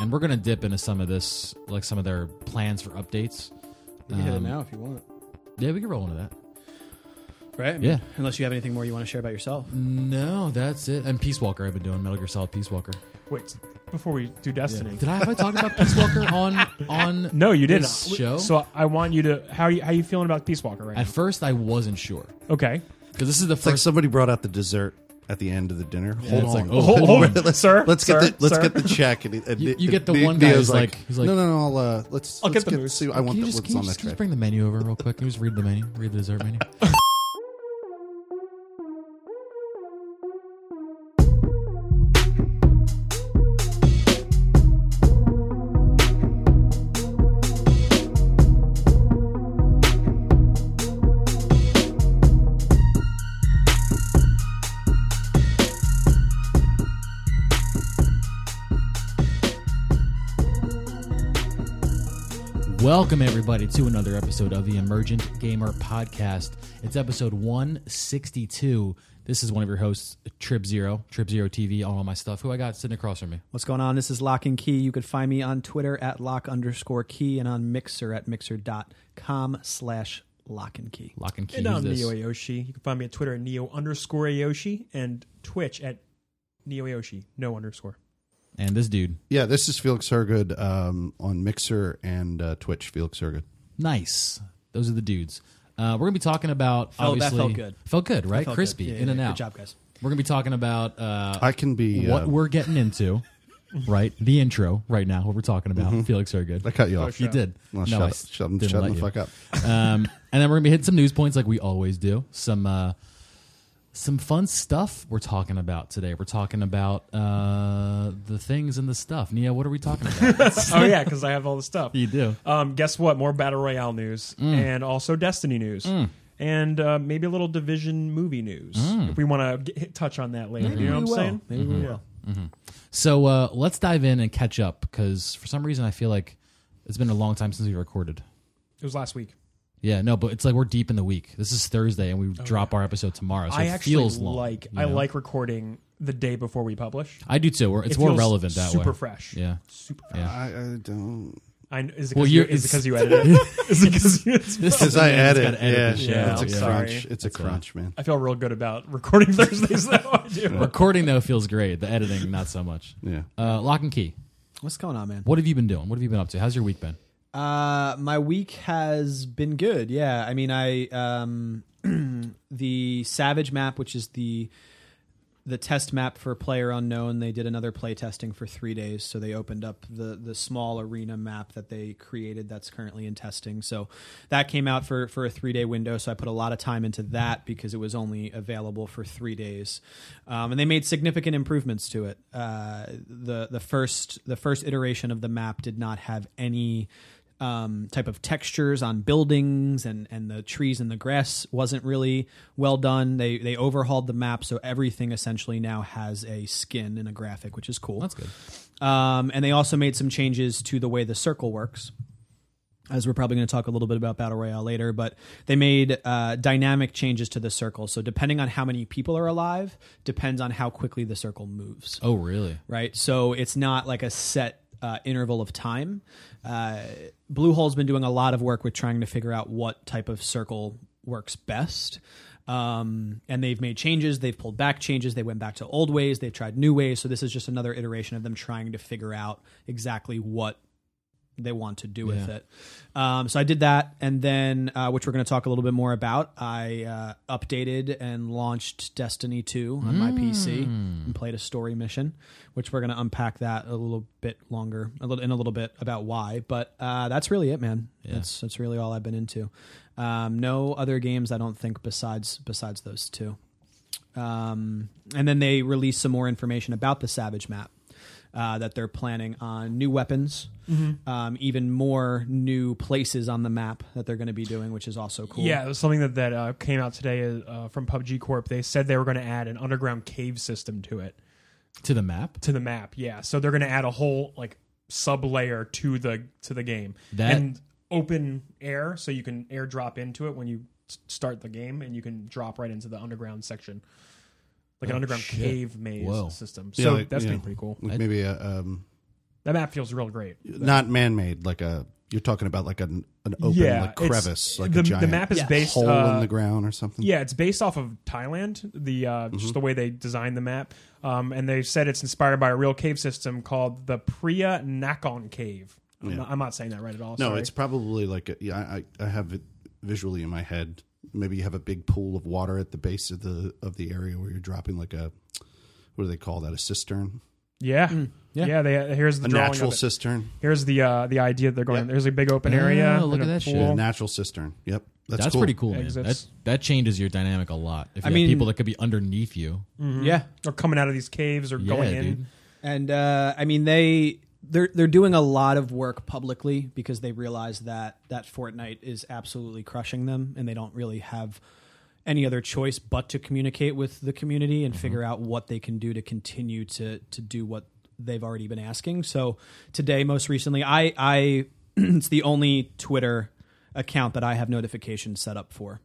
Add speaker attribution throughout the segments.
Speaker 1: and we're gonna dip into some of this, like some of their plans for updates.
Speaker 2: You can hit it
Speaker 1: Um,
Speaker 2: now if you want.
Speaker 1: Yeah, we can roll into that.
Speaker 2: Right? I mean,
Speaker 1: yeah.
Speaker 2: Unless you have anything more you want to share about yourself.
Speaker 1: No, that's it. And Peace Walker, I've been doing Metal Gear Solid Peace Walker.
Speaker 3: Wait, before we do
Speaker 1: Yeah.
Speaker 3: Destiny.
Speaker 1: Did I have I talked about Peace Walker on on?
Speaker 3: No, you didn't.
Speaker 1: This show?
Speaker 3: So I want you to how you how you feeling about Peace Walker right
Speaker 1: At first, I wasn't sure
Speaker 3: now? Okay.
Speaker 1: because this is the
Speaker 4: It's like
Speaker 1: first.
Speaker 4: somebody brought out the dessert at the end of the dinner.
Speaker 1: and
Speaker 4: Hold
Speaker 1: it's
Speaker 4: on.
Speaker 1: like, oh,
Speaker 3: Hold, hold
Speaker 4: let's,
Speaker 3: sir.
Speaker 4: let's get
Speaker 3: sir,
Speaker 4: the let's
Speaker 3: sir.
Speaker 4: get the check and, and
Speaker 1: You- you
Speaker 4: and
Speaker 1: get the
Speaker 4: Ne-
Speaker 1: one guy
Speaker 4: Neo's
Speaker 1: who's like- he's like-
Speaker 4: no no no I'll, uh, let's
Speaker 3: I'll
Speaker 4: let's
Speaker 3: get the moose.
Speaker 4: see I want
Speaker 1: can you
Speaker 4: the,
Speaker 1: just,
Speaker 4: what's
Speaker 1: can you
Speaker 4: on
Speaker 1: just,
Speaker 4: that
Speaker 1: can you just
Speaker 4: tray.
Speaker 1: bring the menu over real quick? Can you just read the menu? Read the dessert menu. Welcome, everybody, to another episode of the Emergent Gamer Podcast. It's episode 162. This is one of your hosts, Trip Zero, Trip Zero TV, all of my stuff. Who I got sitting across from me?
Speaker 2: What's going on? This is Lock and Key. You could find me on Twitter at lock underscore key and on Mixer at mixer.com slash lock and key.
Speaker 1: Lock and key.
Speaker 3: And
Speaker 1: Who's
Speaker 3: I'm Neo
Speaker 1: this?
Speaker 3: Ayoshi. You can find me at Twitter at Neo underscore Ayoshi and Twitch at Neo Ayoshi. No underscore.
Speaker 1: And this dude.
Speaker 4: yeah this is Felix Hergood um, on Mixer and uh, Twitch Felix Hergood
Speaker 1: Nice. Those are the dudes. Uh, we're going to be talking about.
Speaker 2: Felt- that
Speaker 1: obviously,
Speaker 2: felt good.
Speaker 1: Felt good, right?
Speaker 2: Felt
Speaker 1: Crispy,
Speaker 2: good. Yeah,
Speaker 1: in
Speaker 2: yeah,
Speaker 1: and
Speaker 2: yeah.
Speaker 1: out.
Speaker 2: Good job, guys.
Speaker 1: We're going to be talking about uh,
Speaker 4: I can be
Speaker 1: what
Speaker 4: uh,
Speaker 1: we're getting into, right? The intro right now, what we're talking about. Felix are good.
Speaker 4: I cut you off
Speaker 1: You did.
Speaker 4: Mm-hmm. Well,
Speaker 1: Oh, no,
Speaker 4: shut,
Speaker 1: I
Speaker 4: up.
Speaker 1: s-
Speaker 4: shut,
Speaker 1: didn't
Speaker 4: shut
Speaker 1: let
Speaker 4: the
Speaker 1: you.
Speaker 4: fuck up
Speaker 1: um, and then we're gonna be hitting some news points like we always do. Some uh, some fun stuff we're talking about today. We're talking about uh, the things and the stuff. Nia, what are we talking about? Uh,
Speaker 3: oh yeah, because I have all the stuff.
Speaker 1: you do.
Speaker 3: Um, guess what? More battle royale news
Speaker 1: Mm.
Speaker 3: and also Destiny news. And uh, maybe a little division movie news
Speaker 1: Mm.
Speaker 3: if we want to touch on that later. You know what I'm
Speaker 2: we will.
Speaker 3: saying?
Speaker 2: Maybe
Speaker 1: Mm-hmm.
Speaker 2: we will.
Speaker 1: So uh, let's dive in and catch up because for some reason I feel like it's been a long time since we recorded.
Speaker 3: It was last week.
Speaker 1: Yeah, no, but it's like we're deep in the week. This is Thursday, and we drop our episode tomorrow, so
Speaker 3: Oh, I
Speaker 1: it
Speaker 3: actually
Speaker 1: feels long.
Speaker 3: like
Speaker 1: you
Speaker 3: I
Speaker 1: know?
Speaker 3: like recording the day before we publish.
Speaker 1: I do too. We're- It's
Speaker 3: It
Speaker 1: more
Speaker 3: feels
Speaker 1: relevant that
Speaker 3: super
Speaker 1: way.
Speaker 3: fresh.
Speaker 1: Yeah.
Speaker 3: Super.
Speaker 1: Yeah.
Speaker 4: I, I don't
Speaker 3: I, is it because
Speaker 1: Well,
Speaker 3: you,
Speaker 1: you're-
Speaker 3: is it 'cause you edited? it? is it because you?
Speaker 1: This
Speaker 4: because
Speaker 1: is
Speaker 4: I
Speaker 1: the man that's
Speaker 4: edit
Speaker 1: gotta edit
Speaker 4: yeah,
Speaker 1: the show.
Speaker 4: yeah, it's
Speaker 3: Yeah.
Speaker 4: a
Speaker 3: Sorry.
Speaker 4: crunch it's a
Speaker 1: That's all
Speaker 4: crunch man
Speaker 3: I feel real good about recording Thursdays though. I do.
Speaker 1: Recording though feels great. The editing, not so much.
Speaker 4: yeah
Speaker 1: Uh, lock and key.
Speaker 2: What's going on, man?
Speaker 1: What have you been doing? What have you been up to? How's your week been?
Speaker 2: Uh, my week has been good. Yeah, I mean, I um, the Savage map, which is the the test map for Player Unknown, they did another play testing for three days. So they opened up the the small arena map that they created that's currently in testing. So that came out for for a three day window. So I put a lot of time into that because it was only available for three days, um, and they made significant improvements to it. Uh, the the first the first iteration of the map did not have any um, type of textures on buildings and, and the trees and the grass wasn't really well done. They they overhauled the map, so everything essentially now has a skin and a graphic, which is cool.
Speaker 1: That's good.
Speaker 2: Um, and they also made some changes to the way the circle works. As we're probably going to talk a little bit about Battle Royale later, but they made uh, dynamic changes to the circle. So, depending on how many people are alive, depends on how quickly the circle moves
Speaker 1: Oh, really?
Speaker 2: right? So it's not like a set uh, interval of time. Uh, Bluehole's been doing a lot of work with trying to figure out what type of circle works best. Um, and they've made changes, they've pulled back changes, they went back to old ways, they've tried new ways. So this is just another iteration of them trying to figure out exactly what they want to do with it. Um, so I did that, and then uh, which we're going to talk a little bit more about. I uh, updated and launched Destiny Two on my PC and played a story mission, which we're going to unpack that a little bit longer, a little in a little bit about why. But uh, that's really it, man. That's that's really all I've been into. Um, no other games, I don't think, besides besides those two. Um, and then they released some more information about the Savage map uh, that they're planning on new weapons, um, even more new places on the map that they're going to be doing, which is also cool.
Speaker 3: Yeah, it was something that that uh, came out today uh, from PUBG Corp. They said they were going to add an underground cave system to it
Speaker 1: To the map?
Speaker 3: to the map. Yeah, so they're going to add a whole like sub layer to the to the game
Speaker 1: That-
Speaker 3: and open air, so you can airdrop into it when you s- start the game, and you can drop right into the underground section, like an underground
Speaker 1: shit.
Speaker 3: cave maze
Speaker 1: Whoa.
Speaker 3: system. So
Speaker 4: Oh, Yeah, like-
Speaker 3: that's
Speaker 4: yeah.
Speaker 3: been pretty cool.
Speaker 4: like maybe a um
Speaker 5: That map feels real great.
Speaker 4: Not man-made, like a. You're talking about like an an open
Speaker 5: yeah,
Speaker 4: like
Speaker 5: it's-
Speaker 4: crevice, like
Speaker 5: the,
Speaker 4: a giant
Speaker 5: the map is
Speaker 2: Yeah.
Speaker 5: based
Speaker 4: hole
Speaker 5: uh,
Speaker 4: in the ground or something.
Speaker 5: Yeah, it's based off of Thailand. The uh,
Speaker 4: Mm-hmm.
Speaker 5: just the way they designed the map, um, and they said it's inspired by a real cave system called the Priya Nakon Cave. I'm, not, I'm not saying that right at all.
Speaker 4: No,
Speaker 5: sorry.
Speaker 4: it's probably like a, yeah. I I have it visually in my head. Maybe you have a big pool of water at the base of the of the area where you're dropping like a what do they call that? A cistern,
Speaker 5: yeah,
Speaker 1: Mm, yeah.
Speaker 5: yeah. they, uh, here's the
Speaker 4: a
Speaker 5: drawing
Speaker 4: natural
Speaker 5: of it.
Speaker 4: cistern,
Speaker 5: Here's the uh, the idea they're going.
Speaker 4: Yep.
Speaker 5: There's a big open
Speaker 1: Oh,
Speaker 5: area.
Speaker 1: look
Speaker 5: and
Speaker 1: at
Speaker 5: a
Speaker 1: that shit.
Speaker 4: a
Speaker 5: pool.
Speaker 4: natural cistern. Yep, that's,
Speaker 1: That's,
Speaker 4: cool.
Speaker 1: pretty cool, man.
Speaker 5: Exits.
Speaker 1: That that changes your dynamic a lot. If you
Speaker 2: I
Speaker 1: have
Speaker 2: mean-
Speaker 1: people that could be underneath you,
Speaker 2: Yeah.
Speaker 5: Or coming out of these caves or
Speaker 1: yeah,
Speaker 5: going in.
Speaker 1: dude.
Speaker 2: And uh, I mean they they're they're doing a lot of work publicly because they realize that that Fortnite is absolutely crushing them and they don't really have any other choice but to communicate with the community and figure out what they can do to continue to to do what they've already been asking. So today most recently I I it's the only Twitter account that I have notifications set up for.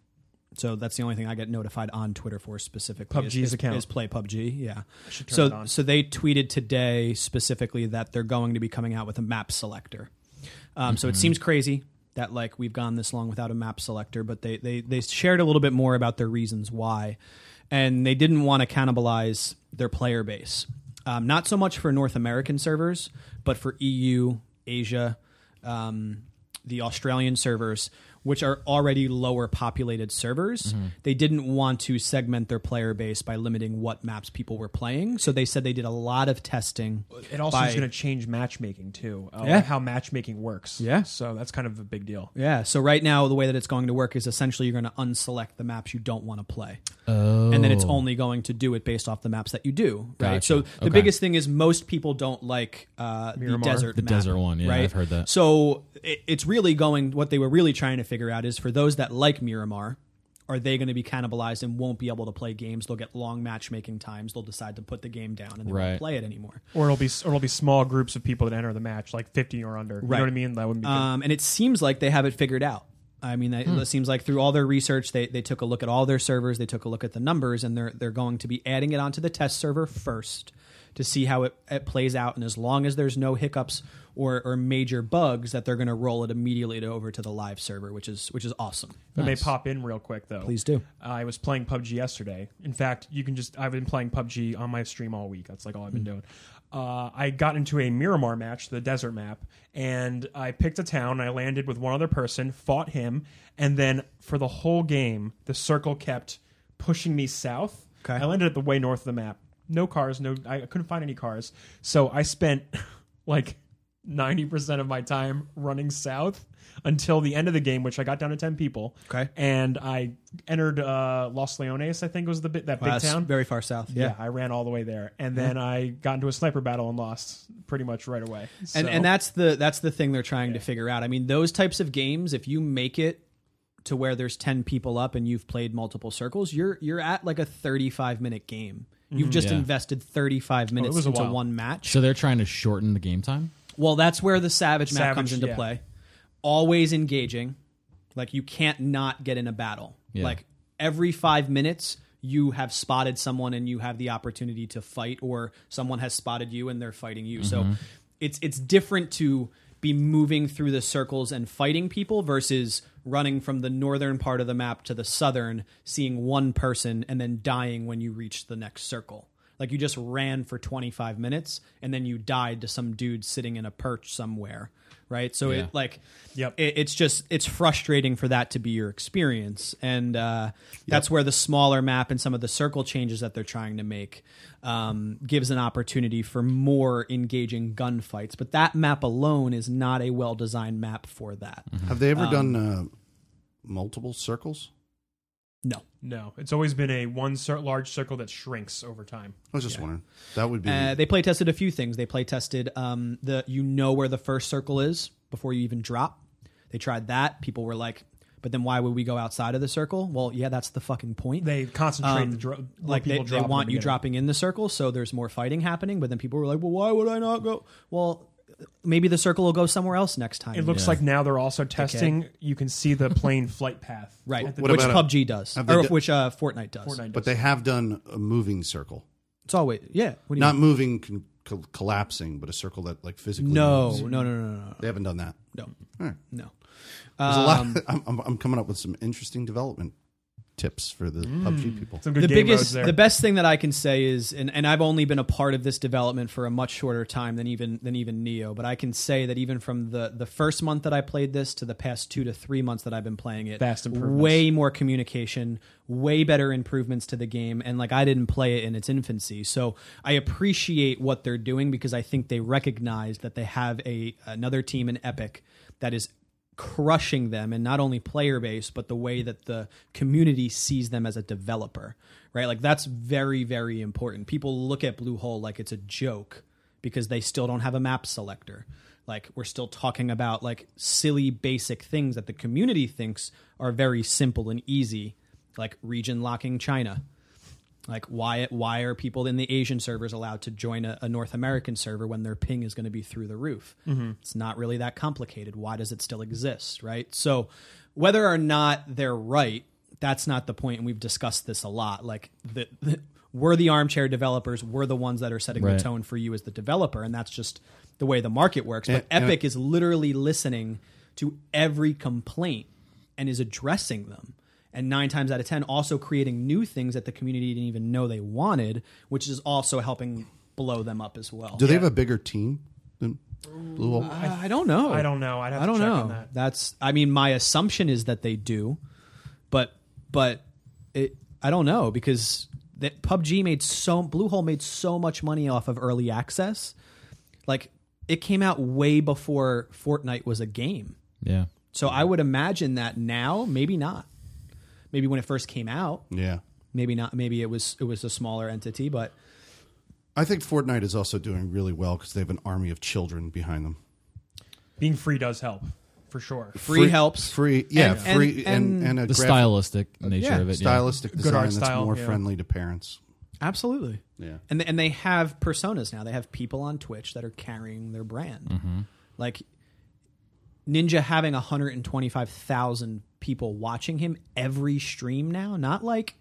Speaker 2: So that's the only thing I get notified on Twitter for specifically. is-
Speaker 5: PUBG's
Speaker 2: is-
Speaker 5: account.
Speaker 2: is play PUBG. Yeah.
Speaker 5: turn
Speaker 2: so
Speaker 5: it on.
Speaker 2: so they tweeted today specifically that they're going to be coming out with a map selector. Um, So it seems crazy that like we've gone this long without a map selector, but they they they shared a little bit more about their reasons why, and they didn't want to cannibalize their player base. Um, not so much for North American servers, but for EU, Asia, um, the Australian servers, which are already lower populated servers. They didn't want to segment their player base by limiting what maps people were playing. So they said they did a lot of testing.
Speaker 5: It also
Speaker 2: by-
Speaker 5: is going to change matchmaking too. Uh,
Speaker 2: Yeah.
Speaker 5: How matchmaking works.
Speaker 2: Yeah.
Speaker 5: So that's kind of a big deal.
Speaker 2: Yeah. So right now, the way that it's going to work is essentially you're going to unselect the maps you don't want to play. And then it's only going to do it based off the maps that you do. Right.
Speaker 1: Oh. Gotcha.
Speaker 2: So the
Speaker 1: Okay.
Speaker 2: biggest thing is most people don't like uh, the
Speaker 5: Miramar.
Speaker 2: desert.
Speaker 1: The
Speaker 2: map,
Speaker 1: desert one, yeah,
Speaker 2: Right?
Speaker 1: I've heard that.
Speaker 2: So it, it's really going. What they were really trying to figure out is for those that like Miramar. Are they going to be cannibalized and won't be able to play games? They'll get long matchmaking times. They'll decide to put the game down and they
Speaker 1: Right.
Speaker 2: won't play it anymore.
Speaker 5: Or it'll be or it'll be small groups of people that enter the match, like 50 or under. You
Speaker 2: Right.
Speaker 5: know what I mean? That wouldn't be
Speaker 1: Uh,
Speaker 5: good.
Speaker 2: Um, and it seems like they have it figured out. I mean,
Speaker 5: Hmm.
Speaker 2: they, it seems like through all their research, they, they took a look at all their servers, they took a look at the numbers, and they're they're going to be adding it onto the test server first to see how it, it plays out. And as long as there's no hiccups or, or major bugs, that they're going to roll it immediately to, over to the live server, which is which is awesome.
Speaker 5: If I may pop in real quick though.
Speaker 2: Please do.
Speaker 5: I was playing PUBG yesterday. In fact, you can just I've been playing PUBG on my stream all week. That's like all I've been doing. Uh, I got into a Miramar match, the desert map, and I picked a town. I landed with one other person, fought him, and then for the whole game, the circle kept pushing me south.
Speaker 2: Okay.
Speaker 5: I landed at the way north of the map. No cars, no I couldn't find any cars. So I spent like 90% of my time running south until the end of the game, which I got down to 10 people.
Speaker 2: Okay.
Speaker 5: And I entered uh, Los Leones, I think was the bit, that
Speaker 2: Wow,
Speaker 5: big
Speaker 2: that's
Speaker 5: town.
Speaker 2: very far south.
Speaker 5: yeah. I ran all the way there. And then I got into a sniper battle and lost pretty much right away.
Speaker 2: and
Speaker 5: So-
Speaker 2: and that's the that's the thing they're trying to figure out. I mean, those types of games, if you make it to where there's ten people up and you've played multiple circles, you're you're at like a thirty five minute game. You've
Speaker 5: Mm-hmm.
Speaker 2: just
Speaker 1: Yeah.
Speaker 2: invested thirty five minutes
Speaker 5: Oh, was a
Speaker 2: into
Speaker 5: while.
Speaker 2: one match.
Speaker 1: So they're trying to shorten the game time.
Speaker 2: Well, that's where the savage map
Speaker 5: Savage,
Speaker 2: comes into
Speaker 5: yeah.
Speaker 2: play. Always engaging. Like you can't not get in a battle.
Speaker 1: Yeah.
Speaker 2: Like every five minutes, you have spotted someone and you have the opportunity to fight, or someone has spotted you and they're fighting you. So it's it's different to be moving through the circles and fighting people versus running from the northern part of the map to the southern, seeing one person and then dying when you reach the next circle. Like you just ran for 25 minutes and then you died to some dude sitting in a perch somewhere, right? So
Speaker 1: Yeah.
Speaker 2: it like
Speaker 5: Yep.
Speaker 2: it, it's just it's frustrating for that to be your experience, and uh, that's where the smaller map and some of the circle changes that they're trying to make um, gives an opportunity for more engaging gunfights. But that map alone is not a well designed map for that.
Speaker 4: Have they
Speaker 5: Um,
Speaker 4: ever done uh, multiple circles?
Speaker 2: No. Uh,
Speaker 5: no, it's always been a one cir- large circle that shrinks over time.
Speaker 4: I was just wondering. That would be
Speaker 2: Uh, they play tested a few things. They play tested um, the you know where the first circle is before you even drop. They tried that. People were like, "But then why would we go outside of the circle?" Well, yeah, that's the fucking point.
Speaker 5: They concentrate the dro-
Speaker 2: Um, like they,
Speaker 5: people
Speaker 2: they
Speaker 5: drop in the
Speaker 2: want you
Speaker 5: beginning.
Speaker 2: dropping in the circle, so there's more fighting happening. But then people were like, "Well, why would I not go?" Well, maybe the circle will go somewhere else next time.
Speaker 5: It looks like now they're also testing. You can see the plane flight path.
Speaker 2: right,
Speaker 5: At the-
Speaker 4: What
Speaker 2: which
Speaker 4: about a-
Speaker 2: PUBG does,
Speaker 4: they
Speaker 2: or
Speaker 4: do-
Speaker 2: which uh, Fortnite does.
Speaker 5: Fortnite
Speaker 4: but they have done a moving circle.
Speaker 2: It's always yeah. What do you
Speaker 4: Not
Speaker 2: mean?
Speaker 4: moving con- co- collapsing, but a circle that like physically.
Speaker 2: No,
Speaker 4: moves.
Speaker 2: no, no, no, no,
Speaker 4: they haven't done that.
Speaker 2: no,
Speaker 4: All right.
Speaker 2: no.
Speaker 4: There's a lot. I'm, I'm, I'm coming up with some interesting development tips for the PUBG people.
Speaker 3: Some good
Speaker 2: the
Speaker 3: game modes
Speaker 2: biggest,
Speaker 3: there.
Speaker 2: the best thing that I can say is, and, and I've only been a part of this development for a much shorter time than even than even Neo, but I can say that even from the the first month that I played this to the past two to three months that I've been playing it,
Speaker 3: Vast improvements.
Speaker 2: way more communication, way better improvements to the game, and like I didn't play it in its infancy, so I appreciate what they're doing because I think they recognize that they have a another team in Epic that is crushing them and not only player base but the way that the community sees them as a developer right like that's very very important people look at blue hole like it's a joke because they still don't have a map selector like we're still talking about like silly basic things that the community thinks are very simple and easy like region locking china like why why are people in the Asian servers allowed to join a, a North American server when their ping is going to be through the roof?
Speaker 4: Mm-hmm.
Speaker 2: It's not really that complicated. Why does it still exist, right? So whether or not they're right, that's not the point, and we've discussed this a lot. Like the, the we're the armchair developers. We're the ones that are setting
Speaker 1: Right.
Speaker 2: the tone for you as the developer, and that's just the way the market works. But
Speaker 4: And- and-
Speaker 2: Epic is literally listening to every complaint and is addressing them. And nine times out of 10, also creating new things that the community didn't even know they wanted, which is also helping blow them up as well.
Speaker 4: Do they have a bigger team than Blue Hole?
Speaker 2: Uh, I don't know.
Speaker 3: I don't know. I'd have
Speaker 2: I don't
Speaker 3: to check
Speaker 2: know.
Speaker 3: on that.
Speaker 2: That's, I mean, my assumption is that they do, but, but it, I don't know because that PUBG made so, Bluehole made so much money off of early access. Like, it came out way before Fortnite was a game.
Speaker 1: Yeah.
Speaker 2: So I would imagine that now, maybe not. Maybe when it first came out,
Speaker 4: Yeah.
Speaker 2: maybe not. Maybe it was it was a smaller entity, but
Speaker 4: I think Fortnite is also doing really well because they have an army of children behind them.
Speaker 3: Being free does help, for sure.
Speaker 2: free, helps.
Speaker 4: Free, yeah,
Speaker 2: And-
Speaker 4: free,
Speaker 2: and-
Speaker 4: and and, a
Speaker 1: The
Speaker 4: graph-
Speaker 1: stylistic nature
Speaker 2: yeah,
Speaker 1: of it. yeah.
Speaker 4: stylistic design
Speaker 3: art
Speaker 4: that's
Speaker 3: style,
Speaker 4: more
Speaker 3: yeah.
Speaker 4: friendly to parents.
Speaker 2: Absolutely.
Speaker 4: Yeah.
Speaker 2: And th- and they have personas now. They have people on Twitch that are carrying their brand. Like Ninja having 125,000 people watching him every stream now, not like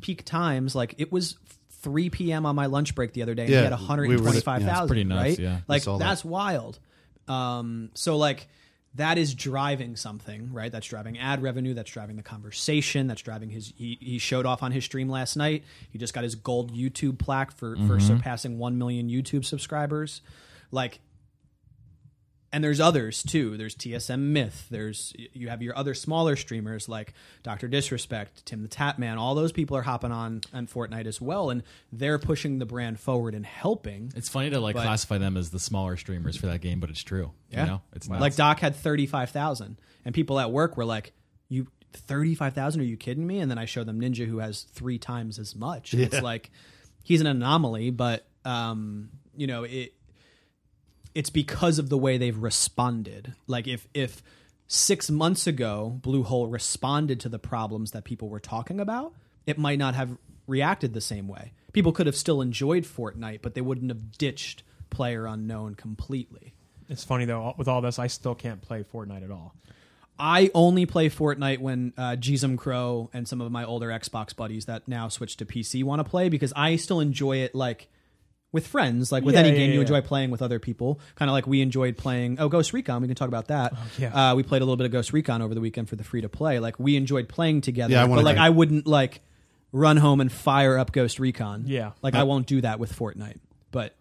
Speaker 2: peak times like it was 3 p.m. on my lunch break the other day and
Speaker 4: Yeah,
Speaker 2: he had
Speaker 4: we were- yeah, it's
Speaker 2: 125,000,
Speaker 1: pretty nuts,
Speaker 2: right?
Speaker 1: yeah. We
Speaker 2: Like
Speaker 4: saw that.
Speaker 2: that's wild. Um so like that is driving something, right? That's driving ad revenue. That's driving the conversation. That's driving his. He, he showed off on his stream last night. He just got his gold YouTube plaque for
Speaker 4: Mm-hmm.
Speaker 2: for surpassing one million YouTube subscribers. Like and there's others too. There's TSM Myth. There's you have your other smaller streamers like Doctor Disrespect, Tim the Tap Man. All those people are hopping on on Fortnite as well, and they're pushing the brand forward and helping.
Speaker 1: It's funny to like
Speaker 2: But-
Speaker 1: classify them as the smaller streamers for that game, but it's true.
Speaker 2: Yeah.
Speaker 1: You know? It's nuts.
Speaker 2: Like Doc had thirty five thousand, and people at work were like, "You thirty five thousand? Are you kidding me?" And then I show them Ninja, who has three times as much. And It's like he's an anomaly, but um, you know it. It's because of the way they've responded. Like if if six months ago Blue Hole responded to the problems that people were talking about, it might not have reacted the same way. People could have still enjoyed Fortnite, but they wouldn't have ditched Player Unknown completely.
Speaker 3: It's funny though. With all this, I still can't play Fortnite at all.
Speaker 2: I only play Fortnite when uh, Jism Crow and some of my older Xbox buddies that now switch to PC want to play because I still enjoy it like with friends. Like with
Speaker 3: Yeah,
Speaker 2: any
Speaker 3: yeah,
Speaker 2: game, you
Speaker 3: yeah.
Speaker 2: enjoy playing with other people. Kind of like we enjoyed playing. Oh, Ghost Recon. We can talk about that.
Speaker 3: Oh, yeah.
Speaker 2: uh, we played a little bit of Ghost Recon over the weekend for the free to play. Like we enjoyed playing together.
Speaker 4: Yeah, I
Speaker 2: but
Speaker 4: wanna
Speaker 2: like
Speaker 4: play.
Speaker 2: I wouldn't like run home and fire up Ghost Recon.
Speaker 3: Yeah.
Speaker 2: like I won't do that with Fortnite. But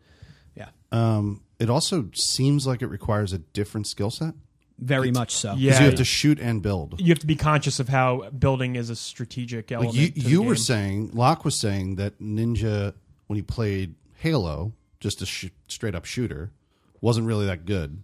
Speaker 2: yeah,
Speaker 4: Um, it also seems like it requires a different skill set
Speaker 2: very much so.
Speaker 3: Yeah.
Speaker 4: because you have to shoot and build.
Speaker 3: You have to be conscious of how building is a strategic
Speaker 4: Like
Speaker 3: element.
Speaker 4: you,
Speaker 3: to the
Speaker 4: you were
Speaker 3: game.
Speaker 4: saying, Locke was saying that Ninja, when he played Halo, just a sh- straight up shooter, wasn't really that good,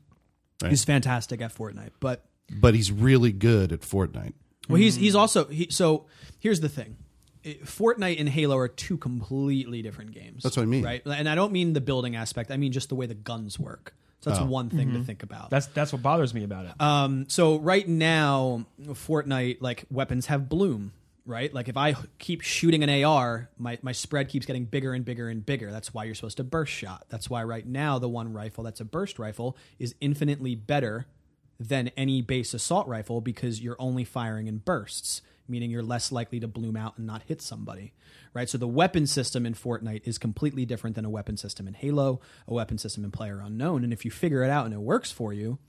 Speaker 2: he's fantastic at Fortnite, but.
Speaker 4: but he's really good at Fortnite.
Speaker 2: Well, he's
Speaker 4: Hmm.
Speaker 2: he's also he, so. Here's the thing: It- Fortnite and Halo are two completely different games.
Speaker 4: That's what I mean.
Speaker 2: right? And I don't mean the building aspect. I mean just the way the guns work. So
Speaker 4: Oh.
Speaker 2: that's one thing to think about.
Speaker 3: that's that's what bothers me about it.
Speaker 2: Um, so right now, Fortnite like weapons have bloom, right? Like if I h- keep shooting an AR, my my spread keeps getting bigger and bigger and bigger. That's why you're supposed to burst shot. That's why right now the one rifle that's a burst rifle is infinitely better than any base assault rifle because you're only firing in bursts. meaning you're less likely to bloom out and not hit somebody, right? So the weapon system in Fortnite is completely different than a weapon system in Halo, a weapon system in Player Unknown, and if you figure it out and it works for you,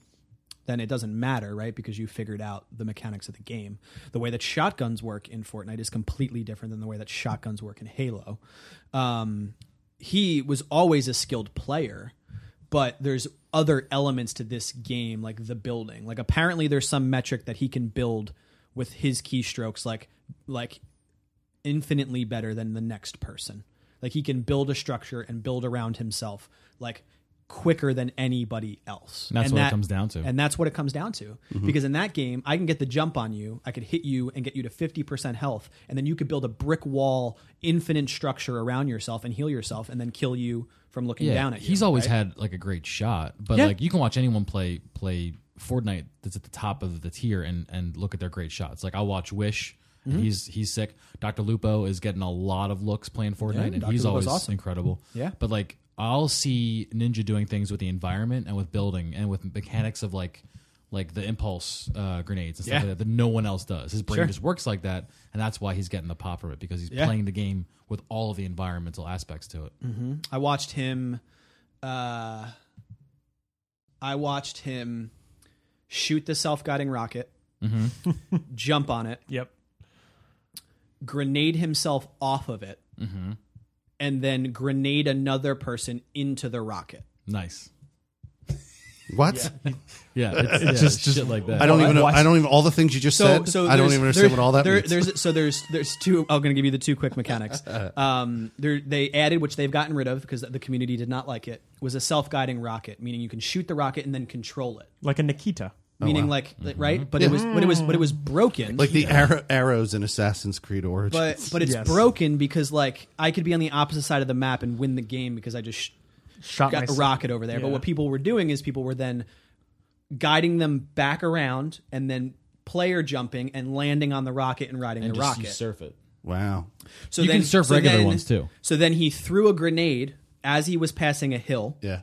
Speaker 2: then it doesn't matter, right? Because you figured out the mechanics of the game. The way that shotguns work in Fortnite is completely different than the way that shotguns work in Halo. Um, he was always a skilled player, but there's other elements to this game, like the building. Like apparently, there's some metric that he can build with his keystrokes, like like infinitely better than the next person. Like he can build a structure and build around himself, like quicker than anybody else.
Speaker 1: And that's what it comes down to.
Speaker 2: And that's what it comes down to. Because in that game, I can get the jump on you, I could hit you and get you to 50% health, and then you could build a brick wall, infinite structure around yourself and heal yourself and then kill you from looking down at you.
Speaker 1: he's always had like a great shot, but
Speaker 2: Yeah.
Speaker 1: like you can watch anyone play play Fortnite that's at the top of the tier and and look at their great shots. Like I'll watch Wish. And
Speaker 2: Mm-hmm.
Speaker 1: he's he's sick. Dr. Lupo is getting a lot of looks playing Fortnite, and
Speaker 2: Dr.
Speaker 1: he's
Speaker 2: Lupo's
Speaker 1: always
Speaker 2: awesome.
Speaker 1: incredible.
Speaker 2: Yeah.
Speaker 1: But like I'll see Ninja doing things with the environment and with building and with mechanics of like like the impulse uh, grenades and stuff
Speaker 2: Yeah.
Speaker 1: like that that no one else does. His brain
Speaker 2: Sure.
Speaker 1: just works like that, and that's why he's getting the pop from it because he's
Speaker 2: Yeah. Mm.
Speaker 1: playing the game with all of the environmental aspects to it.
Speaker 2: I watched him. Uh, I watched him shoot the self-guiding rocket, jump on it,
Speaker 3: Yep.
Speaker 2: grenade himself off of it, and then grenade another person into the rocket.
Speaker 1: Nice.
Speaker 4: What?
Speaker 1: Yeah, it's, yeah,
Speaker 4: Uh, just-
Speaker 1: shit
Speaker 4: just-
Speaker 1: like that.
Speaker 4: I don't even know.
Speaker 3: What?
Speaker 4: I don't even all the things you just said. I don't
Speaker 2: there's-
Speaker 4: even understand
Speaker 2: there-
Speaker 4: what all that
Speaker 2: there-
Speaker 4: means.
Speaker 2: There's, so there's there's two. I'm going to give you the two quick mechanics.
Speaker 4: Uh-huh.
Speaker 2: Um, there, they added, which they've gotten rid of because the community did not like it, was a self-guiding rocket, meaning you can shoot the rocket and then control it.
Speaker 3: Like a Nikita.
Speaker 2: meaning like like, right but it was but it was but it was broken
Speaker 4: Oh, Mm-hmm. like the arrow, arrows in Assassin's Creed Origins.
Speaker 2: but but it's
Speaker 3: Yes.
Speaker 2: broken because like i could be on the opposite side of the map and win the game because i just sh-
Speaker 3: Shot
Speaker 2: got
Speaker 3: myself.
Speaker 2: a rocket over there but
Speaker 3: Yeah.
Speaker 2: what people were doing is people were then guiding them back around and then player jumping and landing on the rocket and riding the rocket
Speaker 1: surf it.
Speaker 4: wow,
Speaker 2: so
Speaker 1: You can surf regular
Speaker 2: then-
Speaker 1: ones, too.
Speaker 2: so then he threw a grenade as he was passing a hill
Speaker 4: yeah,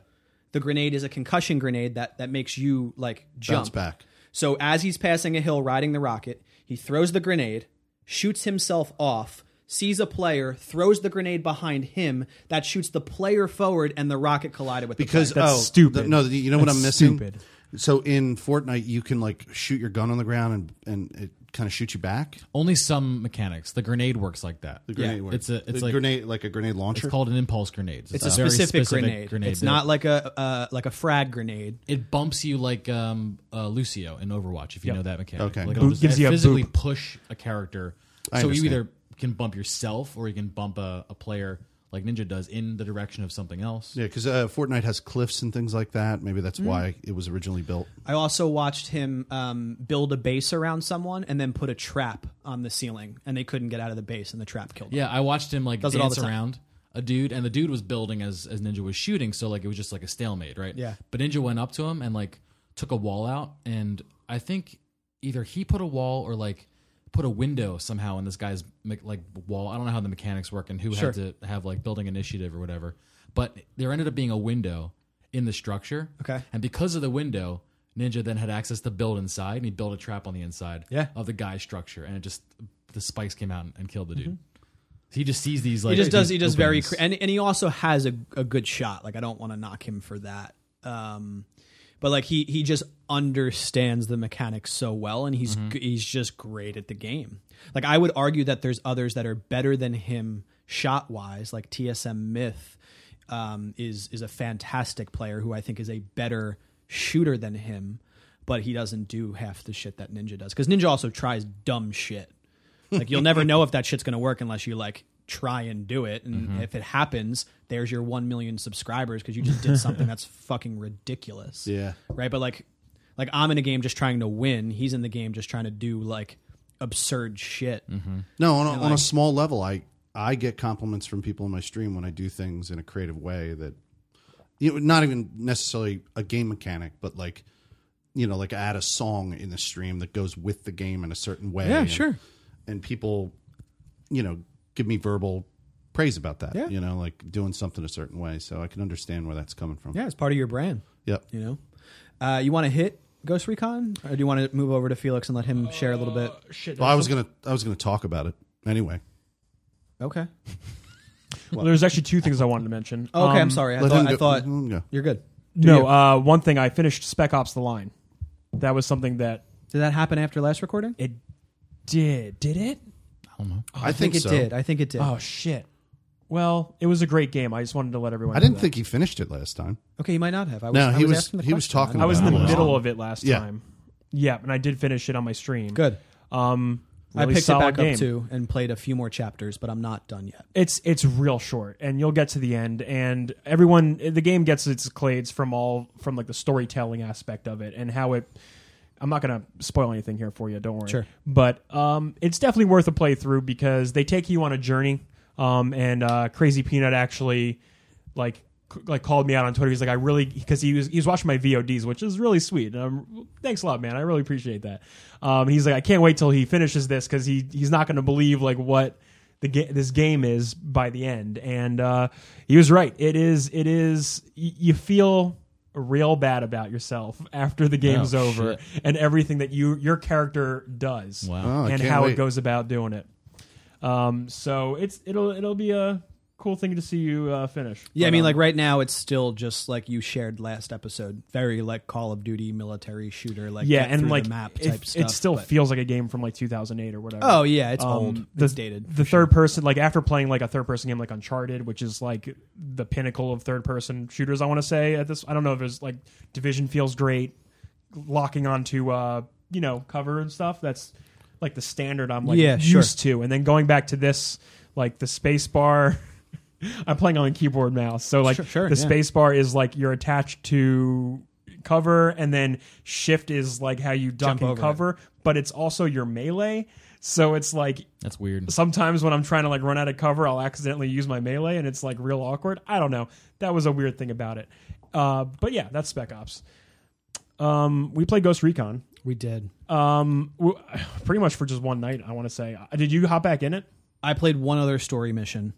Speaker 2: the grenade is a concussion grenade that that makes you like
Speaker 4: bounce
Speaker 2: jump
Speaker 4: back.
Speaker 2: So as he's passing a hill riding the rocket, he throws the grenade, shoots himself off, sees a player, throws the grenade behind him, that shoots the player forward, and the rocket collided with
Speaker 4: Because
Speaker 2: the player.
Speaker 3: That's
Speaker 4: oh,
Speaker 3: stupid.
Speaker 4: th- no, you know what
Speaker 3: That's
Speaker 4: I'm missing.
Speaker 3: stupid.
Speaker 4: So in Fortnite, you can like shoot your gun on the ground and and it kind of shoots you back.
Speaker 1: Only some mechanics. The grenade works like that.
Speaker 4: The grenade
Speaker 2: Yeah,
Speaker 4: works.
Speaker 1: it's a- it's
Speaker 4: The
Speaker 1: like-
Speaker 4: grenade like a grenade launcher.
Speaker 1: It's called an impulse grenade.
Speaker 2: It's a
Speaker 1: oh, very
Speaker 2: specific, grenade. It's
Speaker 1: that-
Speaker 2: not like a uh, like a frag grenade.
Speaker 1: It bumps you like um, uh, Lucio in Overwatch, if you know that mechanic.
Speaker 4: Okay.
Speaker 1: Like
Speaker 4: Boop-
Speaker 1: it'll just
Speaker 3: gives you a
Speaker 1: physically
Speaker 3: boop.
Speaker 1: push a character.
Speaker 4: I
Speaker 1: so you
Speaker 4: understand.
Speaker 1: either can bump yourself or you can bump a, a player like Ninja does in the direction of something else.
Speaker 4: yeah, because uh, Fortnite has cliffs and things like that. Maybe that's
Speaker 1: Mm.
Speaker 4: why it was originally built.
Speaker 2: I also watched him um, build a base around someone and then put a trap on the ceiling, and they couldn't get out of the base, and the trap killed them.
Speaker 1: Yeah, I watched him like
Speaker 2: Does it all
Speaker 1: dance
Speaker 2: the time.
Speaker 1: around a dude, and the dude was building as as Ninja was shooting, so like it was just like a stalemate, right?
Speaker 2: Yeah.
Speaker 1: But Ninja went up to him and like took a wall out, and I think either he put a wall or like put a window somehow in this guy's me- like wall. I don't know how the mechanics work and who had to have like building initiative or whatever, but there ended up being a window in the structure.
Speaker 2: Okay.
Speaker 1: And because of the window. Ninja then had access to build inside, and he built a trap on the inside
Speaker 2: Yeah.
Speaker 1: of the guy's structure, and it just the spikes came out and, and killed the
Speaker 2: Mm-hmm.
Speaker 1: dude. He just sees these like uh,
Speaker 2: he just does.
Speaker 1: these
Speaker 2: He does very,
Speaker 1: openings.
Speaker 2: cre- and and he also has a a good shot. Like I don't want to knock him for that. Um, but like he he just understands the mechanics so well, and he's g- he's just great at the game. Like I would argue that there's others that are better than him shot wise, like TSM Myth. Um, is is a fantastic player who I think is a better shooter than him, but he doesn't do half the shit that Ninja does because Ninja also tries dumb shit. Like you'll never know if that shit's gonna work unless you like try and do it. And
Speaker 4: Mm-hmm.
Speaker 2: if it happens, there's your one million subscribers because you just did something that's fucking ridiculous.
Speaker 4: Yeah.
Speaker 2: Right. But like like I'm in a game just trying to win. He's in the game just trying to do like absurd shit.
Speaker 4: Mm-hmm. No, on a, on a small level, I I get compliments from people in my stream when I do things in a creative way that you know, not even necessarily a game mechanic, but like you know, like add a song in the stream that goes with the game in a certain way.
Speaker 2: Yeah,
Speaker 4: and,
Speaker 2: sure.
Speaker 4: And people, you know, give me verbal praise about that. You know, like doing something a certain way, so I can understand where that's coming from.
Speaker 2: Yeah, it's part of your brand.
Speaker 4: Yep.
Speaker 2: You know? Uh you wanna hit Ghost Recon, or do you want to move over to Felix and let him share a little bit?
Speaker 5: Shit.
Speaker 4: Well, I was gonna I was gonna talk about it anyway.
Speaker 2: Okay.
Speaker 5: Well, there's actually two things I wanted to mention.
Speaker 2: Oh, okay,
Speaker 5: Um,
Speaker 2: I'm sorry. I
Speaker 4: let
Speaker 2: thought,
Speaker 4: him
Speaker 2: I
Speaker 4: go- Mm,
Speaker 2: thought oh,
Speaker 4: let him go.
Speaker 2: you're good.
Speaker 5: No, uh, one thing I finished Spec Ops: The Line. That was something that
Speaker 2: Did that happen after last recording?
Speaker 5: it did. Did it?
Speaker 1: I don't know.
Speaker 4: I, think,
Speaker 2: it
Speaker 4: so.
Speaker 2: did. I think it did.
Speaker 5: Oh shit. Well, it was a great game. I just wanted to let everyone.
Speaker 4: I
Speaker 5: know
Speaker 4: didn't
Speaker 5: that.
Speaker 4: think he finished it last time.
Speaker 2: Okay, you might not have. I was,
Speaker 4: No,
Speaker 2: I
Speaker 4: he was-
Speaker 2: asking the
Speaker 4: he was
Speaker 2: question.
Speaker 4: talking
Speaker 5: I was in the
Speaker 4: Wow.
Speaker 5: middle of it last
Speaker 4: Yeah.
Speaker 5: time. Yeah, and I did finish it on my stream.
Speaker 2: Good.
Speaker 5: Um, really
Speaker 2: I picked it back
Speaker 5: solid game.
Speaker 2: up too and played a few more chapters, but I'm not done yet.
Speaker 5: It's it's real short, and you'll get to the end, and everyone the game gets its clades from all from like the storytelling aspect of it and how it. I'm not gonna spoil anything here for you. Don't worry.
Speaker 2: Sure.
Speaker 5: But um, it's definitely worth a playthrough because they take you on a journey. Um, and uh, Crazy Peanut actually like c- like called me out on Twitter. He's like, I really because he was he was watching my VODs, which is really sweet. And I'm, thanks a lot, man. I really appreciate that. Um, he's like, I can't wait till he finishes this because he he's not going to believe like what the ga- this game is by the end. And uh, he was right. It is it is y- you feel real bad about yourself after the game's
Speaker 1: Oh,
Speaker 5: over and everything that you your character does
Speaker 1: Wow.
Speaker 4: Oh, I
Speaker 5: and
Speaker 4: can't
Speaker 5: how
Speaker 4: wait.
Speaker 5: it goes about doing it. Um, so it's it'll it'll be a cool thing to see you uh, finish.
Speaker 2: Yeah, I
Speaker 5: But,
Speaker 2: mean,
Speaker 5: um,
Speaker 2: like right now, it's still just like you shared last episode, very like Call of Duty military shooter, like
Speaker 5: yeah,
Speaker 2: get
Speaker 5: and
Speaker 2: through
Speaker 5: like
Speaker 2: the map
Speaker 5: it,
Speaker 2: type stuff.
Speaker 5: it still
Speaker 2: but-
Speaker 5: feels like a game from like 2008 or whatever.
Speaker 2: oh yeah, it's
Speaker 5: Um,
Speaker 2: old,
Speaker 5: the-
Speaker 2: it's dated.
Speaker 5: The third person, like after playing like a third person game like Uncharted, which is like the pinnacle of third person shooters, I want to say at this. I don't know if it's like Division feels great, locking onto uh you know cover and stuff. That's like the standard I'm like
Speaker 2: Yeah, sure.
Speaker 5: used to, and then going back to this like the space bar. I'm playing on keyboard mouse, so like
Speaker 2: Sure, sure,
Speaker 5: the
Speaker 2: yeah.
Speaker 5: space bar is like you're attached to cover, and then shift is like how you duck
Speaker 2: Jump
Speaker 5: and
Speaker 2: over it.
Speaker 5: cover, but it's also your melee. So it's like
Speaker 1: That's weird.
Speaker 5: sometimes when I'm trying to like run out of cover, I'll accidentally use my melee and it's like real awkward. I don't know. That was a weird thing about it. Uh, but yeah, that's Spec Ops. Um, we played Ghost Recon.
Speaker 2: we did.
Speaker 5: Um, w- pretty much for just one night. I want to say. Uh, Did you hop back in it?
Speaker 2: I played one other story mission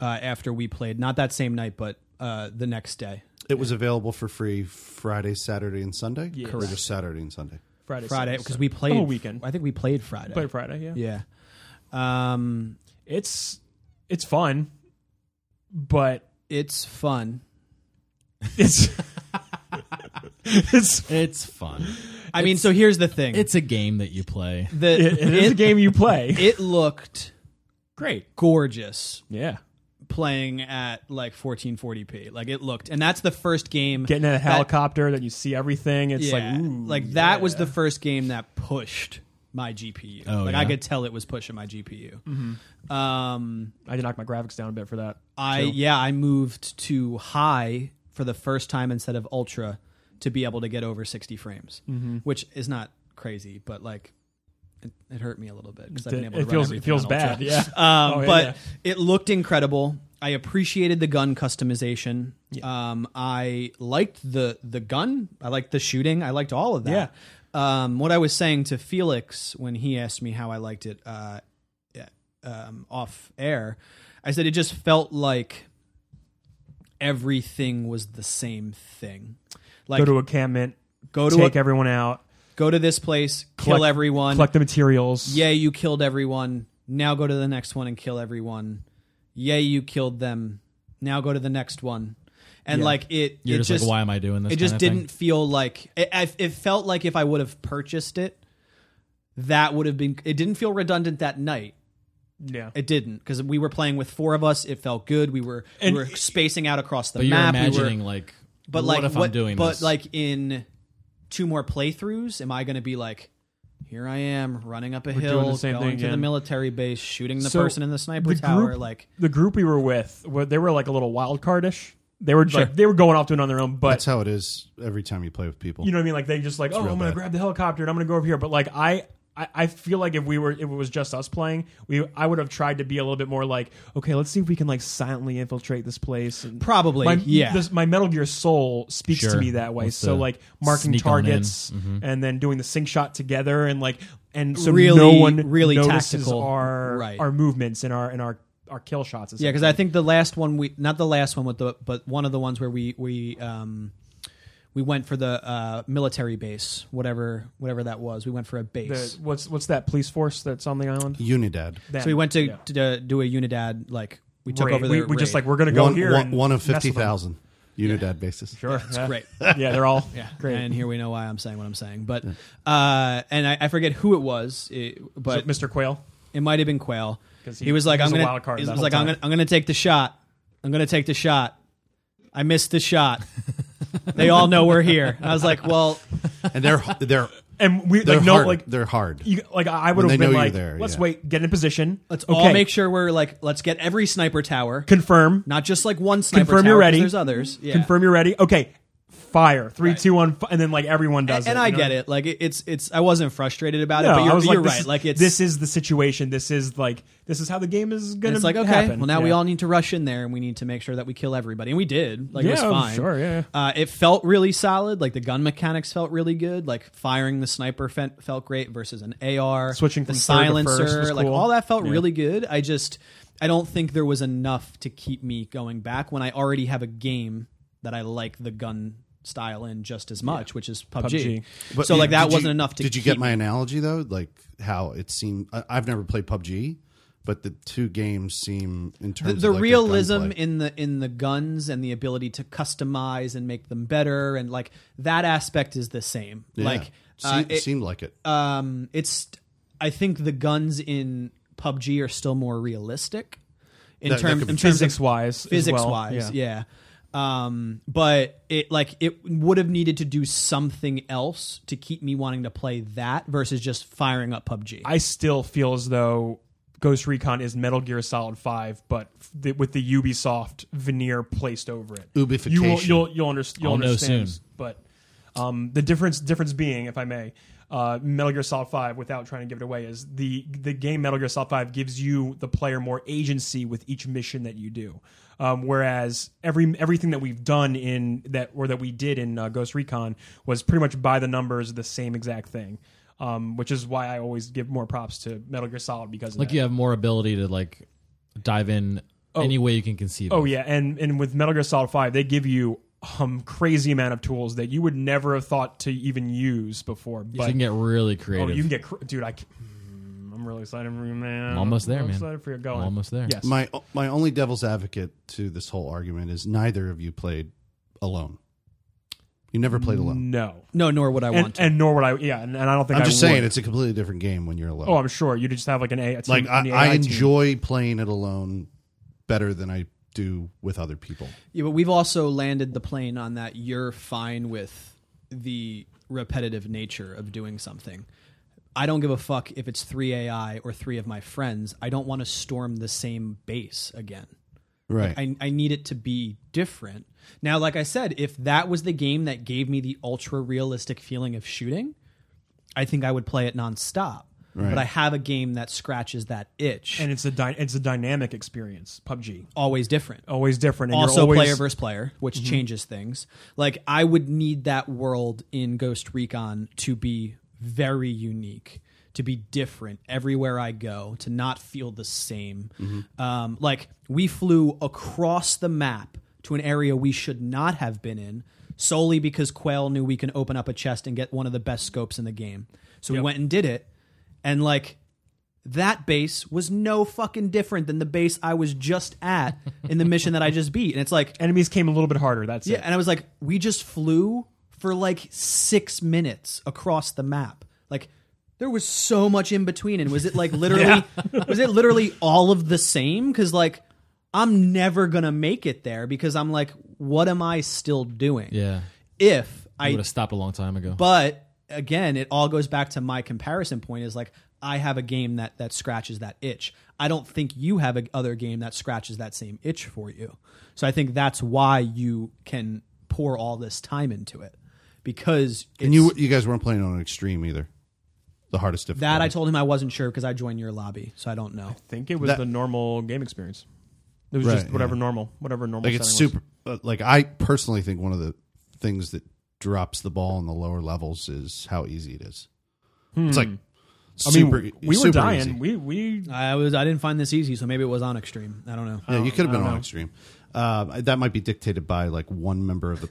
Speaker 2: uh, after we played, not that same night, but uh, the next day,
Speaker 4: It was available for free Friday, Saturday, and Sunday.
Speaker 5: Yes.
Speaker 4: Or just Saturday and Sunday.
Speaker 5: Friday.
Speaker 2: Friday,
Speaker 5: Saturday,
Speaker 2: because we played
Speaker 5: The whole Oh, weekend.
Speaker 2: I think we played Friday.
Speaker 5: Played Friday. Yeah.
Speaker 2: yeah. Um,
Speaker 5: It's it's fun, but
Speaker 2: it's fun.
Speaker 5: it's it's
Speaker 1: It's fun.
Speaker 2: I mean, so here's the thing.
Speaker 1: It's a game that you play.
Speaker 2: the
Speaker 5: it, it is a game you play.
Speaker 2: it looked
Speaker 5: Great.
Speaker 2: gorgeous
Speaker 5: Yeah.
Speaker 2: playing at like 1440p. Like it looked, and that's the first game.
Speaker 5: Getting in a helicopter that you see everything. It's
Speaker 2: yeah,
Speaker 5: like ooh,
Speaker 2: that was
Speaker 5: yeah.
Speaker 2: the first game that pushed my GPU.
Speaker 1: Oh,
Speaker 2: like
Speaker 1: yeah?
Speaker 2: I could tell it was pushing my GPU.
Speaker 5: Mm-hmm.
Speaker 2: Um,
Speaker 5: I did knock my graphics down a bit for that.
Speaker 2: I yeah, I moved to high for the first time instead of ultra to be able to get over 60 frames,
Speaker 5: Mm-hmm.
Speaker 2: which is not crazy, but like it, it hurt me a little bit because I've been
Speaker 5: It,
Speaker 2: able to
Speaker 5: it
Speaker 2: run
Speaker 5: feels it
Speaker 2: everything
Speaker 5: feels
Speaker 2: on ultra.
Speaker 5: bad. Yeah.
Speaker 2: Um,
Speaker 5: Oh, yeah,
Speaker 2: but
Speaker 5: yeah.
Speaker 2: it looked incredible. I appreciated the gun customization. Um, I liked the the gun. I liked the shooting. I liked all of that. Um, what I was saying to Felix when he asked me how I liked it uh, yeah, um, off air, I said it just felt like everything was the same thing. Like
Speaker 5: go to a encampment,
Speaker 2: go to,
Speaker 5: take
Speaker 2: a,
Speaker 5: everyone out,
Speaker 2: go to this place, kill
Speaker 5: collect-
Speaker 2: everyone,
Speaker 5: collect the materials.
Speaker 2: Yay, you killed everyone. Now go to the next one and kill everyone. Yay, you killed them. Now go to the next one. And like it,
Speaker 1: You're
Speaker 2: it
Speaker 1: just, like, why am I doing this?
Speaker 2: it just
Speaker 1: kind of thing?
Speaker 2: didn't feel like it, I- it felt like if I would have purchased it, that would have been. It didn't feel redundant that night.
Speaker 5: yeah.
Speaker 2: It didn't because we were playing with four of us. It felt good. We were
Speaker 5: And-
Speaker 2: we were spacing out across the
Speaker 1: But you're
Speaker 2: map. we were,
Speaker 1: imagining like,
Speaker 2: but
Speaker 1: what
Speaker 2: like
Speaker 1: if I'm doing
Speaker 2: but
Speaker 1: this?
Speaker 2: like in two more playthroughs am i going to be like here i am running up a
Speaker 5: doing
Speaker 2: hill
Speaker 5: the same
Speaker 2: going
Speaker 5: thing
Speaker 2: to the
Speaker 5: again.
Speaker 2: military base shooting the
Speaker 5: So,
Speaker 2: person in the sniper
Speaker 5: the
Speaker 2: tower
Speaker 5: group-
Speaker 2: like
Speaker 5: The group we were with, were- they were like a little wild cardish. They were like they were going off doing on their own, but
Speaker 4: That's how it is every time you play with people.
Speaker 5: you know what I mean. Like they just like, oh, I'm
Speaker 4: real
Speaker 5: gonna
Speaker 4: bad.
Speaker 5: grab the helicopter and I'm gonna go over here. But like I. I I feel like if we were, if it was just us playing, we I would have tried to be a little bit more like, okay, let's see if we can like silently infiltrate this place. And
Speaker 2: probably
Speaker 5: my,
Speaker 2: yeah
Speaker 5: this, my Metal Gear Soul speaks to
Speaker 1: Sure.
Speaker 5: me that way.
Speaker 1: Wants to
Speaker 5: so like marking
Speaker 1: sneak on in.
Speaker 5: targets and then doing the sync shot together and like and so
Speaker 2: Mm-hmm. Really-
Speaker 5: no one
Speaker 2: really
Speaker 5: notices
Speaker 2: tactical.
Speaker 5: our
Speaker 2: Right.
Speaker 5: our movements and our and our our kill shots. and
Speaker 2: yeah
Speaker 5: stuff.
Speaker 2: because i think the last one we not the last one with the but one of the ones where we we um we went for the uh, military base, whatever whatever that was. We went for a base.
Speaker 5: The, uh, what's what's that police force that's on the island?
Speaker 4: Unidad.
Speaker 5: That-
Speaker 2: so we went to,
Speaker 5: yeah.
Speaker 2: to, to do a Unidad like we took
Speaker 5: Raid.
Speaker 2: over
Speaker 5: We,
Speaker 2: the
Speaker 5: we just
Speaker 2: raid.
Speaker 5: like we're gonna go
Speaker 4: One,
Speaker 5: here.
Speaker 4: one,
Speaker 5: and
Speaker 4: one of
Speaker 5: mess with them.
Speaker 4: fifty thousand. Unidad basis.
Speaker 5: Sure, it's
Speaker 2: great.
Speaker 5: Yeah, they're all
Speaker 2: Yeah,
Speaker 5: great.
Speaker 2: And here we know why I'm saying what I'm saying, but uh, and I, I forget who it was, it,
Speaker 5: So,
Speaker 2: but
Speaker 5: Mr. Quail.
Speaker 2: it might have been Quail.
Speaker 5: 'Cause
Speaker 2: He,
Speaker 5: he-
Speaker 2: was like,
Speaker 5: he was
Speaker 2: "I'm
Speaker 5: a
Speaker 2: gonna,"
Speaker 5: wild card
Speaker 2: he
Speaker 5: that
Speaker 2: was
Speaker 5: whole
Speaker 2: like, "I'm
Speaker 5: time.
Speaker 2: gonna, I'm gonna take the shot. I'm gonna take the shot. I missed the shot. they all know we're here." And I was like, "Well,
Speaker 4: And they're they're
Speaker 5: And we
Speaker 4: they're
Speaker 5: like no
Speaker 4: hard.
Speaker 5: like
Speaker 4: they're hard.
Speaker 5: you, like I
Speaker 4: When
Speaker 5: would
Speaker 4: they
Speaker 5: have
Speaker 4: know
Speaker 5: been
Speaker 4: you're
Speaker 5: like,
Speaker 4: there,
Speaker 5: let's
Speaker 4: yeah.
Speaker 5: wait, get in a position.
Speaker 2: let's
Speaker 5: okay.
Speaker 2: all make sure we're like, let's get every sniper tower,
Speaker 5: confirm,
Speaker 2: not just like one sniper
Speaker 5: Confirm
Speaker 2: tower.
Speaker 5: you're
Speaker 2: 'cause
Speaker 5: ready.
Speaker 2: There's others. Yeah.
Speaker 5: confirm you're ready. Okay, fire three, two, one, fi- and then like everyone does.
Speaker 2: And, and
Speaker 5: it,
Speaker 2: I
Speaker 5: you know?
Speaker 2: get it. Like it, it's it's. I wasn't frustrated about
Speaker 5: No,
Speaker 2: it, but
Speaker 5: I
Speaker 2: you're,
Speaker 5: was
Speaker 2: you're
Speaker 5: like,
Speaker 2: right.
Speaker 5: this is-
Speaker 2: like it's
Speaker 5: this is the situation. This is like this is how the game is gonna.
Speaker 2: And it's like okay,
Speaker 5: happen.
Speaker 2: well now we
Speaker 5: Yeah.
Speaker 2: all need to rush in there and we need to make sure that we kill everybody, and we did. Like it was
Speaker 5: Yeah,
Speaker 2: fine.
Speaker 5: sure, yeah,
Speaker 2: Uh, it felt really solid. Like the gun mechanics felt really good. Like firing the sniper fe- felt great versus an AR.
Speaker 5: Switching
Speaker 2: the
Speaker 5: from third to
Speaker 2: silencer,
Speaker 5: first was
Speaker 2: like
Speaker 5: cool.
Speaker 2: all that felt
Speaker 5: Yeah.
Speaker 2: really good. I just I don't think there was enough to keep me going back when I already have a game that I like the gun style in just as much, which is PUBG.
Speaker 5: PUBG.
Speaker 4: But
Speaker 2: so like
Speaker 4: did
Speaker 2: that
Speaker 4: you-
Speaker 2: wasn't enough to.
Speaker 4: Did you
Speaker 2: keep
Speaker 4: get my analogy though? Like how it seemed. I, I've never played PUBG, but the two games seem in terms
Speaker 2: the, the
Speaker 4: of like, their
Speaker 2: realism
Speaker 4: gunplay.
Speaker 2: in the in the guns and the ability to customize and make them better and like that aspect is the same
Speaker 4: Yeah.
Speaker 2: like
Speaker 4: Se-
Speaker 2: uh, it-
Speaker 4: seemed like it.
Speaker 2: um it's i think the guns in pubg are still more realistic in,
Speaker 4: That- that
Speaker 2: term,
Speaker 4: could be
Speaker 2: in terms of
Speaker 5: physics wise,
Speaker 2: physics wise yeah. um but it like it would have needed to do something else to keep me wanting to play that versus just firing up pubg
Speaker 5: I still feel as though Ghost Recon is Metal Gear Solid Five, but f- the, with the Ubisoft veneer placed over it.
Speaker 4: Ubification.
Speaker 5: You will, you'll you'll, underst- you'll
Speaker 1: I'll know
Speaker 5: understand.
Speaker 1: soon.
Speaker 5: But um, the difference difference being, if I may, uh, Metal Gear Solid Five, without trying to give it away, is the the game Metal Gear Solid Five gives you the player more agency with each mission that you do. Um, whereas every everything that we've done in that or that we did in uh, Ghost Recon was pretty much by the numbers the same exact thing, um, which is why I always give more props to Metal Gear Solid because of
Speaker 1: Like
Speaker 5: that.
Speaker 1: you have more ability to like dive in any way you can conceive.
Speaker 5: Oh
Speaker 1: of.
Speaker 5: yeah, and and with Metal Gear Solid Five, they give you um crazy amount of tools that you would never have thought to even use before.
Speaker 1: So
Speaker 5: But
Speaker 1: you can get really
Speaker 5: oh,
Speaker 1: creative.
Speaker 5: you can get cr- dude, I. c- Mm, I'm really excited for you, man. I'm
Speaker 1: almost there,
Speaker 5: I'm
Speaker 1: man.
Speaker 5: Excited for you going.
Speaker 1: almost there.
Speaker 5: Yes.
Speaker 4: my my only devil's advocate to this whole argument is neither of you played alone. You never played
Speaker 2: Mm,
Speaker 4: alone.
Speaker 5: no.
Speaker 2: no nor would i want
Speaker 5: And,
Speaker 2: to
Speaker 5: and nor would I. Yeah, and, and I don't think
Speaker 4: I'm
Speaker 5: I
Speaker 4: just saying
Speaker 5: would.
Speaker 4: it's a completely different game when you're alone.
Speaker 5: Oh, I'm sure you just have like an A. a team-
Speaker 4: like
Speaker 5: an
Speaker 4: I,
Speaker 5: AI
Speaker 4: I
Speaker 5: team.
Speaker 4: enjoy playing it alone better than I do with other people.
Speaker 2: Yeah, but we've also landed the plane on that you're fine with the repetitive nature of doing something. I don't give a fuck if it's three AI or three of my friends. I don't want to storm the same base again.
Speaker 4: Right.
Speaker 2: I, I need it to be different. Now, like I said, if that was the game that gave me the ultra realistic feeling of shooting, I think I would play it nonstop. But I have a game that scratches that itch.
Speaker 5: And it's a dy- it's a dynamic experience. PUBG
Speaker 2: always different.
Speaker 5: always different. And
Speaker 2: also
Speaker 5: you're always, Mm-hmm.
Speaker 2: player versus player, which changes things. Like I would need that world in Ghost Recon to be very unique, to be different everywhere I go, to not feel the same.
Speaker 5: Mm-hmm.
Speaker 2: Um, like we flew across the map to an area we should not have been in solely because Quail knew we can open up a chest and get one of the best scopes in the game. So we went and did it, and like that base was no fucking different than the base I was just at in the mission that I just beat. And it's like,
Speaker 5: enemies came a little bit harder. That's
Speaker 2: yeah,
Speaker 5: it.
Speaker 2: and I was like, we just flew for like six minutes across the map. Like, there was so much in between, and was it like literally, was it literally all of the same? Because like, I'm never gonna make it there because I'm like, what am I still doing?
Speaker 1: yeah.
Speaker 2: If
Speaker 1: I
Speaker 2: I
Speaker 1: would have stopped a long time ago.
Speaker 2: but again it all goes back to my comparison point is like i have a game that that scratches that itch i don't think you have a other game that scratches that same itch for you so i think that's why you can pour all this time into it because it's,
Speaker 4: and you you guys weren't playing on an extreme either. The hardest difficulty.
Speaker 2: that i told him i wasn't sure because i joined your lobby so i don't know
Speaker 5: I think it was
Speaker 4: That-
Speaker 5: the normal game experience. It was
Speaker 4: Right,
Speaker 5: just whatever
Speaker 4: yeah.
Speaker 5: normal, whatever normal.
Speaker 4: like it's
Speaker 5: setting was.
Speaker 4: super uh, like I personally think one of the things that drops the ball in the lower levels is how easy it is. It's like super, e,
Speaker 5: we
Speaker 4: super
Speaker 5: were dying.
Speaker 4: easy.
Speaker 5: We we
Speaker 2: i was i didn't find this easy so maybe it was on extreme i don't know
Speaker 4: Yeah, you could have been on extreme. Uh, that might be dictated by like one member of the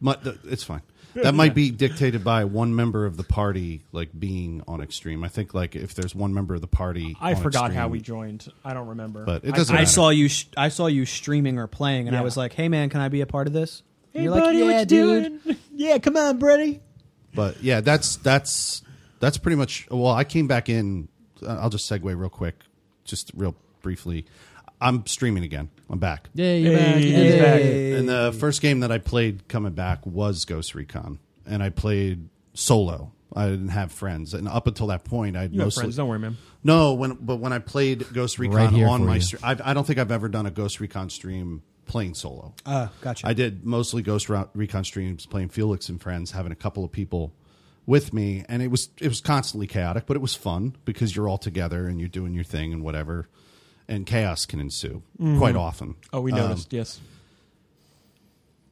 Speaker 4: My, th- it's fine. That might be dictated by one member of the party like being on extreme. I think like if there's one member of the party,
Speaker 3: I
Speaker 4: on
Speaker 3: forgot how
Speaker 4: Extreme-
Speaker 3: we joined. I don't remember.
Speaker 4: But it
Speaker 3: I-
Speaker 4: doesn't
Speaker 2: I
Speaker 4: matter.
Speaker 2: saw you. Sh- I saw you streaming or playing, and I
Speaker 3: Yeah.
Speaker 2: was like, "Hey, man, can I be a part of this?" And
Speaker 3: Hey,
Speaker 2: you're like,
Speaker 3: buddy, what
Speaker 2: "Yeah,
Speaker 3: you
Speaker 2: dude.
Speaker 3: doing?"
Speaker 2: yeah, come on, buddy."
Speaker 4: But yeah, that's that's that's pretty much. Well, I came back in. uh, I'll just segue real quick, just real briefly. I'm streaming again. I'm back.
Speaker 1: Yeah, you're
Speaker 3: Hey,
Speaker 1: back. You
Speaker 3: he's
Speaker 1: did it.
Speaker 3: back.
Speaker 4: And the first game that I played coming back was Ghost Recon, and I played solo. I didn't have friends, and up until that point, I
Speaker 3: You have
Speaker 4: mostly
Speaker 3: friends. Don't worry, man.
Speaker 4: no. When but when I played Ghost Recon
Speaker 1: Right here
Speaker 4: on
Speaker 1: for
Speaker 4: my,
Speaker 1: you.
Speaker 4: stream, I, I don't think I've ever done a Ghost Recon stream playing solo.
Speaker 2: Uh, gotcha.
Speaker 4: I did mostly Ghost Ro- Recon streams, playing Felix and friends, having a couple of people with me, and it was it was constantly chaotic, but it was fun because you're all together and you're doing your thing and whatever, and chaos can ensue quite often.
Speaker 3: Oh, we
Speaker 4: Um,
Speaker 3: noticed. yes.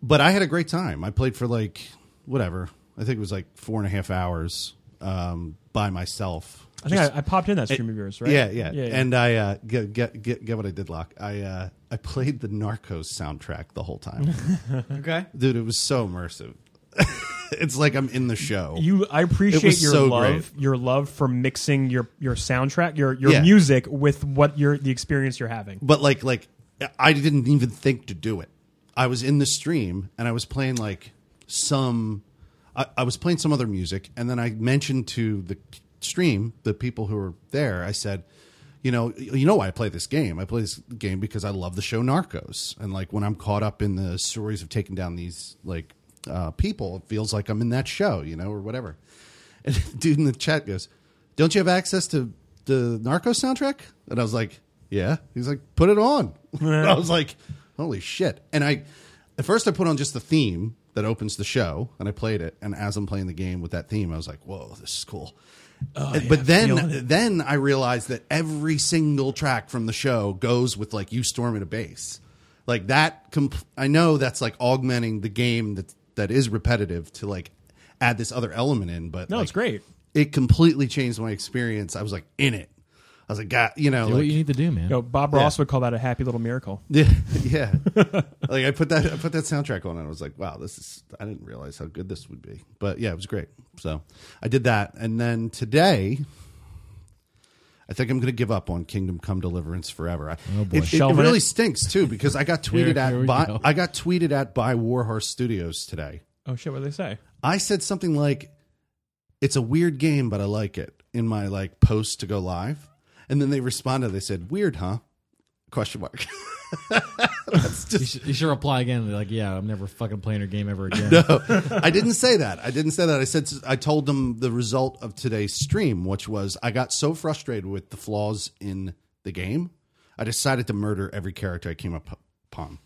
Speaker 4: but I had a great time. I played for like whatever. I think it was like four and a half hours um, by myself.
Speaker 3: I think I, I popped in that stream of yours, right?
Speaker 4: Yeah, yeah,
Speaker 3: yeah,
Speaker 4: And I uh, get, get get get what I did, Lock. I uh, I played the Narcos soundtrack the whole time,
Speaker 2: okay.
Speaker 4: dude. It was so immersive. it's like I'm in the show.
Speaker 3: you. I appreciate
Speaker 4: was
Speaker 3: your
Speaker 4: so
Speaker 3: love, your love for mixing your your soundtrack, your your
Speaker 4: Yeah.
Speaker 3: music with what your the experience you're having.
Speaker 4: but like like I didn't even think to do it. I was in the stream and I was playing like some I, I was playing some other music and then I mentioned to the stream, the people who were there, I said, you know, you know why I play this game. I play this game because I love the show Narcos. And like when I'm caught up in the stories of taking down these like uh, people, it feels like I'm in that show, you know, or whatever. And the dude in the chat goes, "Don't you have access to the Narco soundtrack?" And I was like, "Yeah." He's like, "Put it on." I was like, "Holy shit!" And I, at first, I put on just the theme that opens the show, and I played it. And as I'm playing the game with that theme, I was like, "Whoa, this is cool."
Speaker 3: Oh,
Speaker 4: And- but then, then I realized that every single track from the show goes with like you storming a base, like that. Comp- I know that's like augmenting the game that that is repetitive to like add this other element in, but
Speaker 3: No,
Speaker 4: like,
Speaker 3: it's great.
Speaker 4: it completely changed my experience. I was like in it. I was like, God, you know,
Speaker 1: Do
Speaker 4: like,
Speaker 1: what you need to do, man.
Speaker 3: Yo, Bob Ross would call that a happy little miracle.
Speaker 4: yeah, yeah. like I put that I put that soundtrack on, and I was like, wow, this is. I didn't realize how good this would be, but yeah, it was great. So I did that, and then today. I think I'm going to give up on Kingdom Come Deliverance forever. I,
Speaker 1: Oh, boy.
Speaker 4: It, it
Speaker 3: Shelving
Speaker 4: really
Speaker 3: it.
Speaker 4: stinks too because I got
Speaker 1: Here-
Speaker 4: tweeted
Speaker 1: here
Speaker 4: at
Speaker 1: we
Speaker 4: by
Speaker 1: go.
Speaker 4: I got tweeted at by Warhorse Studios today.
Speaker 3: Oh shit! What did they say?
Speaker 4: I said something like, "It's a weird game, but I like it." In my like post to go live, and then they responded. They said, "Weird, huh?" Question mark. That's
Speaker 1: You,
Speaker 4: just
Speaker 1: should, you should reply again. and be Like, yeah, I'm never fucking playing her game ever again.
Speaker 4: I didn't say that. I didn't say that. I said I told them the result of today's stream, which was I got so frustrated with the flaws in the game, I decided to murder every character I came up upon.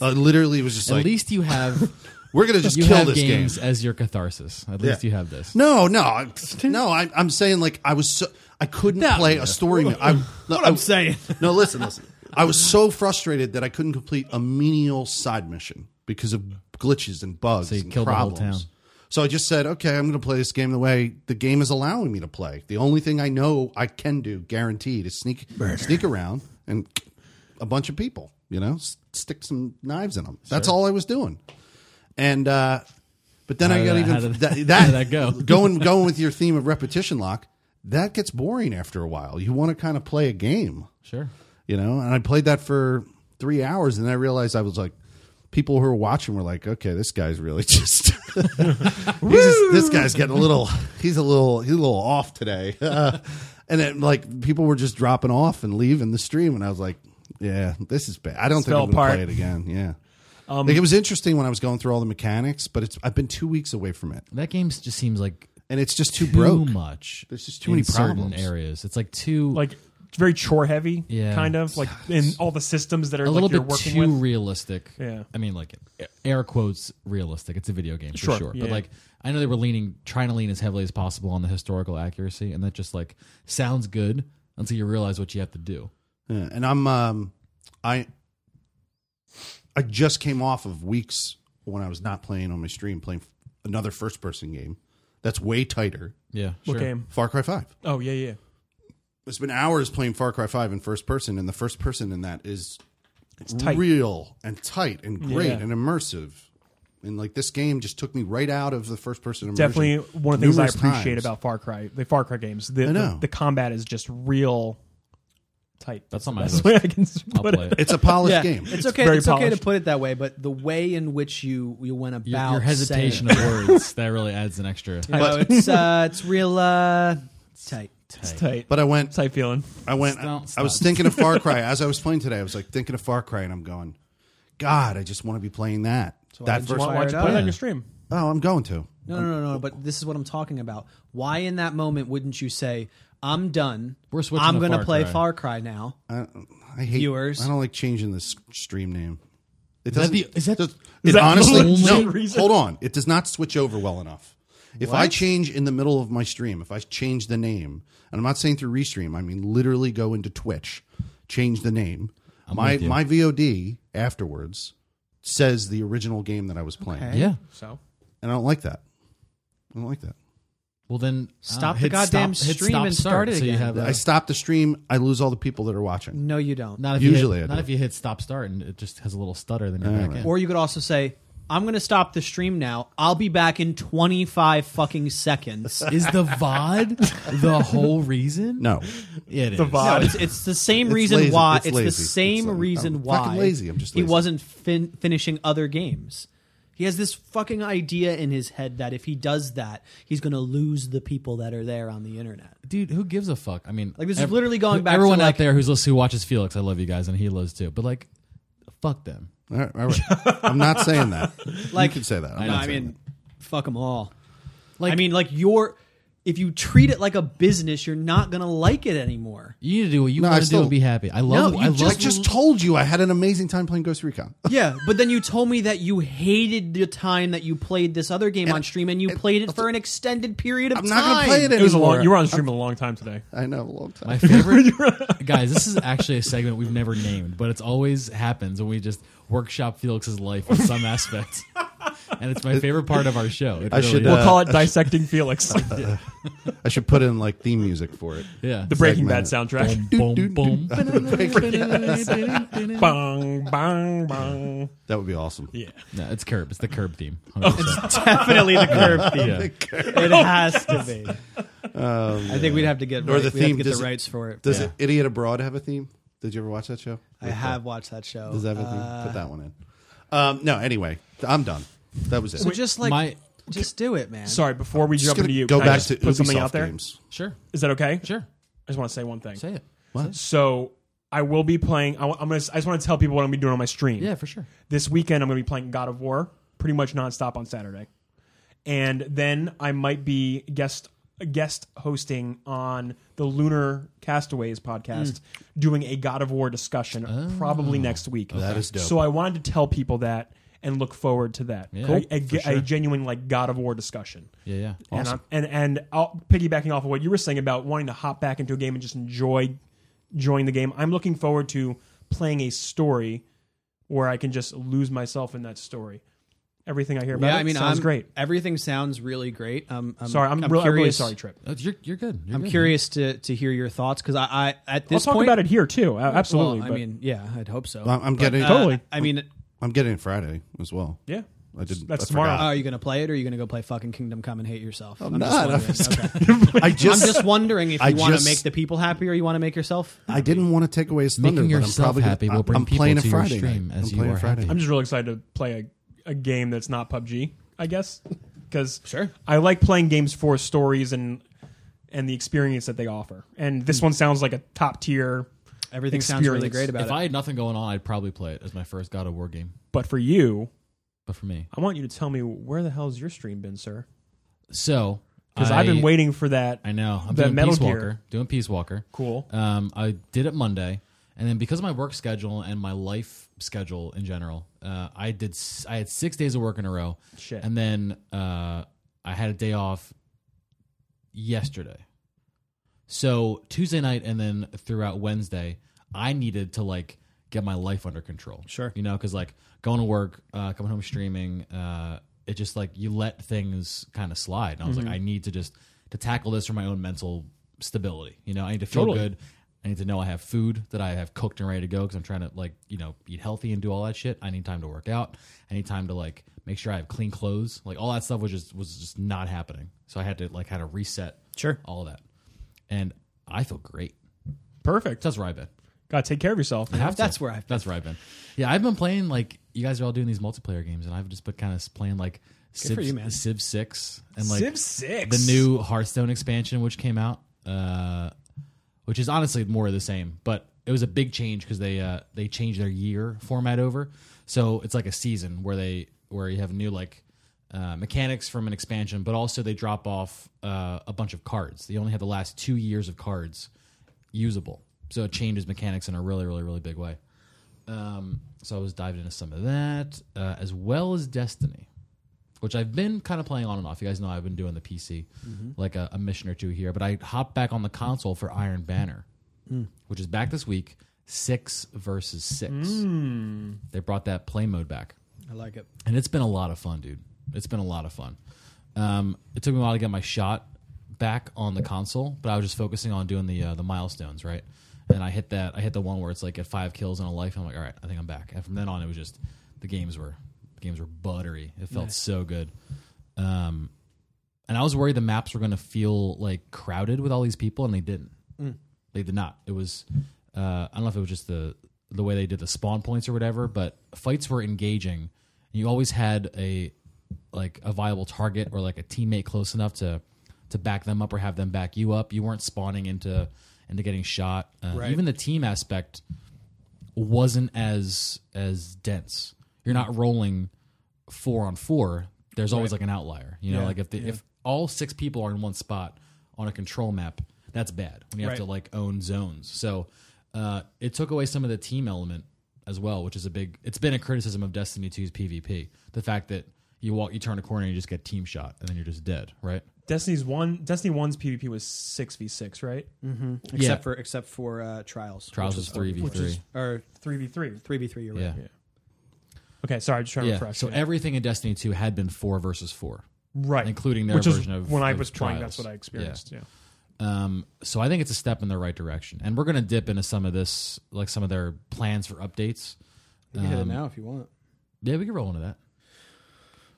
Speaker 4: I literally was just
Speaker 1: At
Speaker 4: like,
Speaker 1: least you have
Speaker 4: "We're gonna just
Speaker 1: you
Speaker 4: kill
Speaker 1: have
Speaker 4: this game."
Speaker 1: games as your catharsis. At least you have this.
Speaker 4: No, no, I- no. I, I'm saying like I was so I couldn't play a story. mi- I, what I'm
Speaker 2: saying.
Speaker 4: No, listen, listen. I was so frustrated that I couldn't complete a menial side mission because of glitches and bugs
Speaker 1: So you
Speaker 4: and
Speaker 1: killed the whole
Speaker 4: problems.
Speaker 1: town.
Speaker 4: So I just said, okay, I'm going to play this game the way the game is allowing me to play. The only thing I know I can do, guaranteed, is sneak sneak around and a bunch of people. You know, S- stick some knives in them. That's all I was doing. And uh, but then
Speaker 1: How
Speaker 4: I
Speaker 1: did
Speaker 4: got
Speaker 1: that-
Speaker 4: even
Speaker 1: how did
Speaker 4: that,
Speaker 1: that-
Speaker 4: that,
Speaker 1: how did that go?
Speaker 4: going going with your theme of repetition lock. That gets boring after a while. You want to kind of play a game
Speaker 1: Sure.
Speaker 4: you know and i played that for three hours and i realized i was like people who were watching were like okay this guy's really just, he's just- this guy's getting a little he's a little he's a little off today uh, and then like people were just dropping off and leaving the stream and i was like yeah this is bad i don't
Speaker 3: Fell
Speaker 4: think i'm gonna
Speaker 3: apart.
Speaker 4: play it again yeah like it was interesting when i was going through all the mechanics but it's i've been two weeks away from it
Speaker 1: That game just seems like
Speaker 4: and it's just too,
Speaker 1: too
Speaker 4: broke
Speaker 1: much.
Speaker 4: There's just too
Speaker 1: in
Speaker 4: many
Speaker 1: certain
Speaker 4: problems.
Speaker 1: areas. It's like too
Speaker 3: Like it's very chore heavy,
Speaker 1: Yeah.
Speaker 3: kind of like in all the systems that are
Speaker 1: a
Speaker 3: like
Speaker 1: little
Speaker 3: you're
Speaker 1: bit
Speaker 3: working
Speaker 1: too
Speaker 3: with.
Speaker 1: realistic.
Speaker 3: Yeah.
Speaker 1: I mean, like air quotes realistic. It's a video game for
Speaker 3: Sure,
Speaker 1: sure,
Speaker 3: yeah.
Speaker 1: but like I know they were leaning, trying to lean as heavily as possible on the historical accuracy, and that just like sounds good until you realize what you have to do.
Speaker 4: Yeah, and I'm um, I I just came off of weeks when I was not playing on my stream, playing f- another first person game that's way tighter,
Speaker 1: Yeah,
Speaker 3: What
Speaker 1: sure.
Speaker 3: game?
Speaker 4: Far Cry Five.
Speaker 3: Oh yeah, yeah.
Speaker 4: It's been hours playing Far Cry Five in first person, and the first person in that is
Speaker 3: It's tight.
Speaker 4: real and tight and great
Speaker 3: Yeah.
Speaker 4: and immersive. And like this game just took me right out of the first person immersion.
Speaker 3: Definitely one of the things I
Speaker 4: numerous
Speaker 3: appreciate
Speaker 4: times.
Speaker 3: about Far Cry, the Far Cry games. The,
Speaker 4: I know.
Speaker 3: The, the combat is just real tight.
Speaker 1: That's on my list.
Speaker 3: That's the way I can
Speaker 1: I'll
Speaker 3: put
Speaker 1: play
Speaker 3: it.
Speaker 1: it.
Speaker 4: It's a polished
Speaker 2: Yeah,
Speaker 4: game.
Speaker 2: it's, okay.
Speaker 3: very
Speaker 2: It's okay to
Speaker 3: polished.
Speaker 2: put it that way, but the way in which you you went about
Speaker 1: Your, your hesitation
Speaker 2: saying,
Speaker 1: of words that really adds an extra.
Speaker 2: you know, it's uh, it's real uh, tight.
Speaker 3: It's tight.
Speaker 4: But I went
Speaker 3: tight feeling.
Speaker 4: I went.
Speaker 1: Stop,
Speaker 4: I was
Speaker 1: stop.
Speaker 4: thinking of Far Cry as I was playing today. I was like thinking of Far Cry, and I'm going, God, I just want to be playing that. that
Speaker 2: did you
Speaker 4: first.
Speaker 3: Why,
Speaker 2: want-
Speaker 4: Oh,
Speaker 2: Fire
Speaker 3: why don't
Speaker 2: it
Speaker 3: you put it
Speaker 2: up.
Speaker 3: on your stream?
Speaker 4: I'm going to.
Speaker 2: No, no, no, no. But this is what I'm talking about. Why in that moment wouldn't you say, "I'm done.
Speaker 1: We're switching
Speaker 2: I'm
Speaker 1: to
Speaker 2: gonna
Speaker 1: Far
Speaker 2: play
Speaker 1: Cry."
Speaker 2: Far Cry now."
Speaker 4: I hate
Speaker 2: Viewers.
Speaker 4: I don't like changing this stream name. It
Speaker 1: that
Speaker 4: doesn't.
Speaker 1: the- is that-
Speaker 4: does-
Speaker 3: is
Speaker 4: it
Speaker 3: that
Speaker 4: honestly?
Speaker 1: the
Speaker 4: No.
Speaker 1: only
Speaker 3: reason?
Speaker 4: Hold on. It does not switch over well enough. If I change in the middle of my stream, if I change the name, and I'm not saying through restream, I mean literally go into Twitch, change the name. my
Speaker 1: with you.
Speaker 4: my VOD afterwards says the original game that I was playing,
Speaker 2: Okay.
Speaker 1: Yeah.
Speaker 3: So
Speaker 4: and I don't like that. I don't like that.
Speaker 1: Well then,
Speaker 2: Stop
Speaker 1: uh,
Speaker 2: the
Speaker 1: hit
Speaker 2: goddamn
Speaker 1: stop- hit
Speaker 2: stream
Speaker 1: stop
Speaker 2: and
Speaker 1: start,
Speaker 2: start it
Speaker 1: so you
Speaker 2: again.
Speaker 1: have a-
Speaker 4: I stop the stream, I lose all the people that are watching.
Speaker 2: No, you don't.
Speaker 1: Not if
Speaker 4: Usually
Speaker 1: you
Speaker 4: I
Speaker 1: hit,
Speaker 4: do.
Speaker 1: not if you hit stop start and it just has a little stutter, then you're back in.
Speaker 2: Or you could also say, "I'm gonna stop the stream now. I'll be back in 25 fucking seconds."
Speaker 1: is the VOD the whole reason?
Speaker 4: No,
Speaker 1: yeah, it is.
Speaker 3: the
Speaker 2: No,
Speaker 3: VOD.
Speaker 2: it's, it's the same
Speaker 4: It's
Speaker 2: reason
Speaker 4: lazy.
Speaker 2: why.
Speaker 4: It's
Speaker 2: It's,
Speaker 4: lazy.
Speaker 2: the
Speaker 4: It's
Speaker 2: same
Speaker 4: lazy.
Speaker 2: reason
Speaker 4: I'm
Speaker 2: why.
Speaker 4: fucking lazy. I'm just
Speaker 2: He
Speaker 4: lazy.
Speaker 2: wasn't fin- finishing other games. He has this fucking idea in his head that if he does that, he's going to lose the people that are there on the internet.
Speaker 1: dude, who gives a fuck? I mean,
Speaker 2: Like, this is literally going
Speaker 1: who-
Speaker 2: back to,
Speaker 1: Everyone
Speaker 2: like-
Speaker 1: out there who's listening, who watches Felix, I love you guys, and he loves too. But like, fuck them.
Speaker 4: All right, all right. I'm not saying that.
Speaker 2: Like,
Speaker 4: you can say that. I'm
Speaker 2: I,
Speaker 4: not
Speaker 2: I
Speaker 4: saying
Speaker 2: mean, fuck them all.
Speaker 1: Like,
Speaker 2: I mean, like you're, if you treat it like a business, you're not going to like it anymore.
Speaker 1: you need to do what you
Speaker 4: No, I
Speaker 1: want to do
Speaker 4: still-
Speaker 1: and be happy. I love.
Speaker 2: No,
Speaker 1: I
Speaker 2: you
Speaker 1: love.
Speaker 4: that. Oh, I just told you I had an amazing time playing Ghost Recon.
Speaker 2: Yeah, but then you told me that you hated the time that you played this other game on stream, and you played it for an extended period of
Speaker 4: I'm
Speaker 2: time.
Speaker 4: not going to play it anymore.
Speaker 3: It was a long. You were on stream
Speaker 4: Uh,
Speaker 3: a long time today.
Speaker 4: I know a long time.
Speaker 1: my favorite guys. This is actually a segment we've never named, but it's always happens when we just workshop Felix's life in some aspect, and it's my favorite part of our show. It
Speaker 4: I
Speaker 1: really
Speaker 4: should,
Speaker 1: is.
Speaker 4: uh,
Speaker 3: We'll call it dissecting Felix.
Speaker 4: I should put in like theme music for it.
Speaker 1: yeah.
Speaker 3: the Breaking Bad
Speaker 4: Segment.
Speaker 3: soundtrack.
Speaker 1: Boom, boom, boom.
Speaker 3: bang, bang, bang.
Speaker 4: That would be awesome.
Speaker 3: Yeah.
Speaker 1: No, it's curb. It's the curb theme.
Speaker 4: Oh,
Speaker 1: 100%.
Speaker 2: definitely the curve theme.
Speaker 1: yeah.
Speaker 2: It has to be. I think we'd have to get
Speaker 4: Um, Or
Speaker 2: right- we'd have
Speaker 4: the
Speaker 2: to
Speaker 4: theme,
Speaker 2: get
Speaker 4: does
Speaker 2: the
Speaker 4: it-
Speaker 2: rights for it.
Speaker 4: Does
Speaker 1: Yeah.
Speaker 4: it, Idiot Abroad have a theme? Did you ever watch that show?
Speaker 2: I have watched that show.
Speaker 4: Does that have a theme?
Speaker 2: Uh,
Speaker 4: Put that one in. Um, no, anyway, I'm done. That was it.
Speaker 2: so just like,
Speaker 1: My-
Speaker 2: just do it, man.
Speaker 3: Sorry, before we
Speaker 4: just
Speaker 3: jump
Speaker 4: gonna
Speaker 3: into you,
Speaker 4: go
Speaker 3: can I
Speaker 4: back
Speaker 3: just
Speaker 4: to
Speaker 3: put something
Speaker 4: Ubisoft
Speaker 3: out there.
Speaker 4: games.
Speaker 1: Sure.
Speaker 3: Is that okay?
Speaker 1: Sure.
Speaker 3: I just want to say one thing.
Speaker 1: Say it.
Speaker 3: So I will be playing. I, am gonna. I just want to tell people what I'm gonna be doing on my stream.
Speaker 1: Yeah, for sure.
Speaker 3: This weekend I'm gonna be playing God of War pretty much nonstop on Saturday, and then I might be guest guest hosting on the Lunar Castaways podcast, doing a God of War discussion probably next week.
Speaker 4: Hmm. Oh. That is dope.
Speaker 3: So I wanted to tell people that and look forward to that.
Speaker 1: Yeah.
Speaker 3: A-
Speaker 1: Cool.
Speaker 3: a, a genuine like God of War discussion.
Speaker 1: Yeah, yeah.
Speaker 3: And I'm, and and I'll, piggybacking off of what you were saying about wanting to hop back into a game and just enjoy enjoying the game, I'm looking forward to playing a story where I can just lose myself in that story. Everything I hear about
Speaker 2: Yeah,
Speaker 3: it
Speaker 2: I mean,
Speaker 3: sounds
Speaker 2: I'm,
Speaker 3: great.
Speaker 2: Everything sounds really great. Um, I'm,
Speaker 3: Sorry, I'm,
Speaker 2: I'm
Speaker 3: real- I'm really
Speaker 2: curious.
Speaker 3: sorry, Trip.
Speaker 1: Oh, you're, you're good. You're
Speaker 2: I'm
Speaker 1: good.
Speaker 2: curious to to hear your thoughts because I, I at
Speaker 3: We'll
Speaker 2: this
Speaker 3: talk
Speaker 2: point,
Speaker 3: about it here too. Uh,
Speaker 2: well,
Speaker 3: Absolutely.
Speaker 2: I
Speaker 3: but-
Speaker 2: mean, yeah, I'd hope so.
Speaker 4: I'm, I'm getting.
Speaker 2: Uh,
Speaker 3: Totally.
Speaker 2: I mean,
Speaker 4: I'm getting it Friday as well.
Speaker 3: yeah,
Speaker 4: I didn't.
Speaker 3: That's
Speaker 4: I
Speaker 3: tomorrow.
Speaker 4: forgot.
Speaker 2: are you gonna play it or are you gonna go play fucking Kingdom Come and hate yourself? I'm,
Speaker 4: not. I'm
Speaker 2: Just wondering. Okay.
Speaker 4: I
Speaker 2: I'm
Speaker 4: just.
Speaker 2: just wondering if
Speaker 4: I
Speaker 2: you want to
Speaker 4: just-
Speaker 2: make the people happy or you want to make yourself.
Speaker 4: I didn't want to take away his
Speaker 1: Making
Speaker 4: thunder, but I'm
Speaker 1: yourself
Speaker 4: probably
Speaker 1: happy
Speaker 4: Gonna,
Speaker 1: will bring
Speaker 4: I'm playing
Speaker 1: people
Speaker 4: a
Speaker 1: to your
Speaker 4: Friday
Speaker 1: stream
Speaker 4: night.
Speaker 1: as
Speaker 4: I'm
Speaker 1: you
Speaker 4: playing a
Speaker 1: are
Speaker 4: Friday.
Speaker 1: happy.
Speaker 3: I'm just really excited to play a, a game that's not PUBG. I guess because
Speaker 2: Sure.
Speaker 3: I like playing games for stories and and the experience that they offer. And
Speaker 2: Hmm.
Speaker 3: this one sounds like a top tier.
Speaker 2: Everything sounds really
Speaker 3: Experience.
Speaker 2: great about
Speaker 1: If
Speaker 2: it.
Speaker 1: I had nothing going on, I'd probably play it as my first God of War game.
Speaker 3: But for you,
Speaker 1: But for me,
Speaker 3: I want you to tell me where the hell's your stream been, sir?
Speaker 1: so
Speaker 3: Because I've been waiting for that.
Speaker 1: I know. I'm
Speaker 3: That
Speaker 1: doing
Speaker 3: Metal
Speaker 1: Peace
Speaker 3: Gear.
Speaker 1: Walker. Doing Peace Walker.
Speaker 3: Cool.
Speaker 1: Um, I did it Monday, and then because of my work schedule and my life schedule in general, uh, I did. s- I had six days of work in a row.
Speaker 3: Shit.
Speaker 1: And then uh, I had a day off yesterday. So Tuesday night and then throughout Wednesday, I needed to like get my life under control.
Speaker 2: Sure.
Speaker 1: You know, because like going to work, uh, coming home streaming, uh, it just like you let things kind of
Speaker 2: Mm-hmm.
Speaker 1: slide. And I was like, I need to just to tackle this for my own mental stability. You know, I need to feel
Speaker 3: Totally.
Speaker 1: good. I need to know I have food that I have cooked and ready to go because I'm trying to like you know eat healthy and do all that shit. I need time to work out. I need time to like make sure I have clean clothes. Like all that stuff was just was just not happening. So I had to like kind of reset
Speaker 2: Sure.
Speaker 1: all that, and I feel great.
Speaker 3: Perfect.
Speaker 1: That's where I've been.
Speaker 3: Gotta take care of yourself.
Speaker 1: Have to.
Speaker 2: That's where I've been.
Speaker 1: That's where I've been. Yeah, I've been playing like you guys are all doing these multiplayer games, and I've just been kind of playing like Civ,
Speaker 2: for you, man.
Speaker 1: Civ Six and like
Speaker 3: Civ Six.
Speaker 1: the new Hearthstone expansion, which came out, uh, which is honestly more of the same, but it was a big change because they uh, they changed their year format over. So it's like a season where they where you have new like uh, mechanics from an expansion, but also they drop off uh, a bunch of cards. They only have the last two years of cards usable, so it changes mechanics in a really really really big way. Um, so I was diving into some of that uh, as well as Destiny which I've been kind of playing on and off. You guys know I've been doing the PC, like a, a mission or two here, but I hopped back on the console for Iron Banner, which is back this week, six versus six. They brought that play mode back,
Speaker 2: I like it.
Speaker 1: and it's been a lot of fun, dude. It's been a lot of fun. Um, it took me a while to get my shot back on the console, but I was just focusing on doing the uh, the milestones, right? And I hit that. I hit the one where it's like at five kills and a life. I'm like, all right, I think I'm back. And from then on, it was just the games were the games were buttery. It felt so good. Um, and I was worried the maps were going to feel like crowded with all these people, and they didn't. They did not. It was uh, I don't know if it was just the the way they did the spawn points or whatever, but fights were engaging. You always had a like a viable target or like a teammate close enough to to back them up or have them back you up. You weren't spawning into into getting shot. Uh,
Speaker 2: Right.
Speaker 1: Even the team aspect wasn't as as dense. You're not rolling four on four. There's always like an outlier. You know,
Speaker 3: Yeah,
Speaker 1: like if the, if all six people are in one spot on a control map, that's bad. When you have to
Speaker 2: Right.
Speaker 1: like own zones. So uh, it took away some of the team element as well, which is a big. It's been a criticism of Destiny 2's PvP. The fact that you walk, you turn a corner, and you just get team shot, and then you're just dead. Right.
Speaker 3: Destiny's one. Destiny one's PvP was six v six, right?
Speaker 2: Except for except for uh, trials.
Speaker 1: Trials
Speaker 2: which
Speaker 1: is three v
Speaker 3: which is-
Speaker 1: three.
Speaker 2: or
Speaker 3: Three v three.
Speaker 2: three v three. You're right.
Speaker 1: Yeah.
Speaker 3: Okay, sorry, just trying to
Speaker 1: Yeah.
Speaker 3: refresh.
Speaker 1: So
Speaker 3: Yeah.
Speaker 1: everything in Destiny 2 had been four versus four.
Speaker 3: right,
Speaker 1: including their
Speaker 3: Which is
Speaker 1: version of-
Speaker 3: when I
Speaker 1: of
Speaker 3: was playing. That's
Speaker 1: Trials.
Speaker 3: what I experienced. Yeah.
Speaker 1: Um, so I think it's a step in the right direction, and we're going to dip into some of this, like some of their plans for updates.
Speaker 2: You can hit it
Speaker 1: Um,
Speaker 2: now if you want.
Speaker 1: Yeah, we can roll into that.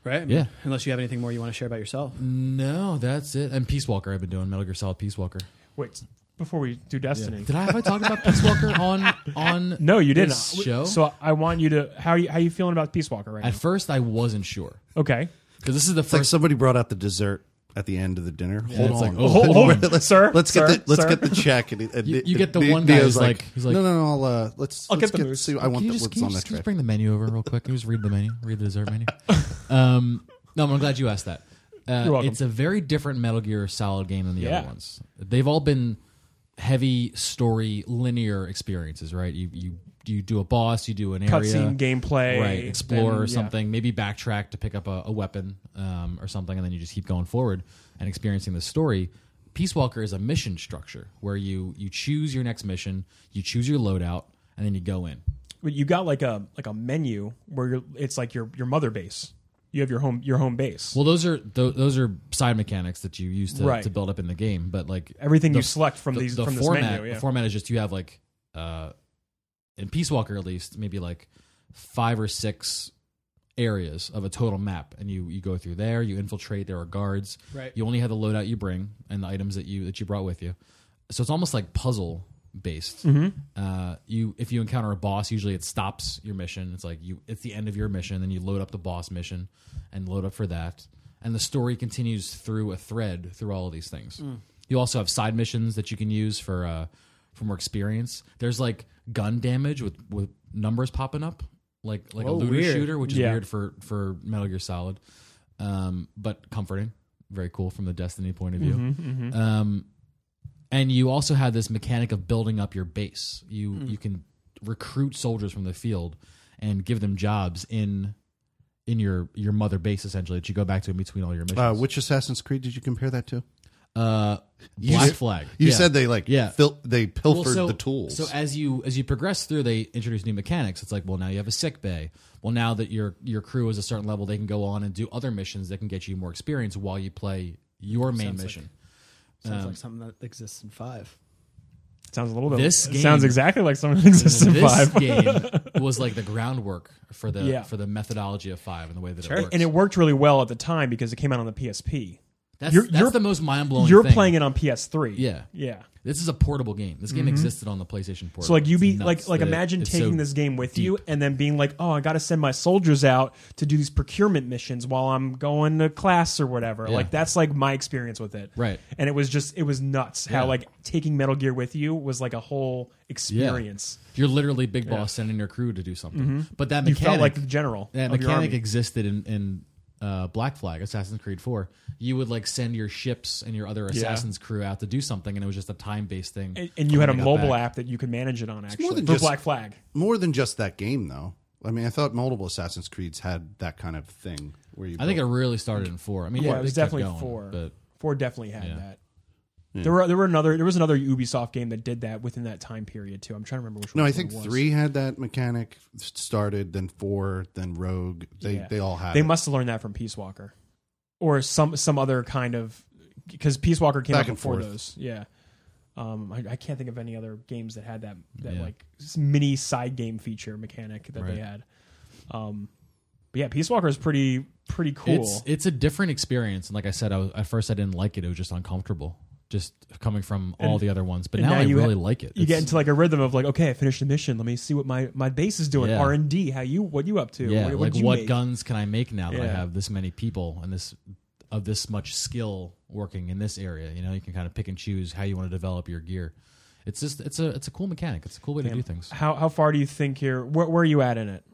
Speaker 2: Right. I
Speaker 1: yeah. Mm,
Speaker 2: Unless you have anything more you want to share about yourself.
Speaker 1: No, that's it. And Peace Walker, I've been doing Metal Gear Solid Peace Walker.
Speaker 3: Wait, before we do Destiny,
Speaker 1: Did I have I talked about Peace Walker on on?
Speaker 3: no, you didn't.
Speaker 1: this show?
Speaker 3: So I want you to how you how you feeling about Peace Walker right
Speaker 1: At first, I wasn't sure
Speaker 3: now? Okay,
Speaker 1: because this is the
Speaker 4: It's like
Speaker 1: first.
Speaker 4: somebody brought out the dessert at the end of the dinner. Hold
Speaker 1: it's
Speaker 4: on,
Speaker 1: like,
Speaker 4: Hold
Speaker 1: oh,
Speaker 4: on.
Speaker 3: hold on, sir,
Speaker 4: Let's get
Speaker 3: sir,
Speaker 4: the let's
Speaker 3: sir.
Speaker 4: get the check. And, and
Speaker 1: You-
Speaker 4: and-
Speaker 1: you get the
Speaker 4: Ne-
Speaker 1: one guy
Speaker 4: Neo's
Speaker 1: who's like- he's like-
Speaker 4: no, no, no. I'll, uh, let's
Speaker 3: I'll
Speaker 4: let's
Speaker 3: get the moose.
Speaker 4: see- I want
Speaker 1: Can you
Speaker 4: the,
Speaker 1: just,
Speaker 4: what's
Speaker 1: can you
Speaker 4: on
Speaker 1: just,
Speaker 4: that
Speaker 1: can you just
Speaker 4: tray.
Speaker 1: bring the menu over real quick? Can you just read the menu? Read the dessert menu. Um, no, I'm glad you asked that. Uh,
Speaker 3: You're welcome.
Speaker 1: It's a very different Metal Gear Solid game than the
Speaker 3: Yeah.
Speaker 1: other ones. They've all been heavy story, linear experiences, right? You you you do a boss, you do an area,
Speaker 3: Cutscene gameplay,
Speaker 1: right? Explore
Speaker 3: then-
Speaker 1: or
Speaker 3: yeah.
Speaker 1: something, maybe backtrack to pick up a, a weapon um, or something, and then you just keep going forward and experiencing the story. Peace Walker is a mission structure where you you choose your next mission, you choose your loadout, and then you go in.
Speaker 3: But you got like a like a menu where you're, it's like your your mother base. You have your home your home base.
Speaker 1: Well, those are tho- those are side mechanics that you use to,
Speaker 3: Right.
Speaker 1: to build up in the game, but like
Speaker 3: Everything
Speaker 1: the-
Speaker 3: you select from
Speaker 1: the,
Speaker 3: these
Speaker 1: the
Speaker 3: from
Speaker 1: format,
Speaker 3: this menu. Yeah.
Speaker 1: the format is just you have like uh, in Peace Walker at least maybe like five or six areas of a total map, and you you go through there, you infiltrate. There are guards.
Speaker 2: Right.
Speaker 1: You only have the loadout you bring and the items that you that you brought with you. So it's almost like puzzle based.
Speaker 2: Mm-hmm.
Speaker 1: Uh, you if you encounter a boss, usually it stops your mission. It's like you it's the end of your mission, then you load up the boss mission and load up for that. And the story continues through a thread through all of these things.
Speaker 2: Mm.
Speaker 1: You also have side missions that you can use for uh, for more experience. There's like gun damage with with numbers popping up, like like a
Speaker 2: Whoa,
Speaker 1: looter
Speaker 2: weird.
Speaker 1: shooter, which is
Speaker 3: Yeah.
Speaker 1: weird for for Metal Gear Solid, um, but comforting, very cool from the Destiny point of view.
Speaker 2: Mm-hmm.
Speaker 1: Um, and you also have this mechanic of building up your base. You you can recruit soldiers from the field and give them jobs in in your your mother base essentially that you go back to in between all your missions.
Speaker 4: Uh, which Assassin's Creed did you compare that to?
Speaker 1: Uh,
Speaker 4: You
Speaker 1: Black
Speaker 4: s-
Speaker 1: Flag.
Speaker 4: You
Speaker 1: Yeah.
Speaker 4: said they like
Speaker 1: Yeah.
Speaker 4: fil- they pilfered
Speaker 1: Well, so-
Speaker 4: the tools.
Speaker 1: So as you as you progress through, they introduce new mechanics. It's like, well, now you have a sick bay. Well, now that your your crew is a certain level, they can go on and do other missions that can get you more experience while you play your main mission. um,
Speaker 2: Sounds like something that exists in five.
Speaker 3: Sounds a little bit.
Speaker 1: This
Speaker 3: it
Speaker 1: game-
Speaker 3: sounds exactly like something that exists in
Speaker 1: This
Speaker 3: five.
Speaker 1: game was like the groundwork for the
Speaker 3: Yeah.
Speaker 1: for the methodology of five and the way that it
Speaker 2: Sure.
Speaker 1: works.
Speaker 3: And it worked really well at the time because it came out on the PSP.
Speaker 1: that's,
Speaker 3: you're-
Speaker 1: that's
Speaker 3: you're-
Speaker 1: the most mind blowing.
Speaker 3: You're playing it on PS3.
Speaker 1: Yeah.
Speaker 3: Yeah.
Speaker 1: This is a portable game. This game existed on the PlayStation Portable.
Speaker 3: So like you
Speaker 1: It's
Speaker 3: be
Speaker 1: nuts
Speaker 3: like like
Speaker 1: that it-
Speaker 3: imagine
Speaker 1: it's
Speaker 3: taking
Speaker 1: so-
Speaker 3: this game with you and then being like, oh, I got to send my soldiers out to do these procurement missions while I'm going to class or whatever.
Speaker 1: Yeah.
Speaker 3: Like that's like my experience with it.
Speaker 1: Right.
Speaker 3: And it was just it was nuts how
Speaker 1: Yeah.
Speaker 3: like taking Metal Gear with you was like a whole experience.
Speaker 1: You're literally big boss sending your crew to do something. But that
Speaker 3: Mm-hmm. You
Speaker 1: mechanic,
Speaker 3: felt like the general.
Speaker 1: that
Speaker 3: of your
Speaker 1: mechanic
Speaker 3: army.
Speaker 1: existed in in uh, Black Flag, Assassin's Creed Four. You would like send your ships and your other assassins crew out to do something, and it was just a time based thing.
Speaker 3: And, and you had a
Speaker 1: when they got
Speaker 3: mobile
Speaker 1: back.
Speaker 3: app that you could manage it on actually
Speaker 4: more than
Speaker 3: for
Speaker 4: just-
Speaker 3: Black Flag.
Speaker 4: More than just that game, though. I mean, I thought multiple Assassin's Creeds had that kind of thing where you.
Speaker 1: I think it
Speaker 4: built-
Speaker 1: really started in four. I mean,
Speaker 3: Yeah,
Speaker 1: they
Speaker 3: it was
Speaker 1: kept
Speaker 3: definitely
Speaker 1: going,
Speaker 3: four.
Speaker 1: But
Speaker 3: Four definitely had
Speaker 1: Yeah.
Speaker 3: that.
Speaker 4: Hmm.
Speaker 3: There were there were another there was another Ubisoft game that did that within that time period too. I'm trying to remember which
Speaker 4: no,
Speaker 3: one.
Speaker 4: I
Speaker 3: it
Speaker 4: think
Speaker 3: was.
Speaker 4: three had that mechanic started, then four, then Rogue. They
Speaker 3: Yeah.
Speaker 4: they all had.
Speaker 3: They
Speaker 4: it.
Speaker 3: must have learned that from Peace Walker, or some some other kind of because Peace Walker came
Speaker 4: Back
Speaker 3: out
Speaker 4: and
Speaker 3: before
Speaker 4: forth.
Speaker 3: those. Yeah, um, I, I can't think of any other games that had that that
Speaker 1: Yeah.
Speaker 3: like s- mini side game feature mechanic that
Speaker 1: Right.
Speaker 3: they had. Um, but yeah, Peace Walker is pretty pretty cool.
Speaker 1: It's it's a different experience, and like I said, I was, at first I didn't like it. It was just uncomfortable, just coming from all the other ones. But
Speaker 3: and
Speaker 1: now,
Speaker 3: now
Speaker 1: I
Speaker 3: you
Speaker 1: really
Speaker 3: ha-
Speaker 1: like it.
Speaker 3: you get
Speaker 1: It's-
Speaker 3: into like a rhythm of like, okay, I finished the mission. Let me see what my, my base is doing.
Speaker 1: Yeah.
Speaker 3: R and D, how you what you up to?
Speaker 1: yeah,
Speaker 3: what,
Speaker 1: like
Speaker 3: you
Speaker 1: what
Speaker 3: make?
Speaker 1: guns can I make now that I
Speaker 3: Yeah.
Speaker 1: have this many people and this of this much skill working in this area? You know, you can kind of pick and choose how you want to develop your gear. It's just it's a it's a cool mechanic. It's a cool way to do things.
Speaker 3: How how far do you think you're? Where, where are you at in it?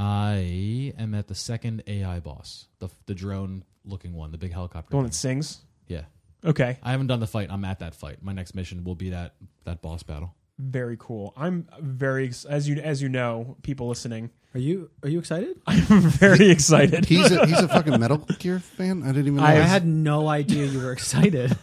Speaker 1: I am at the second AI boss, the the drone looking one, the big helicopter.
Speaker 3: The one
Speaker 1: One.
Speaker 3: that sings.
Speaker 1: Yeah,
Speaker 3: Okay,
Speaker 1: I haven't done the fight. I'm at that fight. My next mission will be that that boss battle.
Speaker 3: very cool. I'm very ex- as you as you know, people listening,
Speaker 2: Are you are you excited? I,
Speaker 3: I'm very excited.
Speaker 4: He's a, he's a fucking Metal Gear fan. I didn't even. know
Speaker 2: I
Speaker 4: that.
Speaker 2: had no idea you were excited.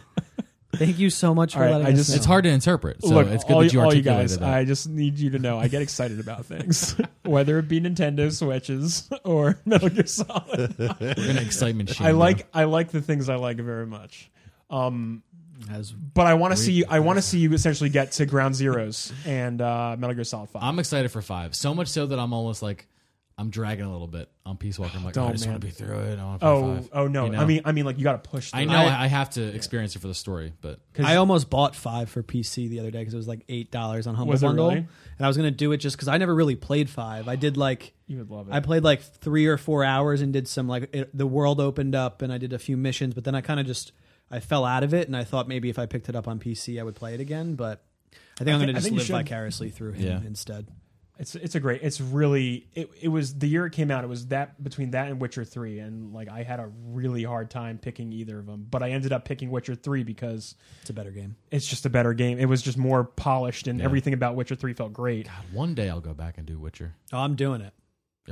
Speaker 2: Thank you so much for
Speaker 3: All right,
Speaker 2: letting
Speaker 3: I
Speaker 2: us
Speaker 3: just-
Speaker 2: know.
Speaker 1: It's hard to interpret. So
Speaker 3: Look,
Speaker 1: it's good
Speaker 3: all,
Speaker 1: that you
Speaker 3: all you
Speaker 1: articulated
Speaker 3: guys,
Speaker 1: that.
Speaker 3: I just need you to know I get excited about things, whether it be Nintendo Switches or Metal Gear Solid.
Speaker 1: We're gonna excitement shame.
Speaker 3: I
Speaker 1: you.
Speaker 3: like I like the things I like very much. Um,
Speaker 2: As-
Speaker 3: but I want to see you. I want to see you essentially get to Ground Zeroes and uh, Metal Gear Solid Five.
Speaker 1: I'm excited for five. So much so that I'm almost like I'm dragging a little bit on Peace Walker. I'm like,
Speaker 3: Don't,
Speaker 1: I just
Speaker 3: Oh,
Speaker 1: want
Speaker 3: man.
Speaker 1: to be through it. I want to play
Speaker 3: oh,
Speaker 1: five.
Speaker 3: oh no!
Speaker 1: You know?
Speaker 3: I mean, I mean, like you got to push.
Speaker 1: I
Speaker 3: through.
Speaker 1: know I, I have to experience it for the story, but
Speaker 2: I almost bought five for PC the other day because it was like eight dollars on Humble
Speaker 3: Was it
Speaker 2: Bundle,
Speaker 3: really?
Speaker 2: and I was gonna do it just because I never really played five. I did like
Speaker 3: you would love it.
Speaker 2: I played like three or four hours and did some like it, the world opened up and I did a few missions, but then I kind of just I fell out of it and I thought maybe if I picked it up on PC I would play it again, but I think I am
Speaker 3: thi-
Speaker 2: gonna
Speaker 3: I
Speaker 2: just
Speaker 3: think you
Speaker 2: live
Speaker 3: should.
Speaker 2: vicariously through him
Speaker 1: Yeah.
Speaker 2: instead.
Speaker 3: It's it's a great. It's really it. It was the year it came out. It was that between that and Witcher three, and like I had a really hard time picking either of them. But I ended up picking Witcher three because
Speaker 2: It's a better game.
Speaker 3: it's just a better game. It was just more polished, and everything about Witcher three felt great.
Speaker 1: one day I'll go back and do Witcher.
Speaker 2: Oh, I'm doing it.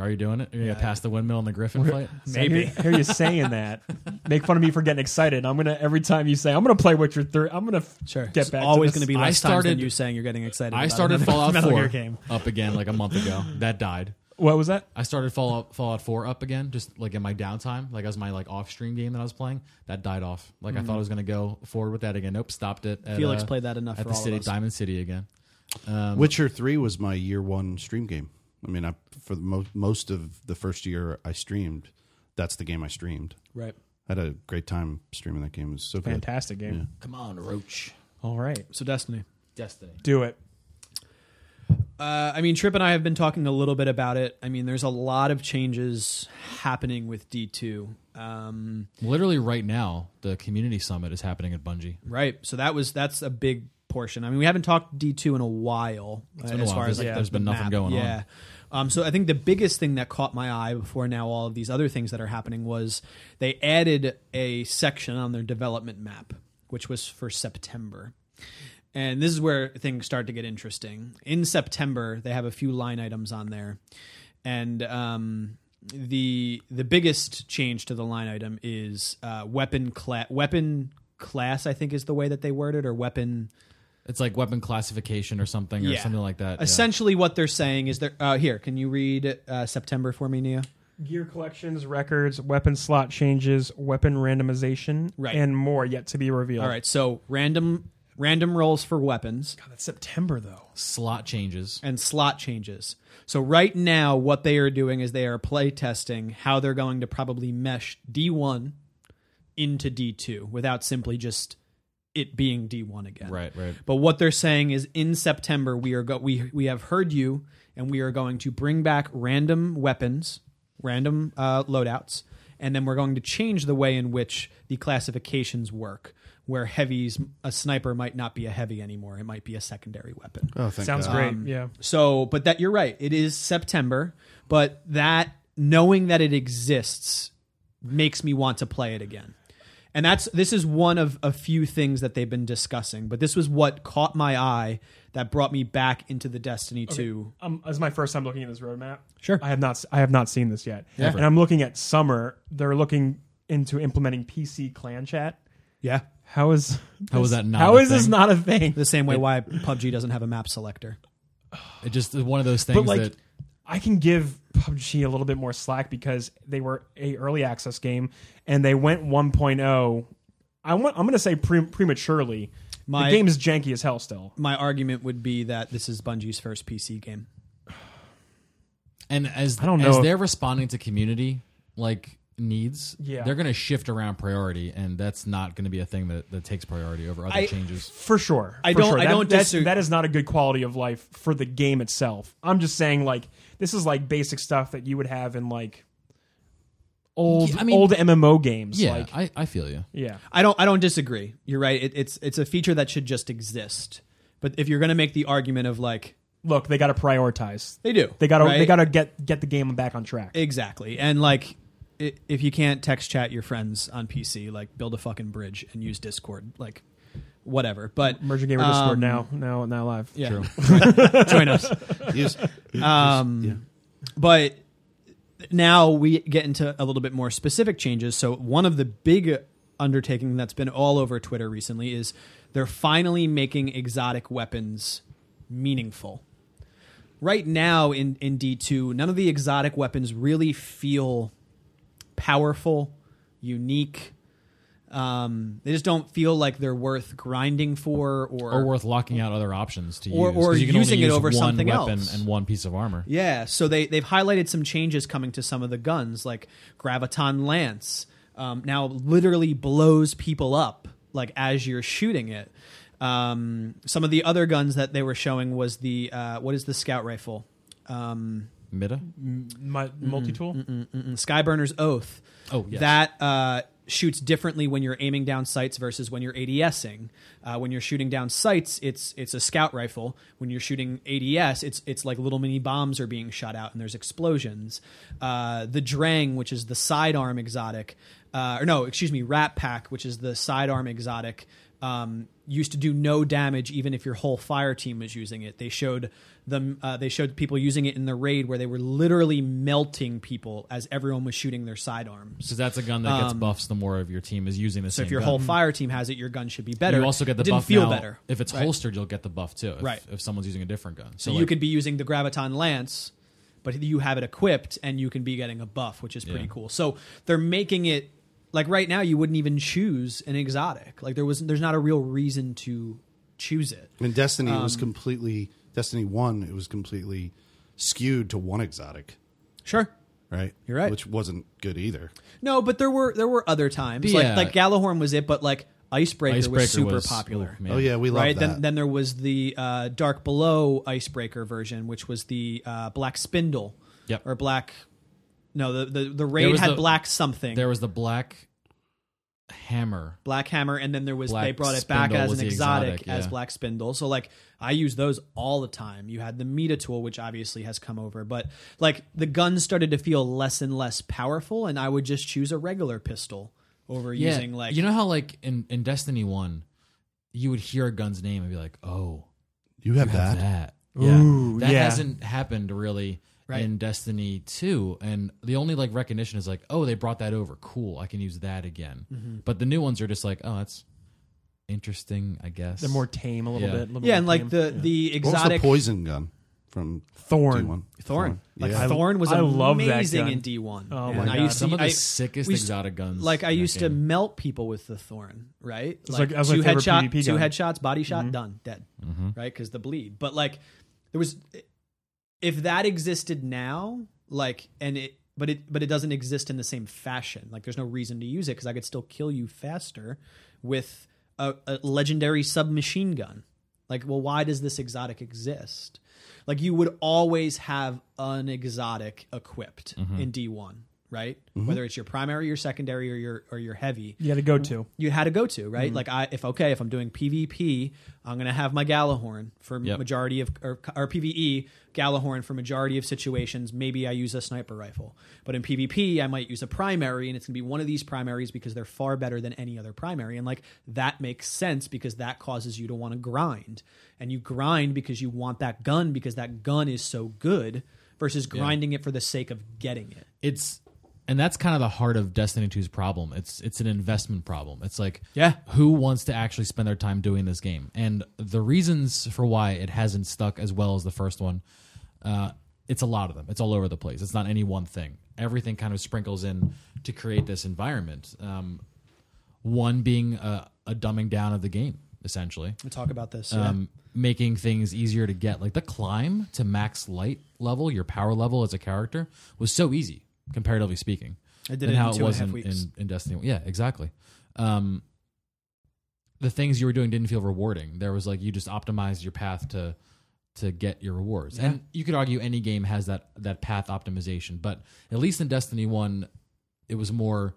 Speaker 1: Are you doing it? You're gonna pass the windmill and the griffin fight?
Speaker 3: So I hear, I hear you saying that. Make fun of me for getting excited. I'm gonna every time you say I'm gonna play Witcher three. I'm gonna f-
Speaker 2: Sure.
Speaker 3: get back.
Speaker 2: it's always
Speaker 3: to
Speaker 2: gonna be
Speaker 3: this.
Speaker 1: I
Speaker 2: less times than
Speaker 1: started-
Speaker 2: you saying you're getting excited.
Speaker 1: I
Speaker 2: about
Speaker 1: started
Speaker 2: another
Speaker 1: Fallout
Speaker 2: Metal
Speaker 1: Four
Speaker 2: Gear game.
Speaker 1: up again like a month ago. That died.
Speaker 3: What was that?
Speaker 1: I started Fallout Fallout Four up again, just like in my downtime, like as my like off stream game that I was playing. That died off. Like I thought I was gonna go forward with that again. Nope, stopped it. at,
Speaker 2: Mm-hmm. Felix
Speaker 1: uh,
Speaker 2: played that enough
Speaker 1: at
Speaker 2: for
Speaker 1: the
Speaker 2: all
Speaker 1: city
Speaker 2: of us.
Speaker 1: Diamond City again.
Speaker 2: Um,
Speaker 4: Witcher Three was my year one stream game. I mean, I, for the mo- most of the first year I streamed, that's the game I streamed.
Speaker 2: Right.
Speaker 4: had a great time streaming that game. It was so good.
Speaker 3: Fantastic game.
Speaker 1: Come on, Roach.
Speaker 3: All right,
Speaker 2: So Destiny.
Speaker 1: Destiny.
Speaker 3: do it.
Speaker 2: Uh, I mean, Tripp and I have been talking a little bit about it. I mean, there's a lot of changes happening with D2. Um,
Speaker 1: Literally right now, the community summit is happening at Bungie.
Speaker 2: right. So that was that's a big portion. I mean, we haven't talked D2 in a while. uh,
Speaker 1: been a
Speaker 2: as
Speaker 1: while.
Speaker 2: far as
Speaker 1: There's-
Speaker 2: like,
Speaker 1: there's
Speaker 2: the
Speaker 1: been nothing
Speaker 2: map.
Speaker 1: going on.
Speaker 2: Yeah. Um, so I think the biggest thing that caught my eye before now all of these other things that are happening was they added a section on their development map, which was for September. And this is where things start to get interesting. In September, they have a few line items on there, and um, the the biggest change to the line item is uh, weapon class. Weapon class, I think, is the way that they worded, or weapon.
Speaker 1: It's like weapon classification or something or
Speaker 2: Yeah.
Speaker 1: something like that. yeah.
Speaker 2: Essentially, what they're saying is they're uh, here. Can you read uh, September for me, Nia?
Speaker 3: gear collections, records, weapon slot changes, weapon randomization,
Speaker 2: Right.
Speaker 3: and more yet to be revealed.
Speaker 2: All right, so random random rolls for weapons,
Speaker 3: God, that's September though.
Speaker 1: Slot changes.
Speaker 2: and slot changes. So right now, what they are doing is they are play testing how they're going to probably mesh D1 into D2 without simply just it being D1 again.
Speaker 1: Right, right.
Speaker 2: But what they're saying is in September we are go- we we have heard you and we are going to bring back random weapons, random uh, loadouts, and then we're going to change the way in which the classifications work. Where heavies, a sniper might not be a heavy anymore; it might be a secondary weapon.
Speaker 4: Oh, thank
Speaker 3: Sounds
Speaker 4: God.
Speaker 3: great. Um, yeah.
Speaker 2: So, but that you're right. It is September, but that knowing that it exists makes me want to play it again. And that's this is one of a few things that they've been discussing, but this was what caught my eye that brought me back into the Destiny 2.
Speaker 3: Um, this is my first time looking at this roadmap.
Speaker 2: Sure.
Speaker 3: I have not. s- I have not seen this yet. And I'm looking at summer. They're looking into implementing PC clan chat.
Speaker 2: Yeah.
Speaker 3: How is
Speaker 1: How was that not
Speaker 3: How
Speaker 1: a
Speaker 3: is this
Speaker 1: thing?
Speaker 3: not a thing?
Speaker 2: The same way why PUBG doesn't have a map selector.
Speaker 1: It just is one of those things
Speaker 3: But like,
Speaker 1: that
Speaker 3: I can give PUBG a little bit more slack because they were a early access game and they went 1.0. I want. I'm going to say pre- prematurely.
Speaker 2: My-
Speaker 3: the game is janky as hell still.
Speaker 2: My argument would be that this is Bungie's first PC game.
Speaker 1: and as
Speaker 3: don't know
Speaker 1: as
Speaker 3: if-
Speaker 1: they're responding to community like needs,
Speaker 3: Yeah.
Speaker 1: they're going to shift around priority, and that's not going to be a thing that, that takes priority over other
Speaker 2: I-
Speaker 1: changes.
Speaker 3: For sure.
Speaker 2: I
Speaker 3: For
Speaker 2: don't-
Speaker 3: sure.
Speaker 2: I
Speaker 3: That-
Speaker 2: don't
Speaker 3: that's-
Speaker 2: disagree.
Speaker 3: That is not a good quality of life for the game itself. I'm just saying, like, this is like basic stuff that you would have in like old
Speaker 1: Yeah, I mean-
Speaker 3: old MMO games.
Speaker 1: Yeah,
Speaker 3: Like,
Speaker 1: I, I feel you.
Speaker 3: yeah.
Speaker 2: I don't I don't disagree. You're right. It, it's it's a feature that should just exist. But if you're going to make the argument of like
Speaker 3: Look, they got to prioritize.
Speaker 2: they do.
Speaker 3: They got to. They
Speaker 2: right?
Speaker 3: got to get get the game back on track.
Speaker 2: Exactly. And like, i- if you can't text chat your friends on PC, like build a fucking bridge and use Discord, like whatever. But
Speaker 3: Merger gamer
Speaker 2: Um,
Speaker 3: Discord now, now, now live.
Speaker 2: Yeah,
Speaker 1: True.
Speaker 2: join us.
Speaker 4: Yes.
Speaker 2: Um,
Speaker 4: Yeah.
Speaker 2: But now we get into a little bit more specific changes. So one of the big undertaking that's been all over Twitter recently is they're finally making exotic weapons meaningful. Right now in in D2, none of the exotic weapons really feel powerful, unique. Um, they just don't feel like they're worth grinding for or,
Speaker 1: Or worth locking out other options to
Speaker 2: Or-
Speaker 1: use.
Speaker 2: or
Speaker 1: 'cause you can
Speaker 2: using
Speaker 1: only
Speaker 2: it
Speaker 1: use
Speaker 2: over
Speaker 1: one
Speaker 2: something
Speaker 1: weapon
Speaker 2: else.
Speaker 1: and one piece of armor.
Speaker 2: Yeah, so they they've highlighted some changes coming to some of the guns, like graviton lance um, now literally blows people up, like as you're shooting it. Um, some of the other guns that they were showing was the uh, what is the scout rifle? Um,
Speaker 1: Mida?
Speaker 3: My multi tool.
Speaker 2: mm-mm, Mm, Skyburner's Oath.
Speaker 1: Oh, yes.
Speaker 2: That uh, shoots differently when you're aiming down sights versus when you're ADSing. Uh, when you're shooting down sights, it's it's a scout rifle. When you're shooting ADS, it's it's like little mini bombs are being shot out and there's explosions. Uh, the Drang, which is the sidearm exotic, uh, or no, excuse me, Rat Pack, which is the sidearm exotic. Um, used to do no damage even if your whole fire team was using it. They showed them. Uh, they showed people using it in the raid where they were literally melting people as everyone was shooting their sidearms.
Speaker 1: So that's a gun that gets buffs the more of your team is using the
Speaker 2: Um, So
Speaker 1: same
Speaker 2: if your
Speaker 1: gun.
Speaker 2: whole fire team has it, your gun should be better.
Speaker 1: You also get the
Speaker 2: it didn't
Speaker 1: buff
Speaker 2: feel
Speaker 1: now.
Speaker 2: better.
Speaker 1: If it's
Speaker 2: Right.
Speaker 1: holstered, you'll get the buff too. If,
Speaker 2: Right.
Speaker 1: If someone's using a different gun, so,
Speaker 2: so you
Speaker 1: like,
Speaker 2: could be using the graviton lance, but you have it equipped and you can be getting a buff, which is pretty
Speaker 1: Yeah.
Speaker 2: cool. So they're making it like right now you wouldn't even choose an exotic. Like there was there's not a real reason to choose it.
Speaker 4: And Destiny
Speaker 2: um,
Speaker 4: was completely Destiny One. It was completely skewed to one exotic,
Speaker 2: Sure.
Speaker 4: right?
Speaker 2: You're right.
Speaker 4: Which wasn't good either.
Speaker 2: No, but there were there were other times.
Speaker 1: Yeah.
Speaker 2: Like like Galahorn was it, but like Icebreaker,
Speaker 1: Icebreaker
Speaker 2: was super
Speaker 1: was-
Speaker 2: popular.
Speaker 1: oh, man.
Speaker 4: Oh yeah, we love
Speaker 2: right
Speaker 4: that.
Speaker 2: then then there was the uh, dark below icebreaker version which was the uh, black spindle
Speaker 1: Yep.
Speaker 2: or black no the the, the raid
Speaker 1: was
Speaker 2: had
Speaker 1: the-
Speaker 2: black something
Speaker 1: there was the black hammer.
Speaker 2: black hammer and then there was
Speaker 1: Black
Speaker 2: they brought it back
Speaker 1: Spindle
Speaker 2: as
Speaker 1: was
Speaker 2: an
Speaker 1: the
Speaker 2: exotic,
Speaker 1: exotic,
Speaker 2: as
Speaker 1: yeah.
Speaker 2: black spindle so like i use those all the time you had the meta tool which obviously has come over but like the gun started to feel less and less powerful and i would just choose a regular pistol over using like
Speaker 1: you know how like in, in Destiny One, you would hear a gun's name and be like, oh,
Speaker 4: you have
Speaker 1: you have
Speaker 4: that.
Speaker 1: that.
Speaker 3: Ooh,
Speaker 1: that
Speaker 3: yeah.
Speaker 1: hasn't happened really
Speaker 2: Right.
Speaker 1: in Destiny Two, and the only like recognition is like, oh, they brought that over. Cool, I can use that again.
Speaker 2: Mm-hmm.
Speaker 1: But the new ones are just like, oh, that's interesting, I guess.
Speaker 3: They're more tame a little
Speaker 1: Yeah.
Speaker 3: bit. a little
Speaker 2: yeah
Speaker 3: more
Speaker 2: and like
Speaker 3: tame.
Speaker 2: the the
Speaker 4: What was the
Speaker 2: exotic
Speaker 4: poison gun? from
Speaker 3: Thorn.
Speaker 4: D1.
Speaker 2: Thorn. Like
Speaker 4: Yeah.
Speaker 2: Thorn was
Speaker 3: I love that
Speaker 2: amazing
Speaker 3: gun.
Speaker 2: in D one.
Speaker 3: Oh
Speaker 2: and
Speaker 3: my
Speaker 2: I
Speaker 3: God.
Speaker 2: used to,
Speaker 1: Some of the
Speaker 2: I-
Speaker 1: sickest
Speaker 2: we used-
Speaker 1: exotic guns.
Speaker 2: Like I
Speaker 1: in that
Speaker 2: used to
Speaker 1: game.
Speaker 2: melt people with the thorn, right?
Speaker 3: like- that was my
Speaker 2: two
Speaker 3: favorite
Speaker 2: headshot,
Speaker 3: PvP
Speaker 2: two
Speaker 3: gun. Mm-hmm.
Speaker 2: headshots, body shot, done, dead, right? Because the bleed. But like, there was, if that existed now, like, and it, but it, but it doesn't exist in the same fashion. Like, there's no reason to use it because I could still kill you faster with a, a legendary submachine gun. Like, well, why does this exotic exist? Like, you would always have an exotic equipped
Speaker 3: Mm-hmm.
Speaker 2: in D one, right? Whether it's your primary, your secondary, or your or your heavy,
Speaker 3: You had to go to.
Speaker 2: you had to go to right
Speaker 1: Mm-hmm.
Speaker 2: like i if okay if i'm doing pvp i'm gonna have my galahorn for
Speaker 1: Yep.
Speaker 2: majority of or, or pve galahorn for majority of situations maybe i use a sniper rifle but in pvp i might use a primary and it's gonna be one of these primaries because they're far better than any other primary and like that makes sense because that causes you to want to grind and you grind because you want that gun because that gun is so good versus grinding it for the sake of getting it
Speaker 1: it's and that's kind of the heart of Destiny 2's problem. It's it's an investment problem. It's like
Speaker 2: Yeah.
Speaker 1: who wants to actually spend their time doing this game? And the reasons for why it hasn't stuck as well as the first one, uh, it's a lot of them. It's all over the place. It's not any one thing. Everything kind of sprinkles in to create this environment. Um, one being a, a dumbing down of the game, essentially
Speaker 2: we talk about this yeah.
Speaker 1: um, making things easier to get. Like the climb to max light level, your power level as a character was so easy, comparatively speaking.
Speaker 2: I did
Speaker 1: than
Speaker 2: it in
Speaker 1: how it
Speaker 2: two and a
Speaker 1: was
Speaker 2: half
Speaker 1: in,
Speaker 2: weeks.
Speaker 1: in, in Destiny. Yeah, exactly. Um, the things you were doing didn't feel rewarding. There was like you just optimized your path to to get your rewards, and you could argue any game has that that path optimization. But at least in Destiny One, it was more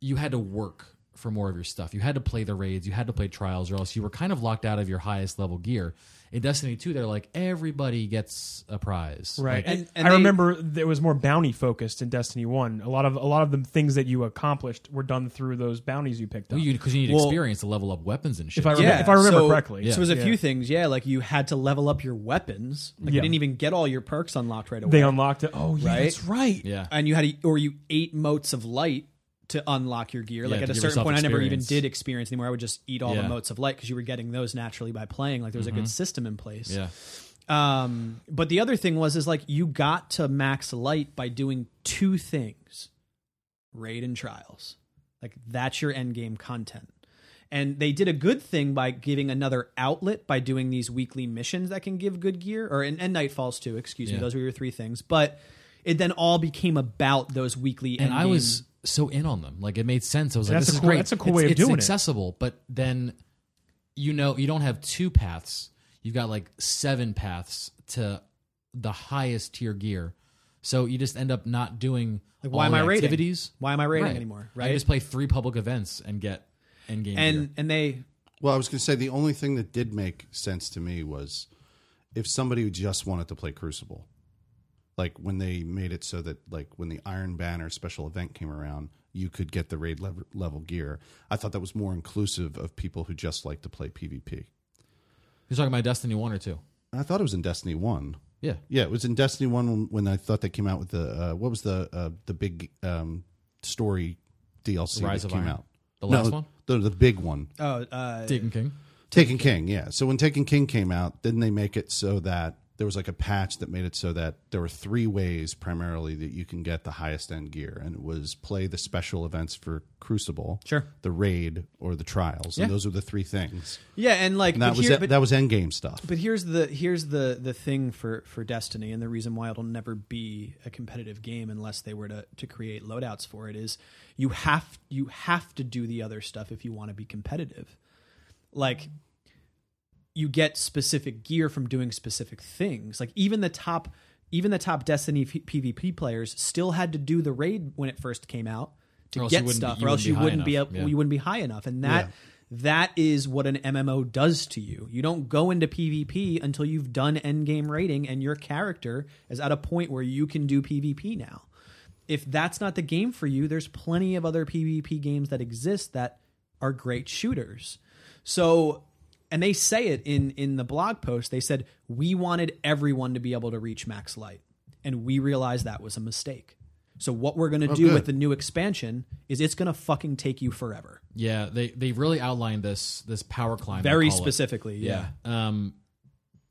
Speaker 1: you had to work for more of your stuff. You had to play the raids, you had to play trials, or else you were kind of locked out of your highest level gear. In Destiny 2, they're like, everybody gets a prize.
Speaker 3: Right,
Speaker 1: Like,
Speaker 3: and,
Speaker 2: And- and
Speaker 3: I
Speaker 2: they-
Speaker 3: remember there was more bounty focused in Destiny One. A lot of a lot of the things that you accomplished were done through those bounties you picked up.
Speaker 1: well, you, cause you need
Speaker 2: Well-
Speaker 1: experience to level up weapons and shit.
Speaker 3: if I remember,
Speaker 2: Yeah,
Speaker 3: if I remember
Speaker 2: so-
Speaker 3: correctly,
Speaker 1: Yeah.
Speaker 2: So it was a
Speaker 3: Yeah.
Speaker 2: few things. Yeah, like you had to level up your weapons. Like
Speaker 3: Yeah.
Speaker 2: you didn't even get all your perks unlocked right away.
Speaker 3: they unlocked it. Oh, yeah,
Speaker 2: Right?
Speaker 3: that's right.
Speaker 1: yeah.
Speaker 2: and you had a, or you ate motes of light to unlock your gear. like
Speaker 1: to
Speaker 2: at a
Speaker 1: give
Speaker 2: certain
Speaker 1: yourself
Speaker 2: point, I never even
Speaker 1: experience.
Speaker 2: did experience anymore. I would just eat all the
Speaker 1: Yeah.
Speaker 2: motes of light because you were getting those naturally by playing. Like there was
Speaker 3: Mm-hmm.
Speaker 2: a good system in place.
Speaker 1: yeah.
Speaker 2: Um, but the other thing was is like you got to max light by doing two things: raid and trials. Like that's your end game content. And they did a good thing by giving another outlet by doing these weekly missions that can give good gear, or and, and nightfalls too. Excuse me,
Speaker 1: Yeah.
Speaker 2: those were your three things. But it then all became about those weekly.
Speaker 1: and
Speaker 2: end
Speaker 1: I
Speaker 2: game-
Speaker 1: was so in on them. Like it made sense. I was like,
Speaker 3: That's
Speaker 1: this
Speaker 3: a
Speaker 1: is
Speaker 3: cool-
Speaker 1: great.
Speaker 3: that's a cool
Speaker 1: it's,
Speaker 3: way of
Speaker 1: it's
Speaker 3: doing it.
Speaker 1: accessible, but then you know you don't have two paths. You've got like seven paths to the highest tier gear. So you just end up not doing
Speaker 2: Like,
Speaker 1: all
Speaker 2: why am
Speaker 1: the
Speaker 2: I raiding?
Speaker 1: activities.
Speaker 2: Why am I raiding anymore,
Speaker 1: I
Speaker 2: right?
Speaker 1: just play three public events and get end game
Speaker 2: and
Speaker 1: gear.
Speaker 2: and they
Speaker 4: Well, I was going to say the only thing that did make sense to me was if somebody just wanted to play Crucible, like when they made it so that like when the Iron Banner special event came around, you could get the raid level, level gear. I thought that was more inclusive of people who just like to play PvP.
Speaker 1: You're talking about Destiny one or two.
Speaker 4: I thought it was in Destiny One.
Speaker 1: Yeah.
Speaker 4: Yeah, it was in Destiny One when, when I thought they came out with the uh, what was the uh, the big um, story DLC
Speaker 1: Rise
Speaker 4: that
Speaker 1: of
Speaker 4: came
Speaker 1: Iron.
Speaker 4: out.
Speaker 1: The last one?
Speaker 4: the, the big one.
Speaker 2: oh uh,
Speaker 1: Deacon King.
Speaker 4: Taken King, yeah. So when Taken King came out, didn't they make it so that there was like a patch that made it so that there were three ways primarily that you can get the highest end gear, and it was play the special events for Crucible,
Speaker 2: Sure.
Speaker 4: the raid, or the trials, and those were the three things.
Speaker 2: yeah, and like
Speaker 4: And that
Speaker 2: but
Speaker 4: was
Speaker 2: here-
Speaker 4: it-
Speaker 2: but-
Speaker 4: that was end game stuff.
Speaker 2: But here's the here's the the thing for for Destiny and the reason why it'll never be a competitive game unless they were to to create loadouts for it is you have you have to do the other stuff if you want to be competitive. Like you get specific gear from doing specific things. Like even the top even the top Destiny P- PvP players still had to do the raid when it first came out
Speaker 1: Or
Speaker 2: to
Speaker 1: else you
Speaker 2: get
Speaker 1: wouldn't be-
Speaker 2: stuff
Speaker 1: you
Speaker 2: or else you
Speaker 1: wouldn't
Speaker 2: wouldn't
Speaker 1: be
Speaker 2: be
Speaker 1: high
Speaker 2: up
Speaker 1: enough. Yeah.
Speaker 2: you wouldn't be high enough and that that is what an MMO does to you. You don't go into PvP until you've done endgame raiding and your character is at a point where you can do PvP now. If that's not the game for you, there's plenty of other PvP games that exist that are great shooters. So and they say it in in the blog post, they said we wanted everyone to be able to reach max light and we realized that was a mistake. So what we're going to do
Speaker 4: good.
Speaker 2: with the new expansion is it's going to fucking take you forever.
Speaker 1: Yeah, they they really outlined this this power climb. they
Speaker 2: Very
Speaker 1: call it.
Speaker 2: specifically, yeah.
Speaker 1: Yeah. Um,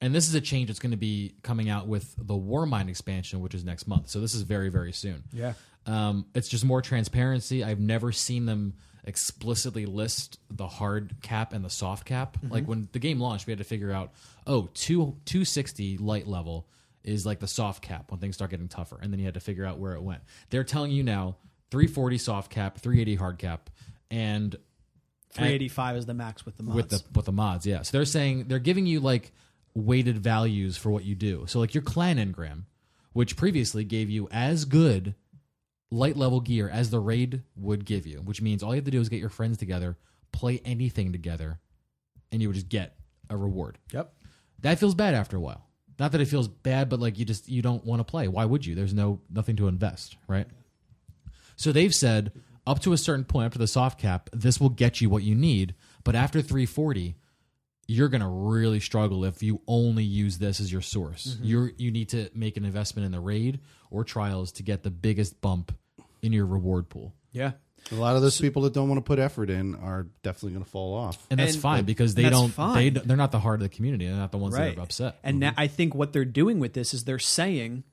Speaker 1: and this is a change that's going to be coming out with the Warmind expansion, which is next month. So this is very, very soon.
Speaker 2: Yeah.
Speaker 1: Um, it's just more transparency. I've never seen them explicitly list the hard cap and the soft cap. Like when the game launched, we had to figure out, oh, two, 260 light level is like the soft cap when things start getting tougher. And then you had to figure out where it went. They're telling you now 340 soft cap, 380 hard cap, and
Speaker 2: 385 is the max with the mods.
Speaker 1: with the with the mods. Yeah, so they're saying they're giving you like weighted values for what you do. So like your clan engram, which previously gave you as good light level gear as the raid would give you, which means all you have to do is get your friends together, play anything together, and you would just get a reward.
Speaker 2: yep.
Speaker 1: That feels bad after a while. Not that it feels bad, but like you just you don't want to play. Why would you? There's no nothing to invest, right? So they've said up to a certain point, up to the soft cap, this will get you what you need. But after 340, you're going to really struggle if you only use this as your source.
Speaker 2: Mm-hmm.
Speaker 1: You're you need to make an investment in the raid or trials to get the biggest bump in your reward pool.
Speaker 2: Yeah.
Speaker 4: A lot of those people that don't want to put effort in are definitely going to fall off.
Speaker 1: And that's
Speaker 2: And-
Speaker 1: fine because they
Speaker 2: that's
Speaker 1: don't they
Speaker 2: fine.
Speaker 1: don't- they're not the heart of the community. They're not the ones that
Speaker 2: Right.
Speaker 1: are upset. Mm-hmm.
Speaker 2: And now I think what they're doing with this is they're saying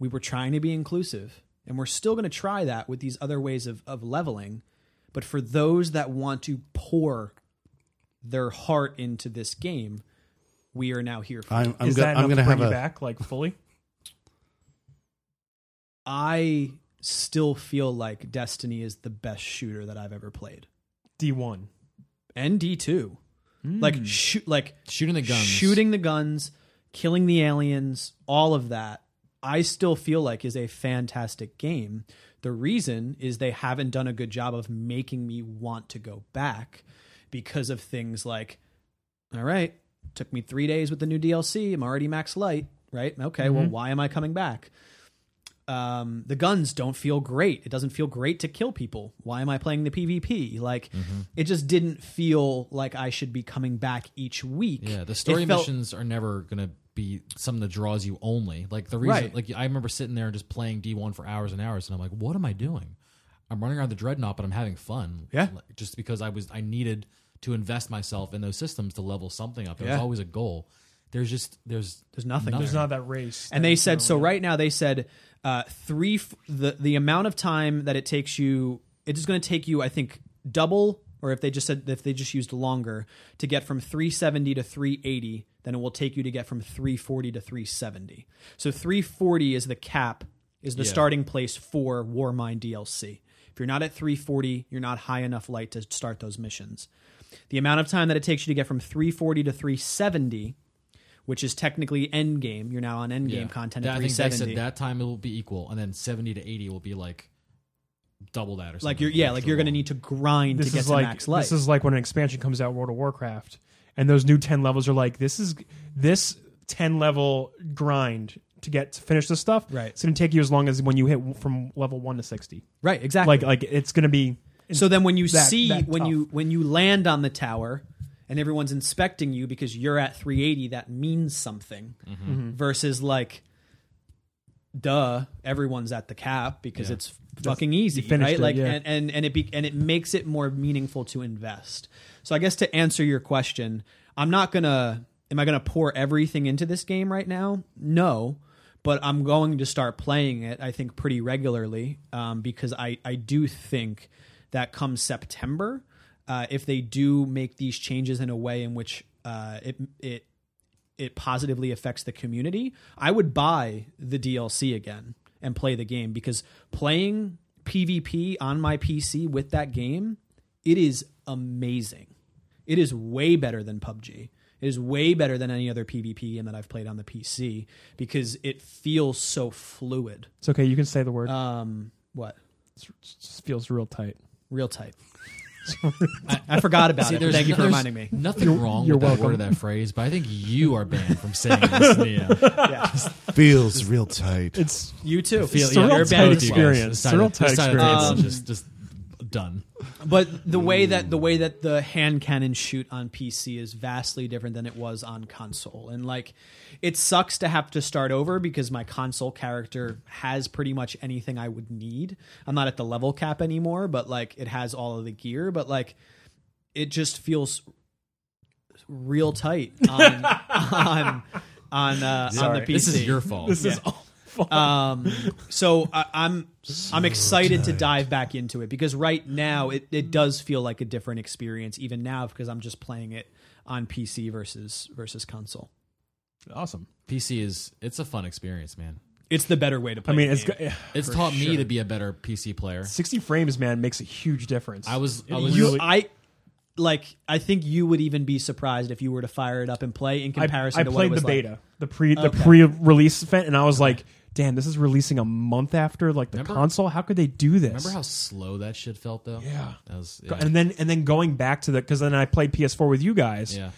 Speaker 2: we were trying to be inclusive and we're still going to try that with these other ways of, of leveling. But for those that want to pour their heart into this game, we are now here for
Speaker 4: I'm, I'm
Speaker 3: Is
Speaker 4: going
Speaker 3: that
Speaker 4: I'm
Speaker 3: enough
Speaker 4: going
Speaker 3: to
Speaker 4: to
Speaker 3: bring
Speaker 4: have
Speaker 3: you
Speaker 4: a
Speaker 3: back like fully?
Speaker 2: I still feel like Destiny is the best shooter that I've ever played.
Speaker 3: D one.
Speaker 2: And D2.
Speaker 1: Hmm.
Speaker 2: Like shoot like
Speaker 1: Shooting the guns.
Speaker 2: shooting the guns, killing the aliens, all of that. I still feel like is a fantastic game. The reason is they haven't done a good job of making me want to go back because of things like all right, took me 3 days with the new DLC, I'm already max light, right? Okay, well
Speaker 1: Mm-hmm.
Speaker 2: why am I coming back? um, the guns don't feel great. It doesn't feel great to kill people. Why am I playing the PvP? Like,
Speaker 1: Mm-hmm.
Speaker 2: it just didn't feel like I should be coming back each week.
Speaker 1: Yeah, the
Speaker 2: It
Speaker 1: story
Speaker 2: felt-
Speaker 1: missions are never gonna be something that draws you only. Like the reason,
Speaker 2: Right.
Speaker 1: like I remember sitting there and just playing D one for hours and hours, and I'm like, what am I doing? I'm running around the dreadnought, but I'm having fun.
Speaker 2: Yeah.
Speaker 1: Like, just because I was, I needed to invest myself in those systems to level something up. There was
Speaker 2: Yeah.
Speaker 1: always a goal. There's just there's
Speaker 2: There's nothing.
Speaker 1: Nothing.
Speaker 3: There's not that race.
Speaker 2: And
Speaker 3: that
Speaker 2: they
Speaker 3: is
Speaker 2: said
Speaker 3: going
Speaker 2: so.
Speaker 3: on.
Speaker 2: Right now, they said uh, three f- the the amount of time that it takes you. It is going to take you, I think, double, or if they just said if they just used longer to get from 370 to 380, then it will take you to get from 340 to 370. So 340 is the cap, is the starting place for Warmind DLC. If you're not at 340, you're not high enough light to start those missions. The amount of time that it takes you to get from 340 to 370 which is technically end game. You're now on end game
Speaker 1: yeah.
Speaker 2: content
Speaker 1: That-
Speaker 2: at
Speaker 1: I think they
Speaker 2: 370.
Speaker 1: said that time it will be equal, and then 70 to 80 will be like double that or something.
Speaker 2: like you're yeah, like you're going to need to grind
Speaker 3: This
Speaker 2: to get
Speaker 3: is
Speaker 2: to
Speaker 3: like
Speaker 2: max life.
Speaker 3: this is like when an expansion comes out, World of Warcraft, and those new ten levels are like this is this ten level grind to get to finish this stuff.
Speaker 2: Right.
Speaker 3: it's going to take you as long as when you hit from level one to sixty.
Speaker 2: right, exactly.
Speaker 3: Like like it's going to be
Speaker 2: so then when you
Speaker 3: that-
Speaker 2: see
Speaker 3: that
Speaker 2: when
Speaker 3: tough.
Speaker 2: you when you land on the tower and everyone's inspecting you because you're at 380, that means something.
Speaker 1: Mm-hmm.
Speaker 3: Mm-hmm.
Speaker 2: Versus like duh, everyone's at the cap because
Speaker 1: Yeah.
Speaker 2: it's fucking easy,
Speaker 3: finished
Speaker 2: right?
Speaker 3: it,
Speaker 2: like
Speaker 3: yeah.
Speaker 2: and, and and it be, and it makes it more meaningful to invest. So I guess to answer your question, I'm not gonna am I gonna pour everything into this game right now? No, but I'm going to start playing it. I think pretty regularly um, because I I do think that come September, uh, if they do make these changes in a way in which uh, it it it positively affects the community, I would buy the DLC again and play the game because playing PvP on my PC with that game, it is amazing. It is way better than PUBG. It is way better than any other PvP game that I've played on the PC because it feels so fluid.
Speaker 3: It's okay. You can say the word.
Speaker 2: Um, what?
Speaker 3: it just feels real tight.
Speaker 2: Real type. I, I forgot about it. but
Speaker 1: there's
Speaker 2: Thank you
Speaker 1: no-
Speaker 2: for
Speaker 1: there's
Speaker 2: reminding me.
Speaker 1: Nothing wrong
Speaker 3: you're
Speaker 1: with that word or
Speaker 3: welcome.
Speaker 1: that phrase, but I think you are banned from saying this. Nia.
Speaker 4: feels real tight.
Speaker 3: It's
Speaker 2: You too.
Speaker 1: feel
Speaker 3: It's a
Speaker 1: yeah,
Speaker 3: real
Speaker 1: you're
Speaker 3: tight
Speaker 1: bad with you guys.
Speaker 3: experience.
Speaker 1: This side
Speaker 3: It's a
Speaker 1: of-
Speaker 3: real
Speaker 1: this
Speaker 3: tight
Speaker 1: side of the table
Speaker 2: experience.
Speaker 1: is just just done.
Speaker 2: But the way that the way that the hand cannon shoot on PC is vastly different than it was on console. And like it sucks to have to start over because my console character has pretty much anything I would need. I'm not at the level cap anymore, but like it has all of the gear, but like it just feels real tight on, on on uh, on the
Speaker 3: Sorry.
Speaker 2: PC.
Speaker 1: This is your fault.
Speaker 3: This is
Speaker 2: Yeah. Um, so I, I'm I'm excited to dive back into it because right now it, it does feel like a different experience even now because I'm just playing it on PC versus versus console.
Speaker 3: awesome.
Speaker 1: PC is it's a fun experience, man.
Speaker 2: It's the better way to play.
Speaker 3: I mean,
Speaker 2: the
Speaker 3: it's
Speaker 2: game.
Speaker 3: go-
Speaker 1: It's taught me to be a better PC player.
Speaker 3: 60 frames, man, makes a huge difference.
Speaker 1: I was I
Speaker 3: It
Speaker 1: was
Speaker 2: you
Speaker 3: really-
Speaker 2: I like I think you would even be surprised if you were to fire it up and play in
Speaker 3: I,
Speaker 2: comparison
Speaker 3: I
Speaker 2: to
Speaker 3: played
Speaker 2: what it was
Speaker 3: the
Speaker 2: like.
Speaker 3: beta, the pre the
Speaker 2: Okay.
Speaker 3: pre release event, and I was like, damn, this is releasing a month after like the
Speaker 1: Remember-
Speaker 3: console. How could they do this?
Speaker 1: Remember how slow that shit felt though?
Speaker 3: Yeah.
Speaker 1: That was
Speaker 3: Go-
Speaker 1: yeah.
Speaker 3: and then and then going back to the because then I played PS4 with you guys.
Speaker 1: yeah.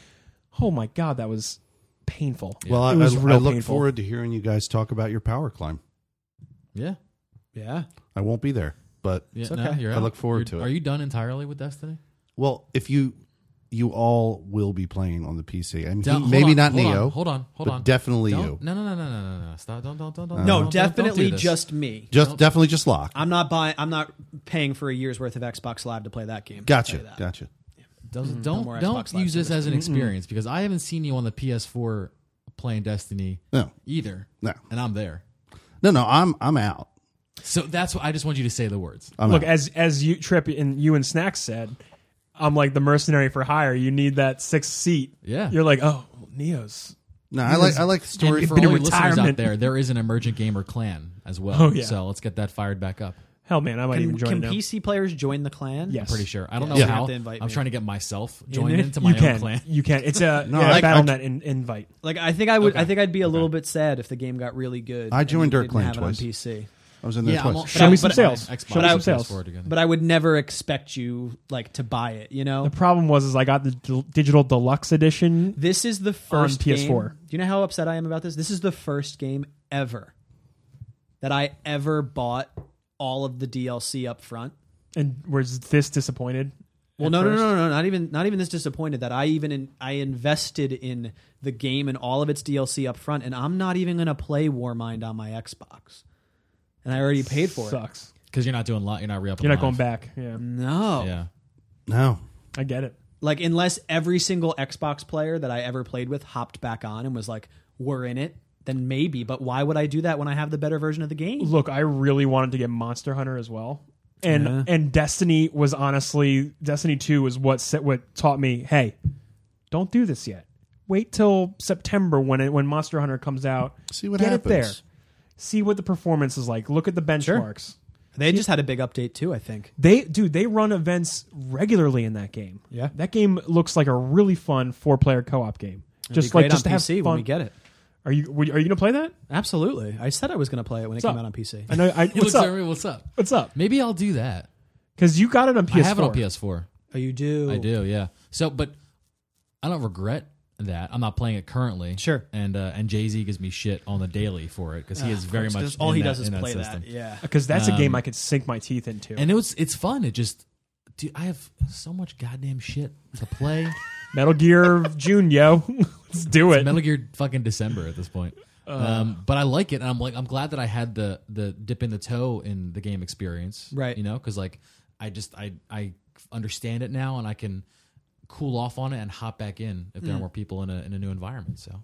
Speaker 3: Oh my god, that was painful.
Speaker 4: Well, I,
Speaker 3: It was
Speaker 4: I,
Speaker 3: real
Speaker 4: I look
Speaker 3: painful.
Speaker 4: forward to hearing you guys talk about your power climb.
Speaker 1: Yeah.
Speaker 2: Yeah.
Speaker 4: I won't be there, but
Speaker 1: Yeah,
Speaker 2: It's
Speaker 1: no,
Speaker 2: okay.
Speaker 1: you're
Speaker 4: I
Speaker 1: out.
Speaker 4: look forward
Speaker 1: You're-
Speaker 4: to it.
Speaker 1: Are you done entirely with Destiny?
Speaker 4: well, if you you all will be playing on the PC, and
Speaker 1: Don't-
Speaker 4: he-
Speaker 1: hold
Speaker 4: maybe
Speaker 1: on,
Speaker 4: not
Speaker 1: hold on,
Speaker 4: Neo,
Speaker 1: hold on, hold
Speaker 4: but
Speaker 1: on.
Speaker 4: definitely
Speaker 1: Don't-
Speaker 4: you.
Speaker 1: No, no, no, no, no, no, no. Stop! Don't, don't, don't, Oh, don't. don't- don't-
Speaker 2: No,
Speaker 1: don't do
Speaker 2: definitely
Speaker 1: this.
Speaker 2: just me.
Speaker 4: Just definitely just lock.
Speaker 2: I'm not buying. I'm not paying for a year's worth of Xbox Live to play that game.
Speaker 4: Gotcha,
Speaker 2: I'll tell you that.
Speaker 4: gotcha.
Speaker 1: Doesn't,
Speaker 2: Mm, more
Speaker 1: don't
Speaker 2: Xbox
Speaker 1: don't
Speaker 2: Live
Speaker 1: use this as an experience because I haven't seen you on the PS4 playing Destiny
Speaker 4: No,
Speaker 1: either.
Speaker 4: No.
Speaker 1: and I'm there.
Speaker 4: no, no. I'm I'm out.
Speaker 1: So that's what I just want you to say the words.
Speaker 4: I'm
Speaker 3: Look,
Speaker 4: out.
Speaker 3: as as you trip and you and Snacks said, I'm like the mercenary for hire. You need that sixth seat.
Speaker 1: Yeah.
Speaker 3: You're like, oh, Neo's.
Speaker 4: No, I like I like the story.
Speaker 1: And for
Speaker 3: been
Speaker 1: all
Speaker 3: a
Speaker 1: your listeners out
Speaker 3: retirement.
Speaker 1: there, there is an emergent gamer clan as well.
Speaker 3: Oh, yeah.
Speaker 1: So let's get that fired back up.
Speaker 3: Hell, man, I might even
Speaker 2: Can,
Speaker 3: join
Speaker 2: can
Speaker 3: now.
Speaker 2: PC players join the clan?
Speaker 3: Yes.
Speaker 1: Pretty sure. I don't know
Speaker 2: Yeah. You
Speaker 1: how.
Speaker 2: have to invite
Speaker 1: I'm
Speaker 2: me.
Speaker 1: trying to get myself joined
Speaker 3: there?
Speaker 1: into my
Speaker 3: you
Speaker 1: own
Speaker 3: can.
Speaker 1: clan.
Speaker 3: You can. It's a
Speaker 4: No,
Speaker 3: yeah,
Speaker 4: I-
Speaker 3: Battle.net in, invite.
Speaker 2: Like I think I would. I
Speaker 1: Okay.
Speaker 2: think I'd be a little bit sad if the game got really good.
Speaker 4: I
Speaker 2: and
Speaker 4: joined
Speaker 2: you
Speaker 4: our
Speaker 2: didn't
Speaker 4: clan
Speaker 2: have
Speaker 4: twice.
Speaker 2: It on PC,
Speaker 4: I was in there
Speaker 1: Yeah, I'm all-
Speaker 4: twice.
Speaker 1: but
Speaker 3: Show
Speaker 1: I-
Speaker 3: me some
Speaker 1: but I-
Speaker 3: sales.
Speaker 1: Xbox
Speaker 3: Show me some
Speaker 1: is
Speaker 3: sales.
Speaker 1: forward again.
Speaker 2: but I would never expect you like to buy it. You know,
Speaker 3: The problem was is I got the d- digital deluxe edition.
Speaker 2: this is the first
Speaker 3: PS4.
Speaker 2: Game, do you know how upset I am about this? This is the first game ever that I ever bought all of the DLC up front.
Speaker 3: And was this disappointed?
Speaker 2: Well,
Speaker 3: at
Speaker 2: no, no, no,
Speaker 3: first?
Speaker 2: no, no, not even, not even this disappointed that I even in, I invested in the game and all of its DLC up front, and I'm not even going to play Warmind on my Xbox, and I already paid for it.
Speaker 3: Sucks.
Speaker 1: Because you're not doing lot. You're not re-upping.
Speaker 3: You're not going
Speaker 1: live.
Speaker 3: back. Yeah,
Speaker 2: No,
Speaker 1: Yeah.
Speaker 4: No,
Speaker 3: I get it.
Speaker 2: like unless every single Xbox player that I ever played with hopped back on and was like, "We're in it," then maybe. But why would I do that when I have the better version of the game?
Speaker 3: Look, I really wanted to get Monster Hunter as well. And and Destiny was honestly Destiny 2 was what set, what taught me, hey, don't do this yet. Wait till September when it, when Monster Hunter comes out.
Speaker 4: See what
Speaker 3: get
Speaker 4: happens.
Speaker 3: it there. See what the performance is like. Look at the benchmarks.
Speaker 2: They just had a big update too, I think.
Speaker 3: They dude, they run events regularly in that game.
Speaker 2: Yeah.
Speaker 3: That game looks like a really fun four-player co-op game.
Speaker 2: It'll be
Speaker 3: Just like
Speaker 2: great
Speaker 3: just
Speaker 2: on
Speaker 3: to
Speaker 2: PC
Speaker 3: have fun.
Speaker 2: when we get it.
Speaker 3: Are you are you going to play that?
Speaker 2: Absolutely, I said I was going to play it when it
Speaker 3: up?
Speaker 2: came out on PC.
Speaker 3: I know I
Speaker 1: He looks
Speaker 3: what's up?
Speaker 1: at me, What's up?
Speaker 3: What's up?
Speaker 1: Maybe I'll do that.
Speaker 3: Cuz you got it on PS4.
Speaker 1: I have it on PS4.
Speaker 2: Oh, you do?
Speaker 1: I do, yeah. So, but I don't regret that. I'm not playing it currently.
Speaker 2: Sure. Ah,
Speaker 1: And uh, and Jay Z gives me shit on the daily for it because he is very much
Speaker 2: all
Speaker 1: in
Speaker 2: he
Speaker 1: that-
Speaker 2: does is
Speaker 1: in
Speaker 2: play that.
Speaker 1: system.
Speaker 2: Yeah.
Speaker 3: because that's a game I could sink my teeth into.
Speaker 1: And it was it's fun. It just, dude, I have so much goddamn shit to play.
Speaker 3: Metal Gear June, yo, let's do it.
Speaker 1: Metal Gear fucking December at this point.
Speaker 2: Uh.
Speaker 1: um, but I like it, and I'm like, I'm glad that I had the the dip in the toe in the game experience,
Speaker 2: Right.
Speaker 1: You know, because like I just I I understand it now, and I can cool off on it and hop back in if
Speaker 2: Mm.
Speaker 1: there are more people in a in a new environment. So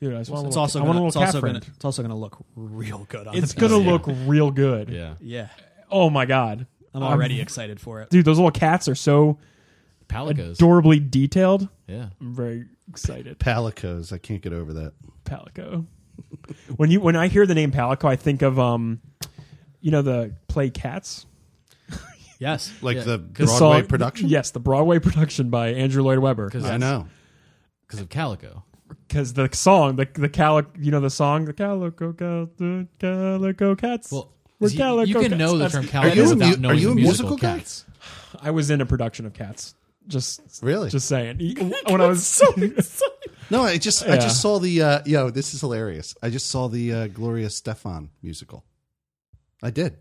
Speaker 3: Dude, I just want a
Speaker 2: It's
Speaker 3: little,
Speaker 2: also
Speaker 3: I want a
Speaker 2: gonna,
Speaker 3: little
Speaker 2: it's
Speaker 3: cat
Speaker 2: also gonna
Speaker 3: friend.
Speaker 2: it's also gonna look real good on
Speaker 3: It's
Speaker 2: the PC.
Speaker 3: gonna look real good.
Speaker 1: yeah,
Speaker 2: yeah.
Speaker 3: Oh my god,
Speaker 2: I'm already excited for it.
Speaker 3: dude, those little cats are so
Speaker 1: Palicos.
Speaker 3: adorably detailed.
Speaker 1: yeah,
Speaker 3: I'm very excited.
Speaker 4: Palicos. I can't get over that.
Speaker 3: Palico. when you when I hear the name Palico, I think of um, you know the play Cats,
Speaker 2: Yes.
Speaker 4: Like
Speaker 1: Yeah,
Speaker 4: the
Speaker 1: 'cause
Speaker 4: Broadway
Speaker 3: Song-
Speaker 4: production.
Speaker 3: Yes, the Broadway production by Andrew Lloyd Webber.
Speaker 4: I know.
Speaker 1: because of Calico.
Speaker 3: Because the song, the the calico, you know the song, the calico, cal- the calico cats.
Speaker 1: Well,
Speaker 3: We're
Speaker 1: you,
Speaker 3: calico
Speaker 1: you can
Speaker 3: cats.
Speaker 1: know the
Speaker 3: That's-
Speaker 1: term
Speaker 4: Are
Speaker 1: Calico
Speaker 4: you a, mu-
Speaker 1: without
Speaker 4: are
Speaker 1: knowing
Speaker 4: you
Speaker 1: the
Speaker 4: a musical,
Speaker 1: musical
Speaker 4: guy?
Speaker 1: Cats.
Speaker 3: I was in a production of Cats. Just
Speaker 4: Really?
Speaker 3: just saying. when I was so
Speaker 4: No, I just I
Speaker 3: Yeah.
Speaker 4: just saw the uh, yo. This is hilarious. I just saw the uh, Gloria Stefan musical. I did.